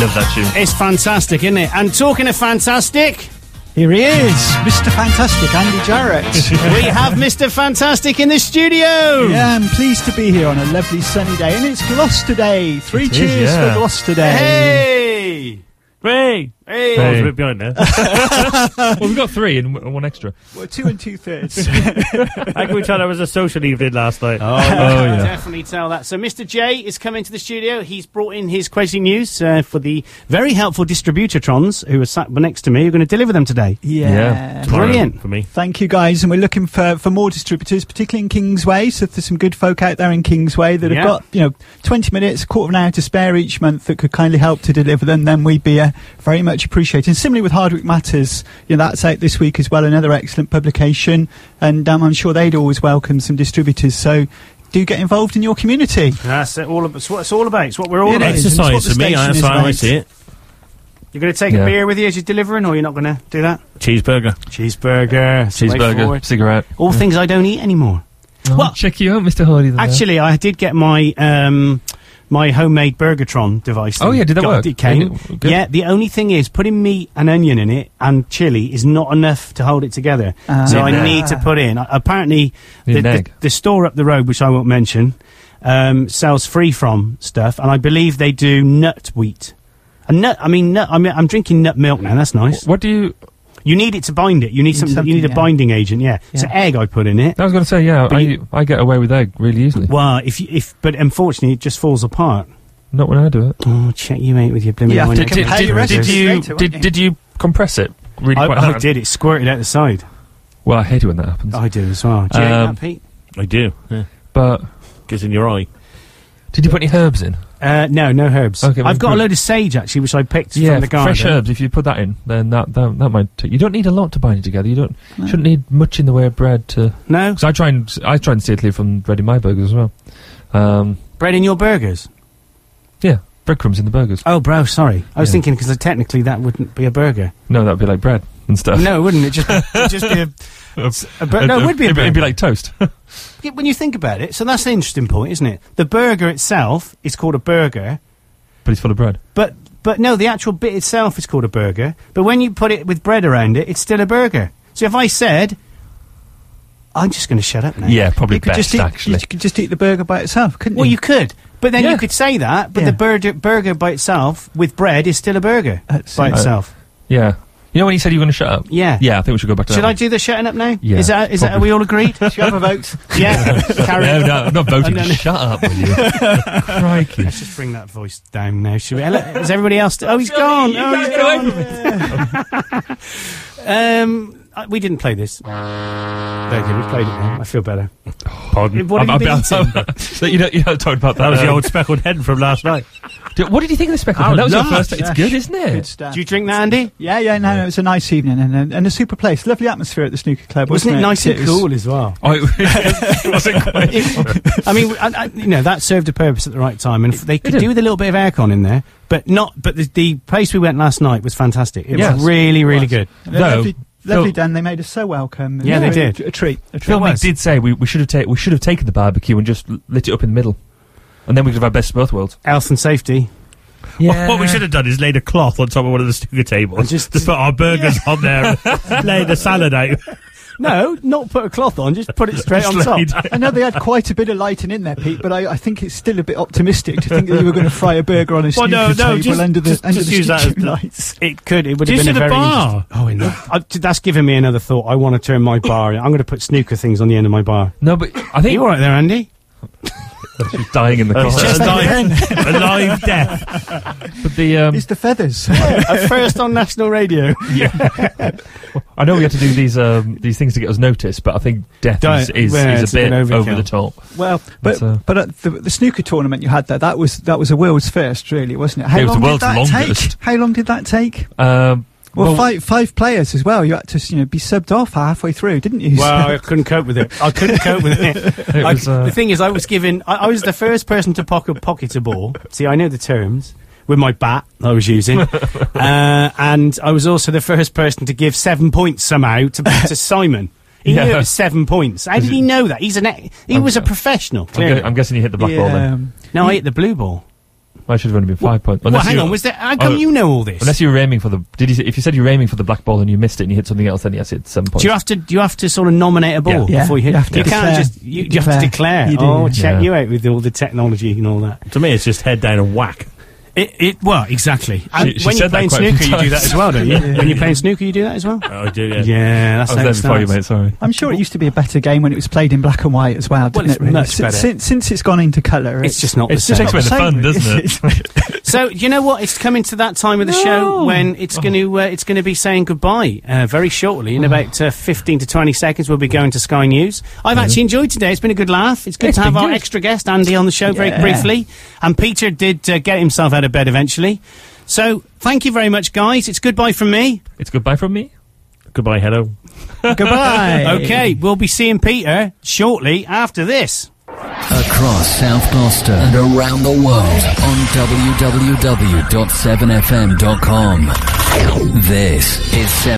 love that tune.
It's fantastic, isn't it? And talking of fantastic, here he is, Mr. Fantastic, Andy Jarrett. <laughs> we have Mr. Fantastic in the studio.
Yeah, I'm pleased to be here on a lovely sunny day, and it's Gloucester Day. Three
It is,
cheers
yeah.
for Gloucester Day.
Hey!
Hey!
Hey!
I was a bit behind there.
well, we've got three and w- one extra.
Well, two and two <laughs>
<laughs>
thirds.
I can tell there was a social evening last night. <laughs> Oh,
Definitely tell that. So, Mr. J is coming to the studio. He's brought in his crazy news uh, for the very helpful distributortrons who are sat next to me. who are going to deliver them today.
Yeah.
brilliant.
Thank you guys, and we're looking for, for more distributors, particularly in Kingsway. So if there's some good folk out there in Kingsway that
Yeah.
have got you know 20 minutes, quarter of an hour to spare each month that could kindly help to deliver them, then we'd be uh, very much appreciated. And similarly with Hardwick Matters, you know that's out this week as well, another excellent publication, and um, I'm sure they'd always welcome some distributors. So do get involved in your community.
That's it, all about, it's what it's all about. It's what we're all
Yeah,
about.
it's exercise It's what the to me, station that's is how I about. see
it.
You're going to take
Yeah.
a beer with you as you're delivering, or you're not going to do that?
Cheeseburger.
Cheeseburger. it's the way forward.
cigarette.
All things I don't eat anymore.
well, check you out, Mr. Hardy. then.
Actually, I did get my um, my homemade Burgertron device.
Oh, yeah, did that
God,
work?
It came.
Did it- good.
Yeah, the only thing is putting meat and onion in it and chili is not enough to hold it together.
Ah.
so I
Need an
need
egg.
to put in. I- Apparently,
Need
the,
an
the,
egg.
the store up the road, which I won't mention, um, sells free from stuff, and I believe they do nut wheat. A nut. I mean, nut, I mean, I'm drinking nut milk now. That's nice.
What do you?
You need it to bind it. You need something. you
something,
need a
yeah.
binding agent. Yeah. So egg, I put in it.
I was going to say, yeah,
But
I,
you-
I get away with egg really easily.
Well, if you, if but unfortunately, it just falls apart.
Not when I do it.
Oh, check you mate with your blimmin' wine.
did, did, did, did you did, did you compress it really
I,
quite
I
hard?
did. It squirted out the side.
Well, I hate it when that happens.
I do as
Uh,
well. Do you hate that, Pete?
Um, I do.
But
gets in your eye.
Did you put any herbs in?
Uh, no, no herbs.
Okay, well,
I've got a
good.
load of sage actually, which I picked
yeah,
from the garden.
fresh herbs. If you put that in, then that that, that might. Take, you don't need a lot to bind it together. You don't shouldn't need much in the way of bread to.
No,
because I try and I try and stay clear from bread in my burgers as well. Um,
bread in your burgers?
Yeah, breadcrumbs in the burgers.
Oh, bro, sorry. I was
Yeah.
thinking because technically that wouldn't be
<laughs>
a burger.
No, that'd be like bread and stuff.
No, it wouldn't. It just it'd just be a.
<laughs>
a bur- no, it would be a
it'd, it'd
burger.
be like toast. <laughs>
Yeah, when you think about it, so that's the interesting point, isn't it? The burger itself is called a burger,
but it's full of bread.
But but no, the actual bit itself is called a burger. But when you put it with bread around it, it's still a burger. So if I said, I'm just going to shut up now.
Yeah, probably You could
just eat, You could just eat the burger by itself, couldn't
well,
you?
you could, but then
Yeah.
you could say that. But
Yeah.
the burger burger by itself with bread is still a burger by
it.
itself.
Yeah, you know when you said you were going to shut up.
Yeah.
yeah. I think we should go back to
Should
that.
I do the shutting up now?
Yeah,
is that is that are
probably.
we all agreed? <laughs> Should you have a vote? Yeah,
<laughs>
carry
no,
on.
no, I'm not
<laughs>
voting. Shut up, will <laughs> you? Crikey.
Let's just bring that voice down now, should we? Hello- Is everybody else? Oh, he's gone. Oh, he's gone. <laughs> um, I- we didn't play this. There, we played it now. I feel better.
Pardon?
<laughs> What have you been eating?
<laughs> you know, you know, talking about that.
That was the
um,
old speckled hen from last night.
what <laughs> did you think of the speckled
hen?
Oh,
That was your
lush.
first- it's good, isn't it? Good stuff.
Do you drink that, Andy?
Yeah, yeah, no, no, it was a nice evening and, and, and a super place. Lovely atmosphere at the snooker club,
Wasn't
wasn't,
it nice and
was-
cool
<laughs>
as well?
Oh,
I mean, I, I, you know, that served a purpose at the right time, and if they could
did.
do with a little bit of aircon in there, but not. But the, the place we went last night was fantastic. It
Yes.
was really, really good.
And a lovely, lovely Dan. They made us so welcome.
<laughs> Yeah, they
It was
did.
A, a treat. A treat.
Phil Meek did say we, we should have ta- we should have taken the barbecue and just l- lit it up in the middle, and then we could have our best of both worlds.
Health and safety.
Yeah.
<laughs> What Oh, we should have done is laid a cloth on top of one of the snooker tables. Just, put our burgers on there
<laughs>
and lay the salad out.
No, not put a cloth on. Just <laughs> put it straight on
Just
top.
laid-
I know they had quite a bit of lighting in there, Pete, but I, I think it's still a bit optimistic to think that you were going to fry a burger
<laughs>
on a snooker
Well, no, no,
table
just,
under the
just,
under
just
the
use that as
stupid
the-
lights.
It could. It would
Just
have been
to
a
the
very.
bar.
interest- Oh, I know. I, that's given me another thought. I want to turn my bar. in. I'm going to put snooker things on the end of my bar.
No, but I think Oh,
you all right there, Andy.
<laughs> She's dying in the
It's
corner.
just like
<laughs>
a live death.
But the um,
It's the
<laughs>
feathers.
a first on national radio. <laughs>
I know we had to do these um, these things to get us noticed, but I think death
Don't-
is, is,
yeah,
is
it's
a bit
a bit overkill.
over the top.
Well, but
But, uh,
but uh, the, the snooker tournament you had there that was that was a world's first, really, wasn't it? How
It was the
long
world's
did that
longest.
take? How long did that take?
Um,
Well, five five players as well. You had to you know be subbed off halfway through, didn't you? <laughs>
Well,
<laughs>
I couldn't cope with it. I couldn't cope with it.
It
I-
was, uh,
the thing is, I was given. I, I was the first person to pocket pocket a ball. See, I know the terms with my bat I was using,
<laughs>
uh, and I was also the first person to give seven points somehow to,
<laughs>
to Simon. He knew
Yeah.
it was seven points. How did he know that? He's an. e- He was a professional.
I'm, gu-
Clearly. um,
um, I'm guessing you hit the black ball then.
No, I hit the blue ball.
I should have only been five points.
well,
Unless
hang
you- Oh,
on, was there- how come you know all this?
Unless you were aiming for the. Did you? say- If you said you were aiming for the black ball and you missed it and you hit something else, then yes, it's seven points.
Do you have to? Do you have to sort of nominate a ball
Yeah. Yeah,
before you hit?
you have to
you can't
declare.
just. You,
You
you have to
declare.
declare.
You do,
oh,
yeah.
check
Yeah.
you out with all the technology and all that.
To me, it's just head down and whack.
It, it well exactly. And
She- she
when you're
said that
playing
quite a few
snooker, you do that
times.
as well,
<laughs>
don't you?
Yeah.
When you're playing snooker, you do that as well.
I do, yeah.
Yeah, that's how it starts.
Sorry.
I'm sure it used to be a better game when it was played in black and white as well, didn't
it's
it? Really?
much
Si-
better.
Since, since it's gone into colour,
It's just not the
just
same.
not
Takes away the fun,
really.
doesn't it? <laughs>
<laughs> It's-
<laughs> So you know what? It's coming to that time of the show when it's going to uh, it's going to be saying goodbye uh, very shortly. In about uh, fifteen to twenty seconds, we'll be going to Sky News. I've
Yeah.
actually enjoyed today. It's been a good laugh. It's good
It's
to have
been
our
good.
extra guest Andy on the show very
Yeah.
briefly, and Peter did uh, get himself out of bed eventually. So thank you very much, guys. It's goodbye from me.
It's goodbye from me.
Goodbye, hello.
<laughs> goodbye. Okay, we'll be seeing Peter shortly after this.
Across South Gloucester and around the world on www.7fm.com. This is 7